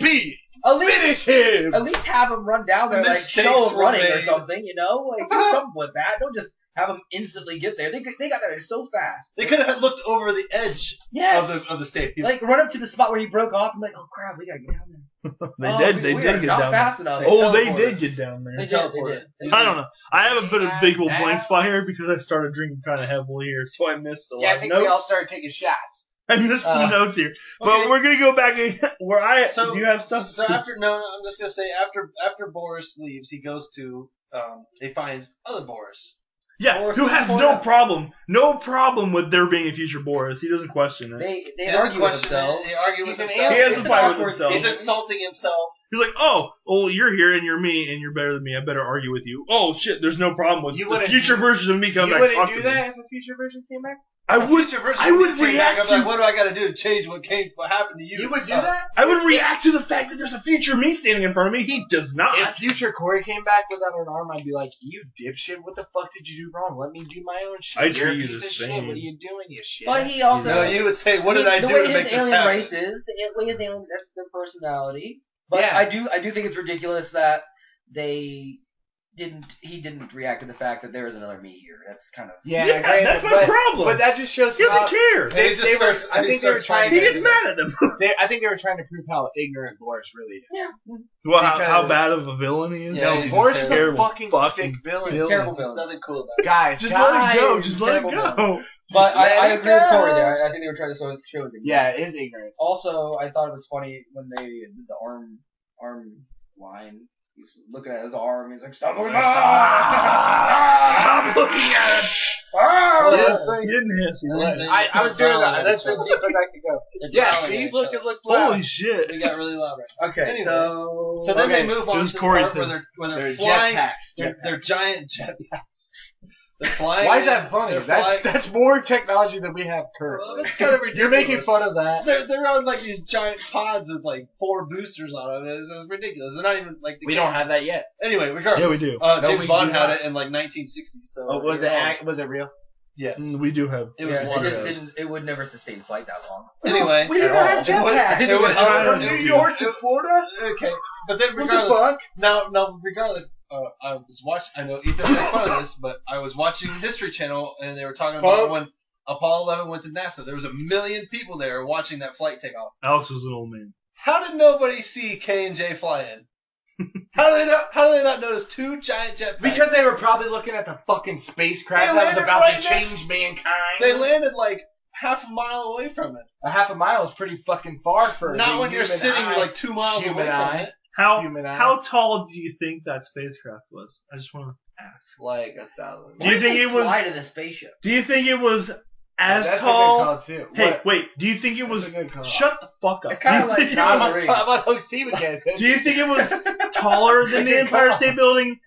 S7: Beat.
S5: At least,
S7: Finish him.
S5: at least have them run down there, like
S9: Mistakes
S5: show 'em
S9: were
S5: running or
S9: made.
S5: something. You know, like do something with that. Don't just have them instantly get there. They could- they got there so fast.
S9: They could have looked over the edge
S5: Yes.
S9: of the of the stadium.
S5: like run up to the spot where he broke off and like, oh crap, we gotta get down there.
S8: they
S5: Oh,
S8: did.
S5: we-
S8: They
S5: we are
S8: did get
S5: not
S8: down. there.
S5: fast enough.
S8: Oh, they
S9: teleported.
S8: did get down
S5: They
S8: there.
S5: did, they did. They
S8: I don't know. I have a bit of big old
S7: Yeah.
S8: blank spot here because I started drinking kind of heavily here, so I missed a lot
S7: Yeah, I
S8: of
S7: think
S8: notes.
S7: we all started taking shots.
S8: I missed some
S7: Uh,
S8: notes here, but
S9: okay.
S8: we're gonna go back and where I
S9: So
S8: do you have stuff?
S9: So, so after no, no, I'm just gonna say after after Boris leaves, he goes to um, he finds other Boris.
S8: yeah,
S5: Boris
S8: who
S5: is
S8: has
S5: pointing
S8: no
S5: out.
S8: problem, no problem with there being a future Boris. He doesn't question it.
S5: They they
S9: He doesn't
S5: argue with
S9: question it,
S5: themselves.
S9: They argue with
S7: He's an
S9: himself.
S8: He has a
S5: It's an
S8: fight with
S5: awkward
S8: himself.
S9: He's
S5: season.
S9: insulting himself.
S8: He's like, oh, well, you're here and you're me and you're better than me. I better argue with you. Oh shit, there's no problem with
S7: You
S8: the
S7: wouldn't-
S8: future version of me coming
S7: you
S8: back. to
S7: wouldn't
S8: talk
S7: do
S8: to
S7: that if a future version came back.
S8: Me. I would.
S9: Future version
S8: I would
S9: of me came
S8: react
S9: back, I'm
S8: to-
S9: like, what do I got to do to change what came, what happened to you?
S7: You would do
S9: son?"
S7: that.
S8: I would react to the fact that there's a future me standing in front of me. He does
S7: If
S8: not.
S7: future Corey came back without an arm, I'd be like, "You dipshit! What the fuck did you do wrong? Let me do my own shit.
S8: I
S7: You're a
S8: treat you
S7: piece
S8: the
S7: of
S8: same.
S7: shit. What are you doing, you shit?"
S5: But he also
S9: No, you would say, what did I
S5: the
S9: do
S5: way
S9: to
S5: his
S9: make this
S5: alien
S9: happen?
S5: race is, the way his alien, that's their personality. But
S7: Yeah.
S5: I do, I do think it's ridiculous that they didn't. He didn't react to the fact that there is another me here. That's kind of.
S7: yeah,
S8: Yeah,
S7: granted,
S8: that's my
S7: but,
S8: problem.
S7: But that just shows
S8: he
S7: how
S8: doesn't care.
S9: And
S7: they,
S9: he Uh, just
S7: they were.
S9: starts-
S7: I
S9: and he
S7: think they were
S9: starts
S7: trying.
S9: fighting
S8: He gets
S7: to,
S8: mad at them.
S7: They, I think they were trying to prove how ignorant Boris really is.
S5: Yeah.
S8: Well, how,
S7: Because-
S8: how bad of a villain he is?
S9: Yeah,
S8: He's
S9: he's
S7: Boris is a
S8: terrible
S7: fucking,
S8: fucking-
S7: sick villain.
S5: He's a terrible
S9: There's
S5: villain.
S9: nothing cool about it.
S7: Guys,
S8: Just let
S7: guys,
S8: it go. Just let it
S5: terrible
S8: go.
S5: But I,
S7: Let
S5: I
S7: it
S5: agree with
S7: go.
S5: Corey there. I, I think they were trying to show, show his ignorance.
S7: Yeah, it is ignorance.
S5: Oh, Also, I thought it was funny when they did the arm arm line. He's looking at his arm. He's like, "Stop looking at my arm!"
S8: Stop looking at it.
S5: Oh, yeah.
S8: He didn't hit. He
S9: And
S8: didn't.
S9: then
S7: I,
S9: they
S7: I was doing that.
S9: growling at
S7: That's
S9: each
S7: as
S9: other.
S7: deep as I could go.
S9: They're
S7: Yeah,
S9: growling
S7: see,
S9: at
S7: look
S9: each
S7: at
S9: other.
S7: look loud.
S8: Holy shit!
S9: We got really loud right
S5: Okay,
S9: Anyway.
S5: so
S9: now. So then
S7: Okay.
S9: they move on
S8: Here's
S9: to the
S8: Corey's
S9: part where
S8: things.
S9: they're, where they're,
S7: They're
S9: flying.
S7: jetpacks.
S9: They're, they're giant jetpacks. They're flying.
S7: Why is that
S9: in,
S7: funny?
S9: they're
S7: That's
S9: flying-
S7: that's more technology than we have
S9: Well,
S7: currently.
S9: that's kind of
S7: You're
S9: ridiculous.
S7: making fun of that.
S9: They're they're on like these giant pods with like four boosters on them. It's, it's ridiculous. They're not even like the
S7: We don't have that yet.
S9: Anyway, regardless.
S8: Yeah, we do.
S9: Uh,
S7: No,
S9: James
S7: we
S9: Bond
S7: do
S9: had
S7: not.
S9: it in like 1960. So
S7: Oh, was it
S9: you're wrong.
S7: ac- was it real?
S9: Yes.
S8: Mm, We do have.
S9: It was
S5: yeah,
S9: one
S5: it,
S9: of
S5: just
S9: those.
S5: didn't, it would never sustain flight that long.
S9: Anyway,
S7: We don't
S5: all.
S7: have
S9: It was-
S7: jetpacks.
S9: it was-
S8: I don't
S7: From
S8: know,
S7: New
S8: dude.
S7: York to Florida.
S9: okay, but then
S7: What the
S9: regardless,
S7: fuck?
S9: Now, now, regardless, uh, I was watching. I know Ethan made fun of this, but I was watching History Channel, and they were talking about
S7: Fuck.
S9: when Apollo 11 went to NASA. There was a million people there watching that flight take off.
S8: Alex was an old man.
S9: How did nobody see K and J fly in? how did they not? How did they not notice two giant jetpacks?
S7: Because they were probably looking at the fucking spacecraft
S9: They
S7: that was
S9: landed
S7: about
S9: right
S7: to
S9: next-
S7: change mankind.
S9: they landed like half a mile away from it.
S7: a half a mile is pretty fucking far for
S9: not
S7: the
S9: when you're
S7: human
S9: sitting
S7: eye.
S9: like two miles
S7: Human
S9: away
S7: eye.
S9: from it.
S8: How
S7: Human eye.
S8: how tall do you think that spacecraft was? I just want to ask.
S7: like a thousand.
S8: Do you
S5: Why
S8: think
S5: did
S8: it
S5: they
S8: was-
S5: fly to the spaceship?
S8: Do you think it was as
S7: That's
S8: tall?
S7: A good call too.
S8: Hey,
S7: What?
S8: wait. Do you think it
S7: That's
S8: was?
S7: a good call.
S8: Shut the fuck up.
S5: It's kinda
S8: Do you
S5: like
S8: think it
S7: Nah, I'm
S8: was-
S7: on- I'm on Hoax team again.
S8: Do you think it was taller than the Empire State Building,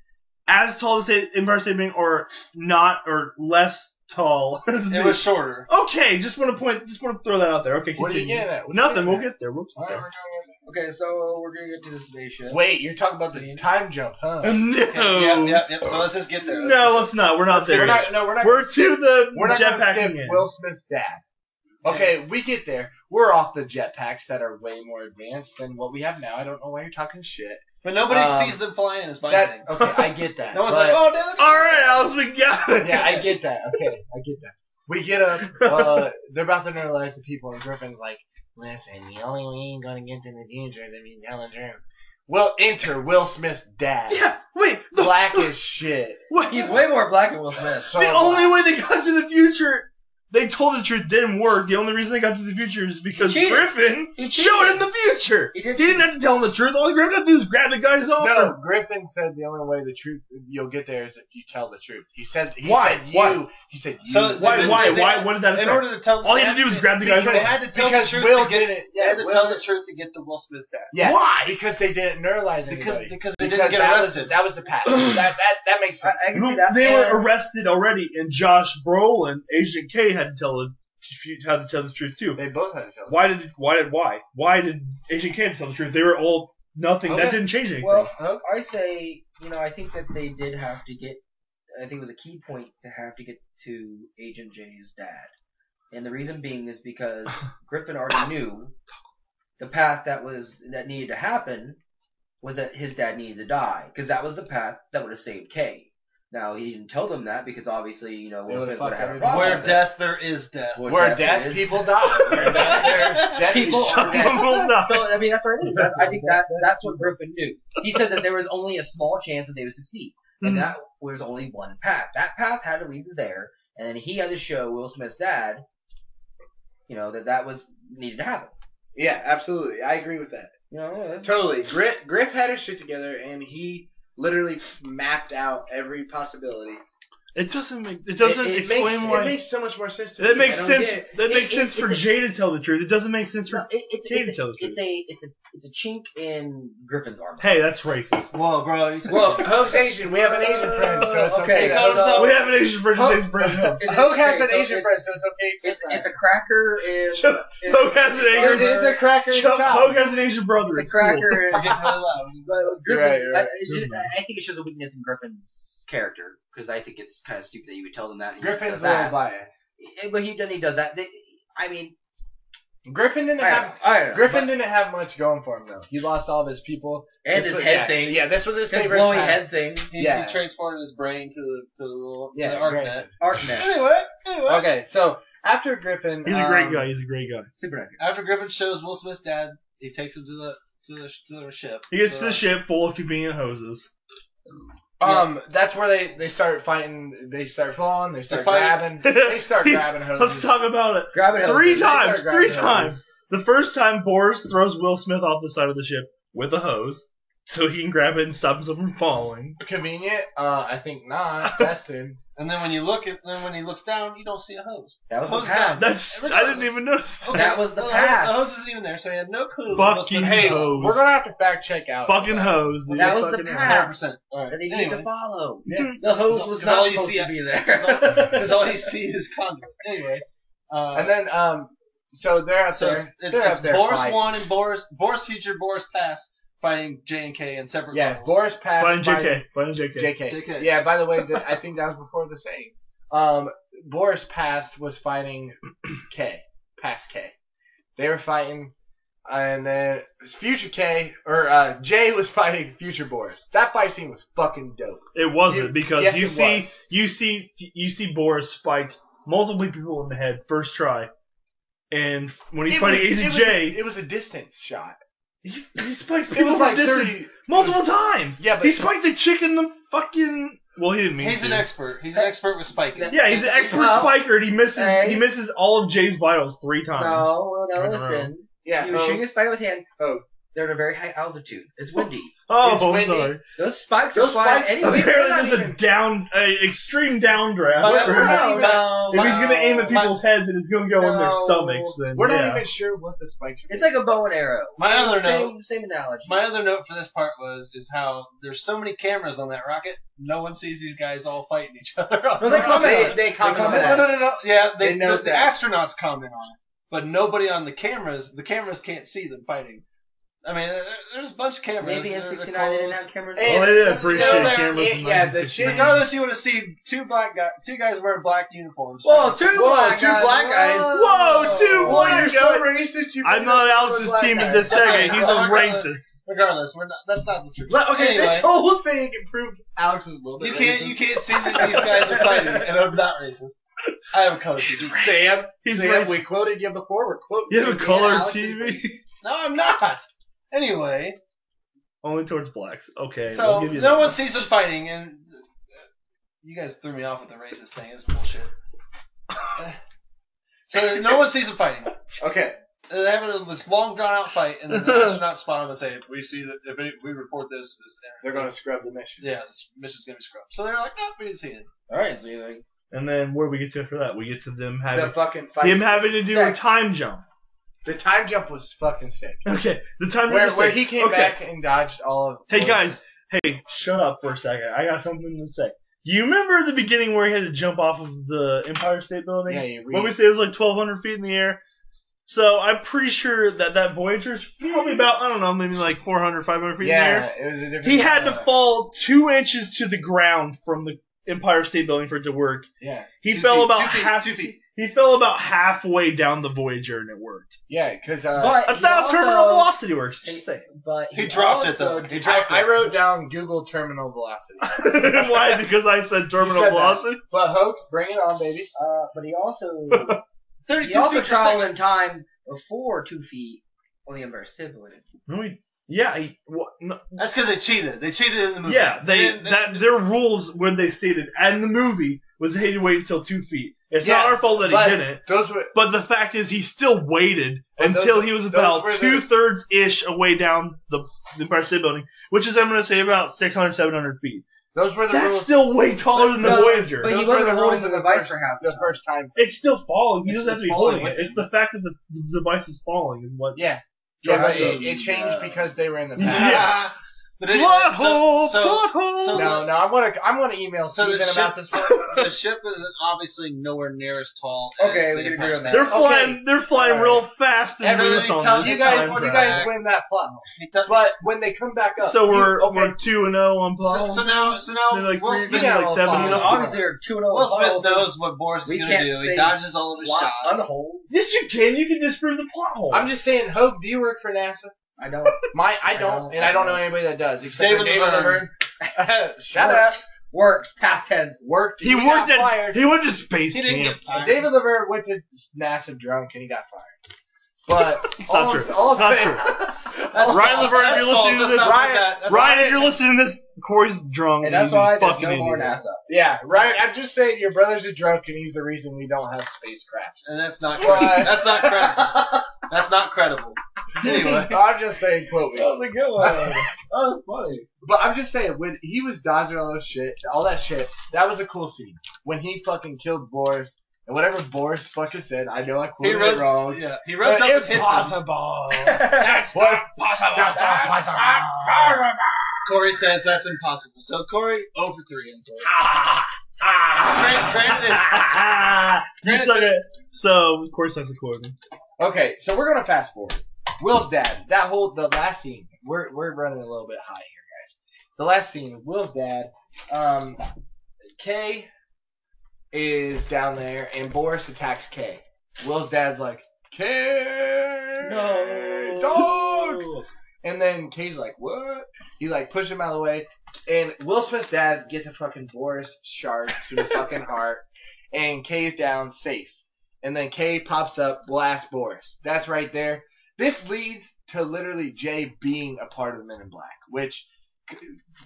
S8: as tall as the State- Empire State Building, or not, or less tall. as
S9: It
S8: the-
S9: was shorter.
S8: Okay, just want to point. Just want to throw that out there. Okay,
S9: What are you
S8: continue.
S9: getting at? What are you
S8: Nothing.
S9: getting
S8: We'll
S9: at?
S8: get there. We'll get there.
S5: Okay, so we're gonna get to this spaceship.
S7: Wait, you're talking about the time jump, huh?
S8: No.
S9: Yep, yep, yep. So let's just get there.
S8: No, let's not. We're not there.
S7: We're
S8: yet.
S7: not, no, we're not.
S8: We're to the
S7: We're not gonna
S8: jetpacking
S7: skip
S8: in.
S7: Will Smith's dad. Okay, we get there. We're off the jetpacks that are way more advanced than what we have now. I don't know why you're talking shit.
S9: But nobody
S7: Um,
S9: sees them flying is my
S7: That,
S9: thing.
S7: okay, I get that.
S9: No one's
S7: but-
S9: like, oh, no,
S8: All right, Alice, we got it.
S7: yeah, I get that. Okay, I get that. We get up. Uh, they're about to neutralize the people, and Griffin's like, "Listen, the only way you're gonna get to the future is if you tell the truth." Well, enter Will Smith's dad.
S8: Yeah, wait. The,
S7: Black as shit.
S8: wait,
S5: He's way more black than Will Smith.
S7: So
S8: the only way they got to the future, they told the truth didn't work. The only reason they got to the future is because
S5: He cheated.
S8: Griffin
S5: He cheated.
S8: showed him the future.
S5: He
S8: He,
S5: did
S8: didn't have to tell him the truth. All Griffin had to do is grab the guy's arm.
S7: No, Griffin said the only way the truth you'll get there is if you tell the truth. He said he
S8: Why?
S7: said you
S8: Why?
S7: he said you
S9: So
S8: Why?
S9: They-
S8: why?
S9: they-
S8: why? What did that?
S9: In
S8: affect?
S9: order to tell
S8: All you had to do was grab the guy's
S9: They
S8: arm.
S9: had to tell the
S7: Because
S9: truth
S7: Will
S9: to get
S7: did
S9: it.
S7: it.
S9: They had
S7: Yeah,
S9: to
S7: Will
S9: tell
S7: did
S9: the truth to get to Will Smith's dad.
S7: yeah,
S8: Why?
S7: Because they didn't neuralize
S9: Because
S7: anybody.
S9: because they
S7: Because
S9: didn't get
S7: that was-
S9: arrested.
S7: that was the path. that that that makes
S5: I,
S7: sense.
S5: I can see
S8: Who-
S5: that.
S8: they were
S5: and-
S8: arrested already, and Josh Brolin, Agent K, had to tell the had to tell the truth too.
S7: They both had to tell.
S8: Why did why did why why did Agent K have to tell the truth? They were all nothing.
S5: Okay.
S8: That didn't change anything.
S5: Well, I say, you know, I think that they did have to get. I think it was a key point to have to get to Agent J's dad, and the reason being is because Griffin already knew the path that was that needed to happen was that his dad needed to die because that was the path that would have saved Kay. Now he didn't tell them that because obviously, you know,
S7: It
S5: Will
S7: would've
S5: Smith would
S7: fucked
S5: have had a
S7: everything.
S5: problem.
S9: Where
S5: with it.
S9: death there is death.
S5: Where
S7: Where
S5: death
S7: death
S5: is-
S7: people die. Where death, there's death
S5: People
S7: is-
S5: are dead.
S8: People die.
S5: So I mean, that's what I mean. That's- I think that that's what Griffin knew. He said that there was only a small chance that they would succeed, and
S13: Hmm.
S8: Mhm.
S5: that was only one path. That path had to lead to there, and then he had to show Will Smith's dad, you know, that that was needed to happen.
S13: Yeah, absolutely. I agree with that.
S5: You know, that's-
S13: Totally. Griff, Griff had his shit together, and he literally mapped out every possibility.
S8: it doesn't make it doesn't
S13: it, it
S8: explain
S13: makes,
S8: why.
S13: It makes so much more sense. To
S8: that
S13: me. I
S8: makes
S13: don't
S8: sense.
S13: get it.
S8: That
S5: It-
S8: makes
S5: it-
S8: sense for
S5: it's a-
S8: Jay to tell the truth. It doesn't make sense
S5: no,
S8: for.
S5: it- it's,
S8: He didn't
S5: it's,
S8: tell
S5: a,
S8: the
S5: it's a it's a it's a chink in Griffin's armor.
S8: Hey, that's racist.
S9: Whoa, bro. You said-
S13: Well, Hope's Asian. We have an Asian
S8: Uh,
S13: friend, so it's okay. okay.
S5: Okay, so-
S8: we have an Asian version named Brandon.
S5: It's-
S13: Hope has an
S5: okay, so
S13: Asian
S5: it's-
S13: friend, so it's okay.
S5: It's, it's a cracker in.
S8: Chuck-
S5: in-
S8: Hope has an
S13: It
S8: Asian.
S13: is a cracker. in the
S8: Chuck
S13: top.
S8: Hogue has an Asian brother.
S5: It's
S8: It's
S5: a cracker
S9: You're
S5: in.
S9: getting really loud.
S5: But with Griffin's,
S13: Right, right.
S5: I, I just- I think it shows a weakness in Griffin's character because I think it's kind of stupid that you would tell them that. And he just does
S7: Griffin's a little
S5: that.
S7: biased.
S5: Eh, but he then he does that. They, I mean,
S7: Griffin didn't
S5: I
S7: have
S5: don't, I don't know,
S7: Griffin
S5: but-
S7: didn't have much going for him though. He lost all of his people.
S5: and
S7: This
S5: his
S7: was-
S5: head
S7: yeah,
S5: thing,
S7: Yeah, this was his,
S5: his
S7: favorite.
S5: blowing
S7: path.
S5: head thing,
S9: He,
S7: Yeah.
S9: he transported his brain to the to the little to the
S7: Yeah,
S9: ArcNet.
S5: Arknet,
S9: Anyway, anyway.
S7: Okay, so after Griffin,
S8: He's a great
S7: um,
S8: guy. He's a great guy.
S5: super nice. guy.
S9: After Griffin shows Will Smith's dad, he takes him to the to the to the ship.
S8: He gets to
S9: Uh,
S8: the ship full of convenient hoses.
S7: Um, that's where they they start fighting. They start falling. They start
S9: fighting.
S7: grabbing. They start grabbing
S8: Let's
S7: hoses.
S8: talk about it.
S5: Grab it
S8: Three
S5: hoses.
S8: times.
S7: They start
S8: Three
S7: grabbing
S8: times. The first time, Boris throws Will Smith off the side of the ship with a hose so he can grab it and stop himself from falling.
S7: Convenient? Uh, I think not. Destin.
S9: And then when you look at then when he looks down, you don't see a hose.
S5: That was
S9: The
S5: the
S9: hose
S5: path.
S8: That's
S9: Look at
S8: I didn't
S9: those.
S8: even notice. That.
S9: Okay,
S5: That was the
S9: so
S5: path.
S9: The hose isn't even there, so he had no clue.
S8: Fucking
S7: Hey,
S8: hose.
S7: we're gonna have to fact check out.
S8: Fucking hose. dude.
S5: That was the
S8: Fucking hose.
S5: path.
S9: Hundred percent. All right.
S5: That they need to
S9: Anyway,
S5: follow.
S7: Yeah.
S5: The hose
S9: Cause-
S5: was
S9: cause
S5: not
S9: all you
S5: supposed
S9: see-
S5: to be
S9: because
S5: there.
S9: all you see is conduit. Anyway, uh,
S7: And then um, so they're out
S9: so
S7: there.
S9: it's, it's,
S7: they're
S9: it's
S7: out there
S9: Boris
S7: fighting.
S9: one and Boris Boris future Boris past fighting J and K in separate.
S7: Yeah,
S9: levels.
S7: Boris passed.
S8: Find
S7: fighting-
S8: JK. Find JK.
S7: JK.
S9: JK.
S7: Yeah, by the way, that I think that was before the saying. Um, Boris Past was fighting K. Past K. They were fighting, and then Future K, or uh, Jay was fighting Future Boris. That fight scene was fucking dope.
S8: It wasn't
S7: You-
S8: because
S7: yes,
S8: you
S7: it
S8: see
S7: was.
S8: you see you see Boris spike multiple people in the head first try, and when he's
S7: It
S8: fighting
S7: was- it
S8: Agent
S7: was
S8: J,
S7: a- It was a distance shot.
S8: he, he spikes
S7: It
S8: people
S7: was
S8: from
S7: like
S8: distance
S7: 30.
S8: multiple times.
S7: Yeah, but-
S8: he spiked the chick in the fucking. Well, he didn't mean
S9: He's
S8: to.
S9: an expert. He's an expert with spiking.
S8: Yeah, he's an expert
S5: Well,
S8: spiker, and he misses
S5: hey.
S8: he misses all of Jay's vitals three times.
S5: no,
S8: I
S5: no,
S8: don't know.
S5: listen.
S7: Yeah.
S5: He was
S7: um,
S5: shooting a spider with his hand.
S13: Oh.
S5: They're at a very high altitude. It's windy.
S8: Oh,
S5: It's
S8: I'm
S5: windy.
S8: sorry.
S5: Those spikes are flying anyway.
S8: Apparently, there's a down, a extreme downdraft.
S7: But-
S8: for
S7: no,
S8: him.
S7: no,
S8: if he's gonna aim at
S7: no.
S8: people's heads and it's gonna go in their
S7: No.
S8: stomachs, then
S7: We're not
S8: yeah.
S7: even sure what the spikes are.
S5: It's like a bow and arrow.
S9: My
S5: Same-
S9: other
S5: same,
S9: note-
S5: Same analogy.
S9: My other note for this part was is how there's so many cameras on that rocket, no one sees these guys all fighting each other. on
S5: No,
S9: the
S5: they comment
S9: rocket.
S5: on it. They comment
S9: no,
S5: on that.
S9: No, no, no, no. Yeah, they,
S5: They know
S9: the, the
S5: that.
S9: astronauts comment on it, but nobody on the cameras. The cameras can't see them fighting. I mean, there- there's a bunch of cameras.
S5: Maybe
S9: They're-
S5: in
S9: they're
S5: 69 they didn't
S9: close.
S5: have cameras.
S9: And-
S8: Well, they didn't Oh, appreciate
S9: you know, they're-
S8: cameras in
S9: Yeah, the shit.
S8: 1969.
S9: Regardless, you would have seen two black guys, two guys wearing black uniforms.
S5: Whoa, two black guys.
S8: Whoa, two
S9: Whoa,
S8: black
S9: you're
S8: guys.
S9: so racist, you
S8: I'm
S9: think
S8: not
S9: that's
S8: Alex's
S9: black
S8: team in
S9: guys.
S8: this segment. He's a
S9: Regardless-
S8: racist.
S9: Regardless, we're not. That's not the truth.
S13: Le- okay,
S9: Anyway.
S13: this whole thing improved Alex's little bit.
S9: You can't,
S13: racist.
S9: you can't see that these guys are fighting, and I'm not racist. I have a color TV.
S13: Sam,
S8: He's
S13: Sam,
S8: racist.
S13: we quoted you before. We're quoting
S8: You have a
S13: again,
S8: color
S13: Alex.
S8: TV?
S9: No, I'm not. Anyway,
S8: Only towards blacks. Okay,
S9: so
S8: I'll give you
S9: no
S8: that.
S9: one sees them fighting, and uh, you guys threw me off with the racist thing. It's bullshit. so no one sees them fighting.
S13: Okay.
S9: They have this long, drawn-out fight, and then the astronauts spot them and say, "If we see that, if it- we report this, this
S13: They're going to scrub the mission.
S9: yeah, this mission's gonna be scrubbed." So they're like, "No, we didn't see it."
S13: All right, so you think
S8: And then where do we get to after that? We get to them
S13: the
S8: having
S13: fucking fight?
S8: him having to do a
S7: Sex.
S8: time jump.
S7: The time jump was fucking sick.
S8: Okay, the time
S7: Where,
S8: jump.
S7: where he came
S8: okay.
S7: back and dodged all of.
S8: Hey guys, hey, shut up for a second. I got something to say. Do you remember the beginning where he had to jump off of the Empire State Building?
S7: Yeah, you
S8: When
S7: read.
S8: we say it was like 1,200 feet in the air. So I'm pretty sure that that Voyager's probably about, I don't know, maybe like 400, 500 feet in the
S7: yeah,
S8: air.
S7: it was a different.
S8: He had to
S7: uh,
S8: fall two inches to the ground from the Empire State Building for it to work.
S7: Yeah,
S8: He
S9: Two
S8: fell
S9: feet,
S8: about
S9: two feet,
S8: half.
S9: two feet.
S8: He fell about halfway down the Voyager and it worked.
S7: yeah, because uh,
S5: But
S8: That's
S5: he
S8: not how
S5: also-
S8: terminal velocity works. Just saying.
S5: But
S9: He dropped it
S5: also
S9: though. He dropped
S7: I,
S9: it.
S7: I wrote down Google terminal velocity.
S8: Why? Because I said terminal
S7: said that.
S8: velocity.
S7: but Hope, bring it on, baby.
S5: Uh, but he also he
S9: 32
S5: also
S9: feet per second.
S5: traveled in time before two feet on the Embarrassed Sibling.
S8: No, he, yeah, he, what, no,
S9: That's because they cheated. They cheated in the movie.
S8: Hmm. yeah. They
S9: And- and-
S8: that their rules when they stated and the movie was hey to wait until two feet. It's not
S7: Yeah,
S8: our fault that
S7: but-
S8: he didn't,
S7: Those were
S8: but the fact is he still waited
S7: But those-
S8: until he was
S7: those
S8: about
S7: were the-
S8: two thirds ish away down the the Empire State Building, which is I'm going to say about 600, 700 feet.
S7: those were the
S8: That's
S7: rules.
S8: still way taller than the
S5: No,
S8: Voyager.
S5: But he
S7: those were
S5: wasn't
S7: the
S5: holding
S7: rules
S5: the
S7: of the
S5: device
S7: first,
S5: for half the
S7: the first time.
S8: it's still falling. He
S9: It's
S8: doesn't have to be
S9: falling
S8: holding it.
S9: with
S8: It's the fact that the, the device is falling is what.
S7: Yeah, yeah, but it,
S8: Drive
S7: it changed because they were in the
S8: Yeah.
S7: past.
S9: But anyway,
S8: Plot
S9: so-
S8: hole.
S9: so-
S8: plot hole.
S9: so-
S7: No, no, I want to. I want to email
S9: So the
S7: Steven
S9: ship-
S7: about this one.
S9: the ship is obviously nowhere near as tall.
S5: Okay,
S9: as
S5: we
S9: the
S5: can agree
S9: Empire
S5: on that.
S9: State
S8: They're flying. They're flying
S7: Alright.
S8: real fast and
S9: Everything
S8: loose on
S9: tells
S8: this
S7: You guys,
S8: time
S7: you
S8: drive.
S7: guys win that plot. hole.
S9: He does-
S7: But when they come back up,
S8: So
S7: you-
S8: we're
S7: okay,
S8: we're two and zero on
S9: so,
S8: plot.
S9: so now, so now
S8: They're like,
S9: Will
S8: we're
S9: Smith,
S8: getting like
S7: Yeah,
S5: I
S8: seven.
S5: mean,
S8: to
S5: obviously they're two and oh.
S9: Will Smith
S5: bottles.
S9: knows what Boris
S5: We
S9: is gonna
S5: can't
S9: do. He
S5: say
S9: dodges all of his
S5: Lot-
S9: shots.
S5: unholes.
S8: Yes, you can. You can disprove the plot hole.
S7: I'm just saying, Hope, do you work for NASA?
S5: I don't.
S7: My, I
S5: I
S7: don't,
S5: don't,
S7: and
S5: I
S7: I don't know
S5: don't.
S7: anybody that does, except
S9: David
S7: for David
S9: Laverne.
S7: Laverne. Shut up.
S5: Worked. Worked. Past tense.
S7: Worked.
S8: he
S7: got
S8: worked at
S7: fired.
S8: he went to space
S9: He didn't
S8: camp.
S9: get fired.
S7: David Laverne went to NASA drunk and he got fired. But
S8: It's
S7: all,
S8: not
S7: I'm-
S8: true.
S7: all
S8: It's not
S7: I'm saying,
S8: true.
S9: That's
S8: Ryan
S9: false.
S8: Laverne, if you're
S9: That's false.
S8: listening to
S9: That's
S8: this,
S9: not
S7: Ryan-
S9: that- that's
S8: Ryan,
S9: not
S8: if you're
S9: it.
S8: listening to this, Corey's drunk.
S5: And that's
S8: he's a
S5: why there's
S8: fucking
S5: no more
S8: idiot.
S5: NASA.
S7: yeah, right. I'm just saying your brother's a drunk and he's the reason we don't have space craps.
S9: And that's not
S7: Why?
S9: credible. That's not credible. That's not credible. Anyway,
S7: I'm just saying, quote me.
S8: a good one.
S7: Oh, funny. But I'm just saying, when he was dodging all those shit, all that shit, that was a cool scene. When he fucking killed Boris, and whatever Boris fucking said, I know I
S9: he
S7: quoted it
S9: runs.
S7: wrong.
S9: Yeah, he runs
S7: but
S9: up and hits him.
S7: impossible.
S8: That's
S7: What?
S8: possible.
S7: That's not
S8: Ah,
S7: possible.
S9: Corey says that's impossible. So Corey, 0 for three. on Corey.
S8: Ah,
S9: Granted- granted it's-
S8: You suck at so of course that's a quarter.
S7: Okay, so we're gonna fast forward. Will's dad. That whole the last scene. We're we're running a little bit high here, guys. The last scene. Will's dad. Um, Kay is down there, and Boris attacks Kay. Will's dad's like, Kay, dog. And then Kay's like, what? He like pushed him out of the way, and Will Smith's dad gets a fucking Boris shard to the fucking heart, and Kay's down safe and then K pops up, blast Boris. That's right there. This leads to literally Jay being a part of Men in Black, which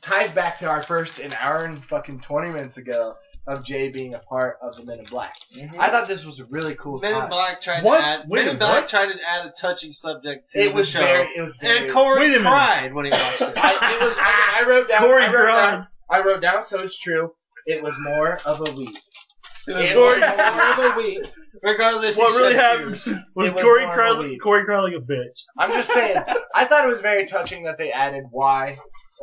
S7: ties back to our first an hour and fucking twenty minutes ago of Jay being a part of the Men in Black. I thought this was a really cool.
S9: Mm-hmm. Men in
S7: time.
S9: Black tried
S7: What?
S9: to add.
S7: Wait,
S9: Men in Black
S7: what?
S9: tried to add a touching subject to
S7: It
S9: the
S7: was
S9: show.
S7: very- it was very-
S9: and Corey
S7: Wait a minute.
S9: cried when he watched it.
S7: I, it was. I, I wrote down.
S9: Corey
S7: I wrote
S9: Grime.
S7: down. I wrote down. So it's true. It was more of a week. It
S9: was
S7: more
S9: Corey-
S7: of a week.
S9: Regardless,
S8: What
S9: he
S8: really
S9: shed
S8: happened
S9: tears.
S8: was,
S7: It was
S8: Corey,
S7: more of a
S8: Crowley,
S7: leap.
S8: Corey Crowley a bitch.
S7: I'm just saying. I thought it was very touching that they added why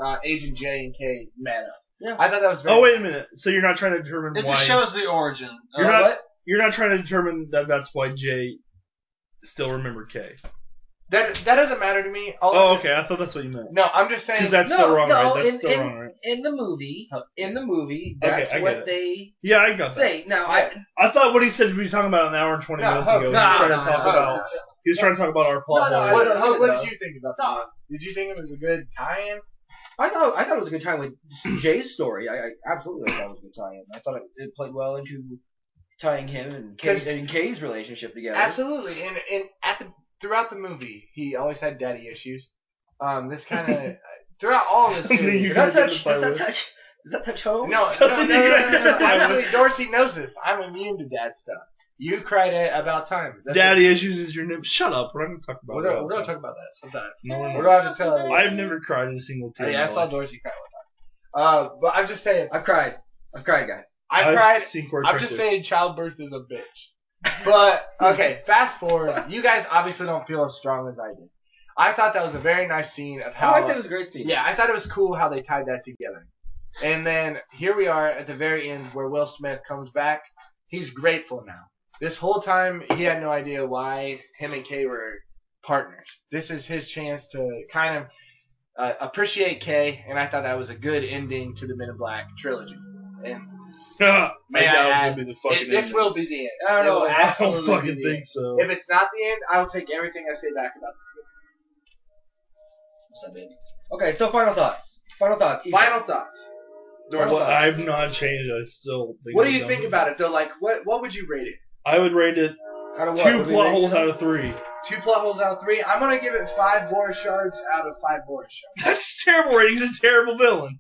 S7: uh, Agent J and K met up.
S8: Yeah.
S7: I thought that was very.
S8: Oh wait a minute. So you're not trying to determine
S9: It
S8: why
S9: just shows the origin. Uh, of-
S8: you're not you're not trying to determine that that's why Jay still remembered K.
S7: Oh. That that doesn't matter to me. All
S8: Oh okay, I thought that's what you meant.
S7: No, I'm just saying.
S8: Because that's
S7: no,
S8: still wrong,
S7: no,
S8: right? That's
S7: in-
S8: still
S7: in-
S8: wrong, right?
S5: in the movie, in the movie,
S8: Okay,
S5: that's
S8: I get
S5: what
S8: it.
S5: they
S8: Yeah, I got that.
S5: say. Now, I
S8: I thought what he said we were talking about an hour and twenty
S7: No,
S8: minutes
S7: Hope,
S8: ago.
S7: no,
S8: he was trying
S7: no,
S8: to
S7: no,
S8: talk
S7: no,
S8: about
S7: no.
S8: he was trying to talk about our plot.
S5: No, no,
S8: hole.
S5: I
S7: What,
S5: don't-
S7: what, what
S5: no.
S7: did you think about that? Did you think it was a good tie-in?
S5: I thought I thought it was a good time with Jay's story. I, I absolutely thought it was a good tie-in. I thought it, it played well into tying him and Kay,
S7: 'Cause-
S5: and Kay's relationship together.
S7: Absolutely, and and at the throughout the movie, he always had daddy issues. Um, this kind of throughout all this
S8: Something
S7: series.
S8: you
S5: Does that
S8: You're gonna
S5: touch?
S8: identify
S5: Does that
S8: with.
S5: touch? Does that touch home?
S7: No, no, no, no,
S8: Something you
S7: no, no, no.
S8: identify
S7: Actually,
S8: with.
S7: Dorsey knows this. I'm immune to dad stuff. You cried at about time. That's
S8: Daddy
S7: it.
S8: issues is your name. Shut up. We're not gonna talk about
S7: We're
S8: that.
S7: gonna, we're gonna talk about that sometime.
S8: No, we're
S7: We're
S8: not.
S7: gonna have to tell.
S8: I've never cried in a single tear. in
S7: Yeah,
S8: my
S7: I saw
S8: life.
S7: Dorsey cry one time. Uh, but I'm just saying.
S5: I've cried. I've cried, guys.
S7: I
S8: I've
S7: cried.
S8: seen Corey
S7: I'm just
S8: Crowley.
S7: saying childbirth is a bitch. But okay, fast forward. You guys obviously don't feel as strong as I did. I thought that was a very nice scene of
S5: I
S7: how.
S5: liked it. It was a great scene.
S7: yeah, I thought it was cool how they tied that together. And then here we are at the very end where Will Smith comes back. He's grateful now. This whole time he had no idea why him and Kay were partners. This is his chance to kind of uh, appreciate Kay, and I thought that was a good ending to the Men in Black trilogy. And
S8: My
S7: May I
S8: dad
S7: add,
S8: was gonna be the
S7: it,
S8: fucking.
S7: this
S8: end.
S7: will be the end.
S5: I don't
S7: It will
S5: know.
S8: I
S7: absolutely
S8: don't
S7: be
S8: fucking
S7: the
S8: think
S7: end.
S8: so.
S7: If it's not the end, I will take everything I say back about this movie.
S5: So, baby. Okay, so final thoughts. Final thoughts. Ethan.
S7: Final thoughts.
S8: Well,
S7: Dorsey.
S8: I've not changed. I still. Think
S7: What
S8: I'm
S7: do you
S8: dumb.
S7: think about it though? Like, what what would you rate it?
S8: I would rate it
S5: Out of what?
S8: two
S5: What do we
S8: plot
S5: rate
S8: holes
S5: it?
S8: out of three.
S7: Two plot holes out of three. I'm gonna give it five Boris shards out of five Boris shards.
S8: That's terrible rating. He's a terrible villain.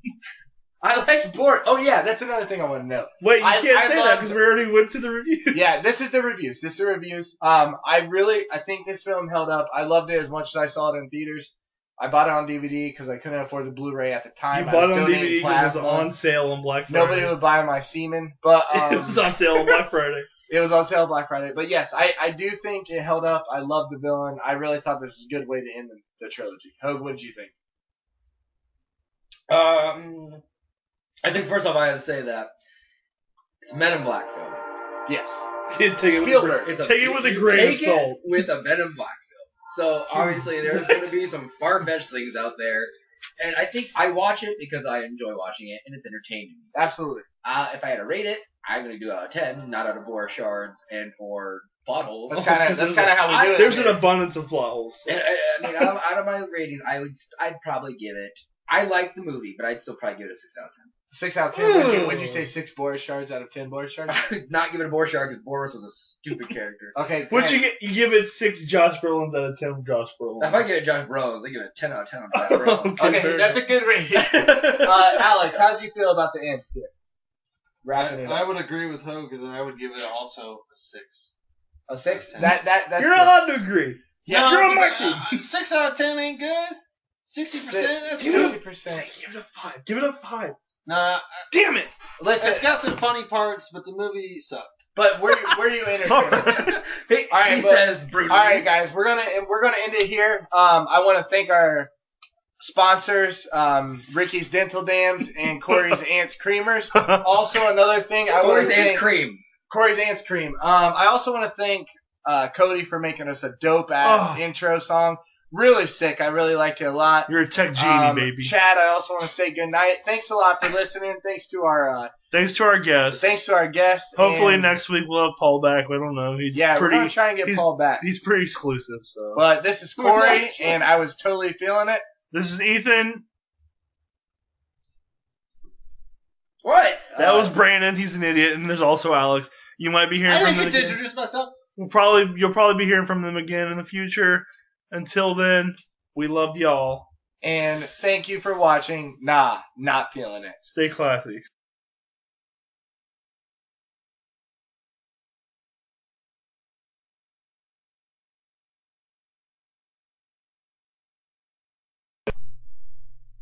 S7: I liked Boris. Oh yeah, that's another thing I want to know.
S8: Wait, you
S7: I-
S8: can't
S7: I
S8: say that
S7: love-
S8: because we already went to the review.
S7: yeah, this is the reviews. This is the reviews. Um, I really, I think this film held up. I loved it as much as I saw it in theaters. I bought it on DVD because I couldn't afford the Blu-ray at the time.
S8: you
S7: I
S8: bought
S7: was
S8: it on
S7: donating
S8: DVD because it was
S7: plasma.
S8: on sale on Black Friday.
S7: Nobody would buy my semen, but um,
S8: it was on sale on Black Friday.
S7: It was on sale Black Friday. But yes, I, I do think it held up. I love the villain. I really thought this was a good way to end the, the trilogy. Hogue, what did you think?
S5: Um, I think first off, I have to say that it's Men in Black film.
S7: Yes.
S8: Kid, take it with a gra-
S7: Spielberg.
S5: It's
S8: Take it with a grain of
S5: take it
S8: salt. Hmm.
S5: With a Men in Black film. So obviously, there's going to be some far fetched things out there, and I think I watch it because I enjoy watching it and it's entertaining.
S7: Absolutely.
S5: Uh, if I had to rate it, I'm going to do it out of ten, not out of boar shards and or bottles.
S7: That's
S8: Oh,
S7: kind of that's kind of how we do it.
S8: There's an abundance of plot holes. so-
S5: And I, I mean, out of, out of my ratings, I would I'd probably give it. I like the movie, but I'd still probably give it a six out of ten.
S7: six out of ten. Would you,
S8: Ooh.
S7: would you say six Boris shards out of ten Boris shards?
S5: I would not give it a Boris Yard because Boris was a stupid character.
S7: Okay.
S8: Would you
S7: hey,
S8: get? You give it six Josh Brolins out of ten. from Josh Brolins.
S5: If I give it Josh Brolin, I give it a 10 out of 10 on Josh Brolin.
S8: Okay,
S7: Okay,
S8: fair
S7: that's a
S8: enough.
S7: good rating. Uh, Alex, how did you feel about the end here? Wrapping
S9: I,
S7: it
S9: I
S7: up.
S9: would agree with Hogue, and I would give it also a six.
S7: A six.
S9: Ten.
S7: That that that's.
S8: You're
S7: good.
S8: not allowed to agree.
S7: Yeah,
S9: No,
S8: you're on my
S9: but,
S8: team.
S9: uh, six out of ten ain't good. Sixty percent. That's
S7: Sixty
S9: good.
S7: percent.
S8: Give it a five. Give it a five.
S9: Nah,
S8: Damn it!
S7: Listen,
S9: it's got some funny parts, but the movie sucked.
S7: but were you, were you entertained?
S5: he
S7: All right,
S5: he
S7: but-
S5: says brutally.
S7: All right, guys, we're gonna we're gonna end it here. Um, I want to thank our sponsors, um, Ricky's Dental Dams and Corey's Ants Creamers. Also, another thing I want
S5: Boris
S7: to
S5: and
S7: thank
S5: cream.
S7: Corey's Ants Cream. Um, I also want to thank uh, Cody for making us a dope ass
S8: Oh.
S7: intro song. Really sick. I really liked it a lot.
S8: You're a tech genie,
S7: Um,
S8: baby.
S7: Chad, I also want to say good night. Thanks a lot for listening. Thanks to our uh,
S8: Thanks to our guests.
S7: thanks to our guest.
S8: Hopefully
S7: and-
S8: next week we'll have Paul back. I don't know. He's
S7: Yeah, we're
S8: pretty.
S7: gonna try and get
S8: he's-
S7: Paul back.
S8: He's pretty exclusive. So
S7: But this is
S9: We're not
S7: Corey,
S9: sure.
S7: and I was totally feeling it.
S8: this is Ethan.
S5: What?
S8: That
S7: Uh,
S8: was Brandon. He's an idiot, and there's also Alex. You might be hearing
S9: I
S8: from
S9: didn't
S8: them
S9: get to
S8: again.
S9: introduce myself.
S8: We'll probably you'll probably be hearing from them again in the future. Until then, we love y'all.
S7: And thank you for watching. Nah, not feeling it.
S8: Stay classy.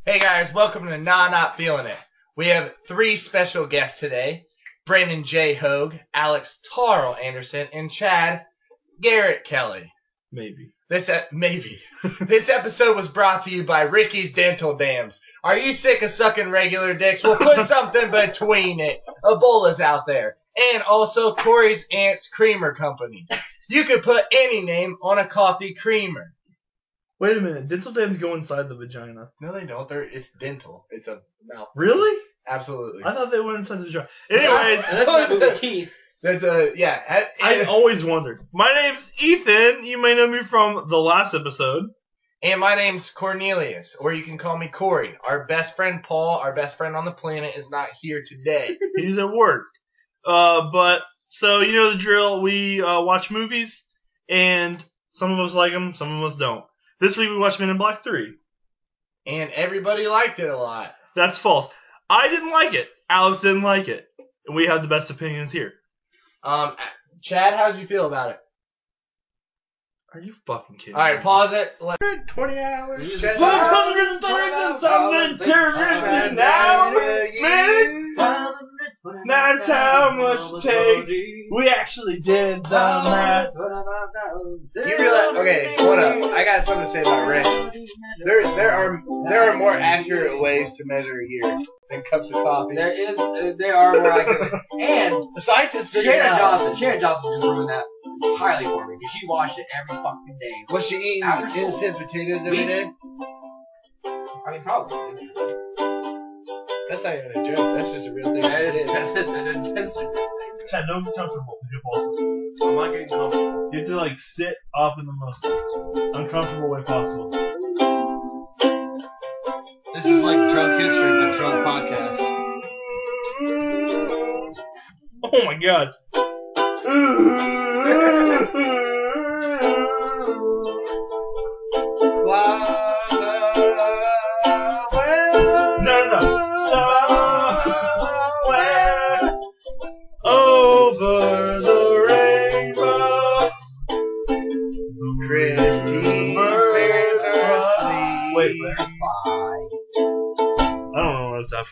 S7: Hey guys, welcome to Nah Not Feeling It. We have three special guests today Brandon J. Hogue, Alex Tarl Anderson, and Chad Garrett Kelly.
S8: Maybe.
S7: This e- maybe this episode was brought to you by Ricky's Dental Dams. Are you sick of sucking regular dicks? Well, put something between it. Ebola's out there, and also Corey's Aunt's Creamer Company. You could put any name on a coffee creamer.
S8: Wait a minute. Dental dams go inside the vagina.
S7: No, they don't. They're it's dental. It's a mouth.
S8: Really?
S7: Absolutely.
S8: I thought they went inside the vagina. Anyways,
S7: And that's not moving teeth. That's a yeah.
S8: I always wondered. My name's Ethan. You may know me from the last episode.
S7: And my name's Cornelius, or you can call me Corey. Our best friend Paul, our best friend on the planet, is not here today.
S8: He's at work. Uh, but so you know the drill. We uh, watch movies, and some of us like them, some of us don't. This week we watched Men in Black Three.
S7: And everybody liked it a lot.
S8: That's false. I didn't like it. Alex didn't like it. And we have the best opinions here.
S7: Um, Chad, how did you feel about it?
S8: Are you fucking kidding?
S7: All right,
S8: me?
S7: pause it. Let-
S8: 120 hours.
S7: Check it out.
S8: 137 terroristic hours, man. That's how much takes. We actually did the math.
S7: You realize? Okay, hold up. I got something to say about rent. There, there are there are more accurate ways to measure a year than cups of coffee.
S5: There is, uh, there are more accurate. And
S7: the scientists figured it
S5: Shannon
S7: out.
S5: Johnson, Shannon Johnson just ruined that entirely for me because she watched it every fucking day.
S7: Was she eating
S5: After school.
S7: instant potatoes every
S5: We-
S7: day?
S5: I mean, probably.
S7: That's not even a joke. That's just a real thing. That is.
S8: Chad, don't get comfortable with your bosses.
S12: I'm not getting comfortable.
S8: You have to like sit up in the most uncomfortable way possible.
S9: This is like drunk history, but drunk podcast.
S8: Oh my god. Uh, No, no, no. Somewhere over the rainbow.
S7: Christine Wait,
S8: I don't know what's after.